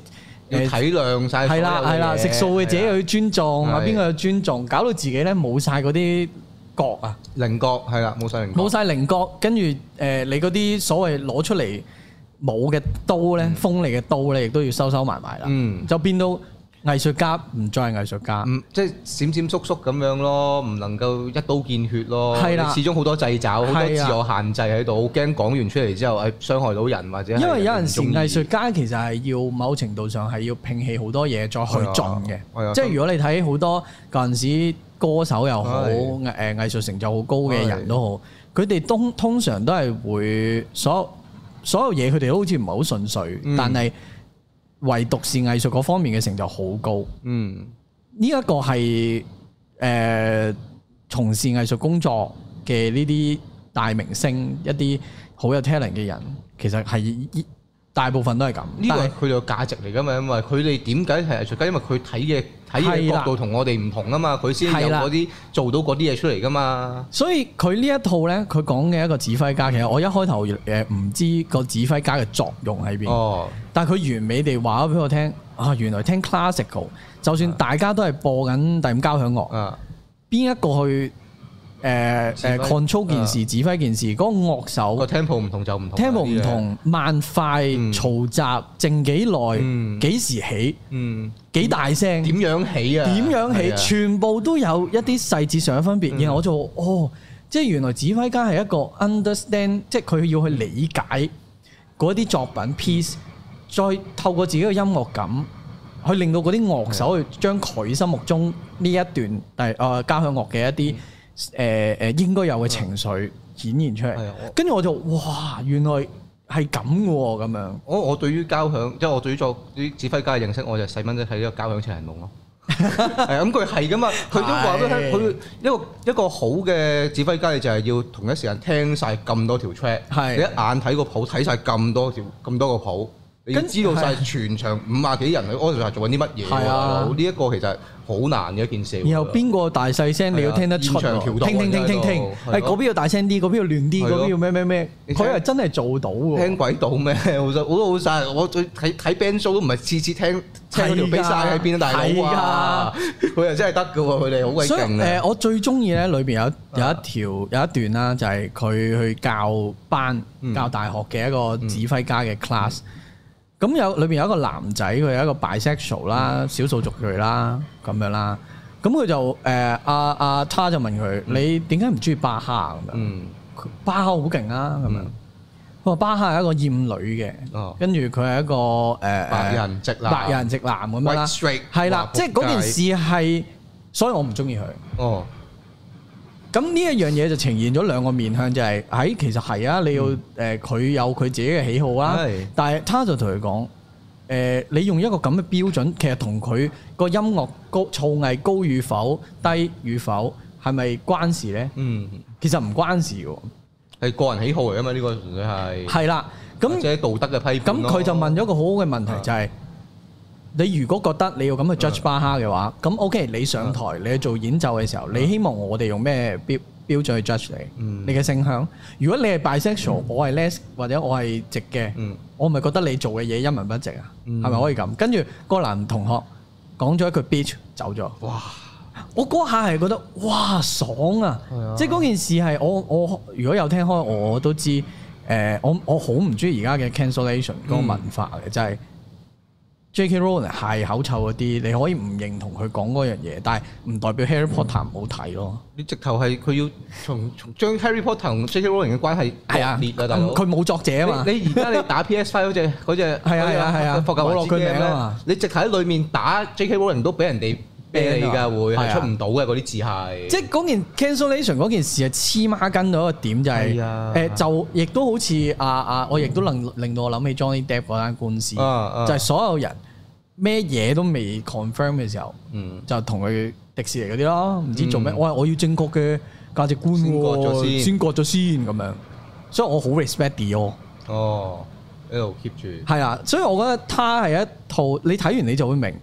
[SPEAKER 2] 呃
[SPEAKER 1] 要
[SPEAKER 2] 誒
[SPEAKER 1] 體諒晒所
[SPEAKER 2] 係
[SPEAKER 1] 有
[SPEAKER 2] 啦係啦，
[SPEAKER 1] 嘢
[SPEAKER 2] 食素嘅自己
[SPEAKER 1] 係啊
[SPEAKER 2] 又要尊重，啊
[SPEAKER 1] 係
[SPEAKER 2] 邊個要尊重，搞到自己咧冇晒嗰啲角啊，
[SPEAKER 1] 菱角係啦，冇晒菱角。
[SPEAKER 2] 冇晒棱角，跟住誒你嗰啲所謂攞出嚟冇嘅刀咧，鋒利嘅刀咧，亦都要收收埋埋啦，
[SPEAKER 1] 嗯
[SPEAKER 2] 就變到藝術家唔再係藝術家，
[SPEAKER 1] 唔即係閃閃縮縮咁樣咯，唔能夠一刀見血咯。
[SPEAKER 2] 係啦
[SPEAKER 1] 你始終好多掣肘，好多
[SPEAKER 2] 係
[SPEAKER 1] 自
[SPEAKER 2] 啊
[SPEAKER 1] 我限制喺度，好驚講完出嚟之後係傷害到人或者係
[SPEAKER 2] 因為有陣時
[SPEAKER 1] 人唔中意
[SPEAKER 2] 藝術家其實係要某程度上係要摒棄好多嘢再去盡嘅
[SPEAKER 1] 係啊，
[SPEAKER 2] 即係如果你睇好多舊陣時歌手又好，
[SPEAKER 1] 係
[SPEAKER 2] 藝誒藝術成就好高嘅
[SPEAKER 1] 係
[SPEAKER 2] 人都好，佢哋通通常都係會所所有嘢佢哋都好似唔係好順遂，
[SPEAKER 1] 嗯
[SPEAKER 2] 但係唯獨是藝術嗰方面嘅成就好高。
[SPEAKER 1] 嗯
[SPEAKER 2] 呢一個係誒、呃、從事藝術工作嘅呢啲大明星，一啲好有 talent 嘅人，其實係大部分都係咁。
[SPEAKER 1] 呢個
[SPEAKER 2] 但
[SPEAKER 1] 係
[SPEAKER 2] 係
[SPEAKER 1] 佢哋嘅價值嚟㗎嘛，因為佢哋點解係藝術家？因為佢睇嘅睇嘅
[SPEAKER 2] 係啦
[SPEAKER 1] 角度同我哋唔同啊嘛，佢先有
[SPEAKER 2] 係啦
[SPEAKER 1] 嗰啲做到嗰啲嘢出嚟㗎嘛。
[SPEAKER 2] 所以佢呢一套呢，佢講嘅一個指揮家，其實我一開頭誒唔知個指揮家嘅作用喺邊，
[SPEAKER 1] 哦，
[SPEAKER 2] 但係佢完美地話咗俾我聽，啊，原來聽 classical，就算大家都係播緊第五交響樂，
[SPEAKER 1] 啊，
[SPEAKER 2] 邊一個去
[SPEAKER 1] 指揮
[SPEAKER 2] 誒
[SPEAKER 1] 啊
[SPEAKER 2] 誒 control 件事、指揮件事，嗰個樂
[SPEAKER 1] 個
[SPEAKER 2] 手
[SPEAKER 1] tempo 唔同就唔同啦啲
[SPEAKER 2] tempo 唔
[SPEAKER 1] 嘢
[SPEAKER 2] 同，慢快、
[SPEAKER 1] 嗯
[SPEAKER 2] 嘈雜、靜幾耐、
[SPEAKER 1] 嗯
[SPEAKER 2] 幾時起、
[SPEAKER 1] 嗯，
[SPEAKER 2] 幾大聲、
[SPEAKER 1] 點樣起啊？
[SPEAKER 2] 點樣
[SPEAKER 1] 係啊嗯
[SPEAKER 2] 起，全部都有一啲細節上嘅分別。然後我就哦，即係原來指揮家係一個 understand，即係佢要去理解嗰啲作品 piece，再透過自己嘅音樂感，去令到嗰啲樂手
[SPEAKER 1] 嗯
[SPEAKER 2] 去將佢心目中呢一段第誒交響樂嘅
[SPEAKER 1] 嗯
[SPEAKER 2] 一啲誒誒應該有嘅情緒顯現出嚟
[SPEAKER 1] 係啊我。
[SPEAKER 2] 跟住我就哇，原來係咁嘅喎，咁樣。
[SPEAKER 1] 我我對於交響，即係我對於作啲指揮家嘅認識，我就細蚊仔睇呢個交響情人夢 咯。係啊咁，佢係噶嘛？佢都話俾
[SPEAKER 2] 係
[SPEAKER 1] 佢佢一個一個好嘅指揮家，你就係要同一時間聽晒咁多條 track，
[SPEAKER 2] 係
[SPEAKER 1] 你一眼睇個譜，睇晒咁多條咁多個譜，你要
[SPEAKER 2] 跟
[SPEAKER 1] 知道晒
[SPEAKER 2] 係
[SPEAKER 1] 全場五啊幾人佢 orchestra 做緊啲乜嘢喎。
[SPEAKER 2] 係啊
[SPEAKER 1] 大佬呢一個其實係好難嘅一件事嚟㗎。
[SPEAKER 2] 然後邊個大細聲你要聽得出
[SPEAKER 1] 係啊現場
[SPEAKER 2] 喎，
[SPEAKER 1] 調度啊
[SPEAKER 2] 聽聽聽聽聽
[SPEAKER 1] 喺，度
[SPEAKER 2] 誒
[SPEAKER 1] 係咯
[SPEAKER 2] 嗰邊要大聲啲，嗰邊要亂啲，
[SPEAKER 1] 係咯
[SPEAKER 2] 嗰邊要咩咩咩，
[SPEAKER 1] 你聽
[SPEAKER 2] 佢係真係做到
[SPEAKER 1] 聽
[SPEAKER 2] 喎。
[SPEAKER 1] 鬼到咩？ 好實好好晒，我最睇睇 band show 都唔係次次聽聽嗰條
[SPEAKER 2] 係㗎
[SPEAKER 1] b 晒喺邊啊，大佬 啊！佢又真係得嘅喎，佢哋好鬼
[SPEAKER 2] 所以
[SPEAKER 1] 勁啊！
[SPEAKER 2] 誒，我最中意咧裏邊有有一條有一段啦，就係佢去教班
[SPEAKER 1] 嗯
[SPEAKER 2] 教大學嘅一個指揮家嘅 class。咁有裏邊有一個男仔，佢係一個 bisexual
[SPEAKER 1] 嗯
[SPEAKER 2] 啦，少數族裔啦，咁樣啦。咁佢就誒阿阿他就問佢：你點解唔中意巴哈咁樣？
[SPEAKER 1] 嗯
[SPEAKER 2] 佢巴哈好勁啊咁
[SPEAKER 1] 嗯
[SPEAKER 2] 樣。佢話哦巴哈係一個厭女嘅
[SPEAKER 1] 哦，
[SPEAKER 2] 跟住佢係一個誒
[SPEAKER 1] 白
[SPEAKER 2] ờ,
[SPEAKER 1] 人直男
[SPEAKER 2] 白人直男咁樣啦
[SPEAKER 1] White straight，，
[SPEAKER 2] 係
[SPEAKER 1] 哇
[SPEAKER 2] 啦，即係嗰件
[SPEAKER 1] 仆
[SPEAKER 2] 事
[SPEAKER 1] 街
[SPEAKER 2] 係，所以我唔中意佢。
[SPEAKER 1] 哦，
[SPEAKER 2] 咁呢一樣嘢就呈現咗兩個面向，就係、喺、其實係啊，你要
[SPEAKER 1] 嗯
[SPEAKER 2] 誒佢、有佢自己嘅喜好啊
[SPEAKER 1] 係，
[SPEAKER 2] 但係他就同佢講誒，你用一個咁嘅標準，其實同佢個音樂高造詣高與否、低與否係咪關事呢？
[SPEAKER 1] 嗯，
[SPEAKER 2] 其實唔關事嘅喎，
[SPEAKER 1] 係個人喜好嚟噶嘛？呢個純粹係
[SPEAKER 2] 係啦，咁
[SPEAKER 1] 即係道德嘅批判
[SPEAKER 2] 咁
[SPEAKER 1] 咯
[SPEAKER 2] 佢就問咗一個好好嘅問題，
[SPEAKER 1] 嗯
[SPEAKER 2] 就係、你如果覺得你要
[SPEAKER 1] 啊
[SPEAKER 2] 咁去 judge 巴哈嘅話，咁 OK，你上台你去做演奏嘅時候，你希望我哋用咩標標準去 judge 你？
[SPEAKER 1] 啊嗯
[SPEAKER 2] 你嘅性向？如果你係 bisexual，我係 les 或者我係直嘅，
[SPEAKER 1] 嗯
[SPEAKER 2] 我咪覺得你做嘅嘢一文不值啊？
[SPEAKER 1] 嗯
[SPEAKER 2] 係咪、可以咁？跟住個男同學講咗一句 bitch 走咗。
[SPEAKER 1] 哇，
[SPEAKER 2] 我嗰下係覺得哇爽啊！
[SPEAKER 1] 係啊
[SPEAKER 2] 即係嗰件事係我我如果有聽開我我都知誒、我我好唔中意而家嘅 cancellation 嗰個
[SPEAKER 1] 嗯
[SPEAKER 2] 文化嘅，就係 J.K. Rowling 係口臭嗰啲，你可以唔認同佢講嗰樣嘢，但係唔代表
[SPEAKER 1] 嗯
[SPEAKER 2] Harry Potter 唔好睇咯。
[SPEAKER 1] 你直頭係佢要從從將 Harry Potter 同 J.K. Rowling 嘅關係
[SPEAKER 2] 係啊，
[SPEAKER 1] 割裂啊，大佬
[SPEAKER 2] 嗯。佢冇作者啊嘛
[SPEAKER 1] 你，你而家你打 PS Five 嗰只嗰只
[SPEAKER 2] 係啊係啊係啊
[SPEAKER 1] 霍格華
[SPEAKER 2] 冇落
[SPEAKER 1] 茲
[SPEAKER 2] 佢名
[SPEAKER 1] game
[SPEAKER 2] 啊
[SPEAKER 1] 咧
[SPEAKER 2] 嘛，
[SPEAKER 1] 你直頭喺裏面打 J.K. Rowling 都俾人哋啤你
[SPEAKER 2] ban 啊
[SPEAKER 1] 㗎，會
[SPEAKER 2] 係
[SPEAKER 1] 係
[SPEAKER 2] 啊
[SPEAKER 1] 出唔到嘅嗰啲字係。
[SPEAKER 2] 即係嗰件 cancellation 嗰件事係黐孖筋到一個點，就係、
[SPEAKER 1] 係啊
[SPEAKER 2] 誒、就亦都好似啊啊，我亦都能令到我諗起 Johnny Depp 嗰單官司。
[SPEAKER 1] 啊啊
[SPEAKER 2] 就係所有人咩嘢都未 confirm 嘅時候，
[SPEAKER 1] 嗯
[SPEAKER 2] 就同佢迪士尼嗰啲咯，唔知做咩，
[SPEAKER 1] 嗯
[SPEAKER 2] 我我要正確嘅價值觀
[SPEAKER 1] 先割咗
[SPEAKER 2] 喎，
[SPEAKER 1] 先
[SPEAKER 2] 先割咗先咁樣，所以我好 respect Dior，
[SPEAKER 1] 哦，一路 keep 住。
[SPEAKER 2] 係啊，所以我覺得他係一套你睇完你就會明，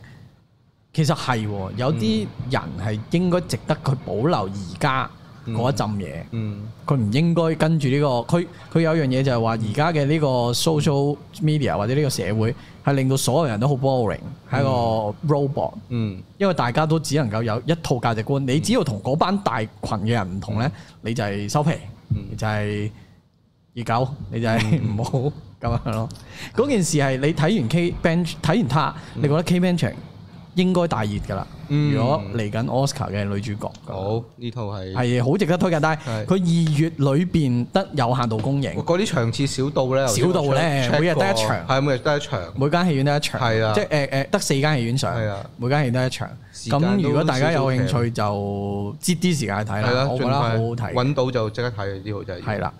[SPEAKER 2] 其實係喎有啲人係應該值得佢保留而家嗰一陣嘢。
[SPEAKER 1] 嗯
[SPEAKER 2] 佢唔應該跟住呢、個，佢佢有樣嘢就係話，而家嘅呢個 social media 或者呢個社會係令到所有人都好 boring，係一個 robot，
[SPEAKER 1] 嗯
[SPEAKER 2] 因為大家都只能夠有一套價值觀，你只要同嗰班大群嘅人唔同呢，你就係收皮，
[SPEAKER 1] 嗯
[SPEAKER 2] 你就係熱狗，你就係唔好咁樣咯。嗰件事係你睇完 K bench 睇完他，你覺得 K bench 應該大熱㗎啦。
[SPEAKER 1] 嗯
[SPEAKER 2] 如果嚟緊 Oscar 嘅女主角，
[SPEAKER 1] 好，呢套係
[SPEAKER 2] 係好值得推介，但係
[SPEAKER 1] 係
[SPEAKER 2] 佢二月裏邊得有限度供應，
[SPEAKER 1] 嗰啲場次少到咧，
[SPEAKER 2] 少到咧每日得一場
[SPEAKER 1] 係每日得一場，
[SPEAKER 2] 每間戲院得一場，
[SPEAKER 1] 係啊
[SPEAKER 2] 即係誒誒得四間戲院上
[SPEAKER 1] 係啊，
[SPEAKER 2] 每間戲得一場。
[SPEAKER 1] 時間
[SPEAKER 2] 咁
[SPEAKER 1] 都
[SPEAKER 2] 如果大家
[SPEAKER 1] 少
[SPEAKER 2] 有
[SPEAKER 1] 咗
[SPEAKER 2] 興趣就擠啲時間去睇
[SPEAKER 1] 係啦，
[SPEAKER 2] 啦，我覺
[SPEAKER 1] 盡
[SPEAKER 2] 得好好
[SPEAKER 1] 快
[SPEAKER 2] 睇。
[SPEAKER 1] 揾到就即刻睇呢套就係
[SPEAKER 2] 係啦，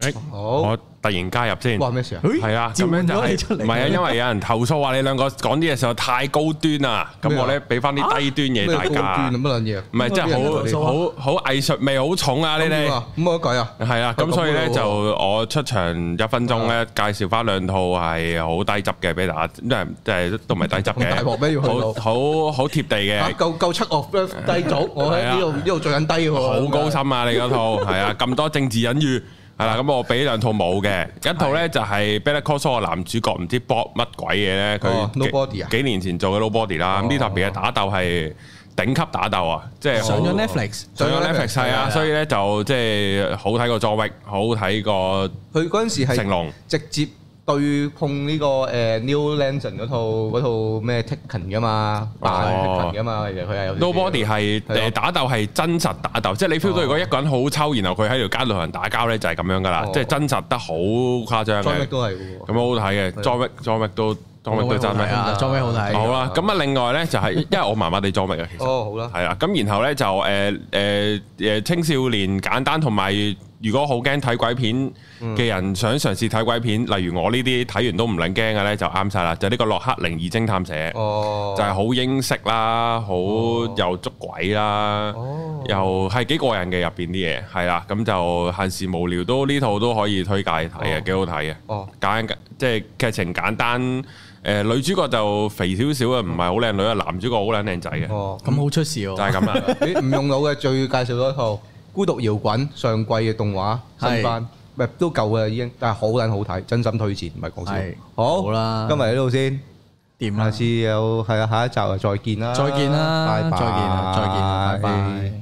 [SPEAKER 3] 誒，
[SPEAKER 1] 好
[SPEAKER 3] 我突然加入先。
[SPEAKER 1] 哇咩事啊？
[SPEAKER 2] 咦
[SPEAKER 3] 係啊，
[SPEAKER 2] 照
[SPEAKER 3] 咁樣就
[SPEAKER 2] 咗你
[SPEAKER 3] 係
[SPEAKER 2] 出嚟，
[SPEAKER 3] 唔係啊，因為有人投訴話你兩個講啲嘢實在太高端啦，咁
[SPEAKER 1] 咩啊
[SPEAKER 3] 我咧俾翻啲低端
[SPEAKER 1] 咩
[SPEAKER 3] 嘢
[SPEAKER 1] 高
[SPEAKER 3] 大
[SPEAKER 1] 端
[SPEAKER 3] 家
[SPEAKER 1] 咁，乜撚嘢啊？
[SPEAKER 3] 唔係真
[SPEAKER 2] 投訴
[SPEAKER 3] 係
[SPEAKER 2] 啊
[SPEAKER 3] 好好好藝術味好重啊！你
[SPEAKER 1] 咁點
[SPEAKER 3] 哋
[SPEAKER 1] 啊咁冇得計啊！
[SPEAKER 3] 係啊，咁所以咧
[SPEAKER 1] 咁
[SPEAKER 3] 就
[SPEAKER 1] 好
[SPEAKER 3] 我出場一分鐘咧，介紹翻兩套係好低質嘅俾大家，即係即係都唔係低質
[SPEAKER 1] 咁大鑊咩要去
[SPEAKER 3] 嘅，好
[SPEAKER 1] 到
[SPEAKER 3] 好好貼地
[SPEAKER 1] 嚇
[SPEAKER 3] 嘅，
[SPEAKER 1] 夠夠七惡低組，我
[SPEAKER 3] 係
[SPEAKER 1] 喺
[SPEAKER 3] 啊
[SPEAKER 1] 呢度呢度最緊低喎，
[SPEAKER 3] 好高深啊！你嗰套係啊，咁多政治隱喻係啦，咁我俾兩套冇嘅，一套咧就係 Better Call Saul 個男主角唔知搏乜鬼嘢咧，佢
[SPEAKER 1] 哦
[SPEAKER 3] 幾
[SPEAKER 1] Nobody 啊
[SPEAKER 3] 幾年前做嘅 Nobody 啦，
[SPEAKER 1] 哦
[SPEAKER 3] 咁呢特別嘅打鬥係頂級打鬥啊，即係好
[SPEAKER 2] 上咗 Netflix，
[SPEAKER 3] 上咗 Netflix à. 係
[SPEAKER 1] 係
[SPEAKER 3] 啊，
[SPEAKER 1] 啊
[SPEAKER 3] 所以咧就即係好睇過 John Wick，好睇過
[SPEAKER 1] 佢嗰陣時
[SPEAKER 3] 成
[SPEAKER 1] 係
[SPEAKER 3] 龍，
[SPEAKER 1] 直接對碰呢個誒 ờ, New Lantern 嗰套嗰套咩 Taken 噶嘛，扮
[SPEAKER 3] 哦
[SPEAKER 1] Taken 噶嘛，其實佢係有少少
[SPEAKER 3] Nobody
[SPEAKER 1] 係
[SPEAKER 3] 係誒
[SPEAKER 1] 啊
[SPEAKER 3] 打鬥係真實打鬥，即係你 feel 到如果一個人好抽，然後佢喺條街度同人打交咧，就係咁樣噶啦
[SPEAKER 1] 哦，
[SPEAKER 3] 即係真實得好誇張
[SPEAKER 1] John Wick
[SPEAKER 3] 嘅，
[SPEAKER 1] 都係嘅喎。
[SPEAKER 3] 咁好睇嘅
[SPEAKER 1] 係啊
[SPEAKER 3] ，John Wick，John Wick 都 John Wick 都真
[SPEAKER 2] 好睇
[SPEAKER 3] 咩？
[SPEAKER 2] 啊，John Wick 好睇。
[SPEAKER 3] 好啦，咁啊，另外咧 就係因為我麻麻地 John Wick 啊嘅，其實。
[SPEAKER 1] 哦，好啦，
[SPEAKER 3] 係啦，咁然後咧就誒誒誒青少年簡單，同埋如果好驚睇鬼片
[SPEAKER 1] 嗯
[SPEAKER 3] 嘅人想嘗試睇鬼片，例如我呢啲睇完都唔撚驚嘅咧，就啱晒啦。就呢個洛克靈異偵探社，
[SPEAKER 1] 哦，
[SPEAKER 3] 就係好英式啦，好又捉鬼啦，
[SPEAKER 1] 哦
[SPEAKER 3] 又係幾過癮嘅入邊啲嘢，係啦。咁就閒時無聊都呢套都可以推介睇嘅，
[SPEAKER 1] 哦
[SPEAKER 3] 幾好睇嘅。
[SPEAKER 1] 哦，
[SPEAKER 3] 簡即係劇情簡單，誒、女主角就肥少少嘅，唔係好靚女啊，男主角好撚靚仔嘅，
[SPEAKER 1] 哦，
[SPEAKER 2] 咁好出事
[SPEAKER 3] 就係
[SPEAKER 2] 喎。
[SPEAKER 3] 咁啦。
[SPEAKER 1] 你唔用腦嘅最介紹咗一套《孤獨搖滾》上季嘅動畫新番，唔係都舊嘅已經，但係好撚好睇，真心推薦，唔係講
[SPEAKER 2] 係
[SPEAKER 1] 笑。好，
[SPEAKER 2] 好啦
[SPEAKER 1] 今日喺度先，
[SPEAKER 2] 掂
[SPEAKER 1] 下
[SPEAKER 2] 啦，
[SPEAKER 1] 次有係啊，下一集啊，再見啦，
[SPEAKER 2] 再見啦，
[SPEAKER 1] 拜拜
[SPEAKER 2] 再見啦，再見，拜拜。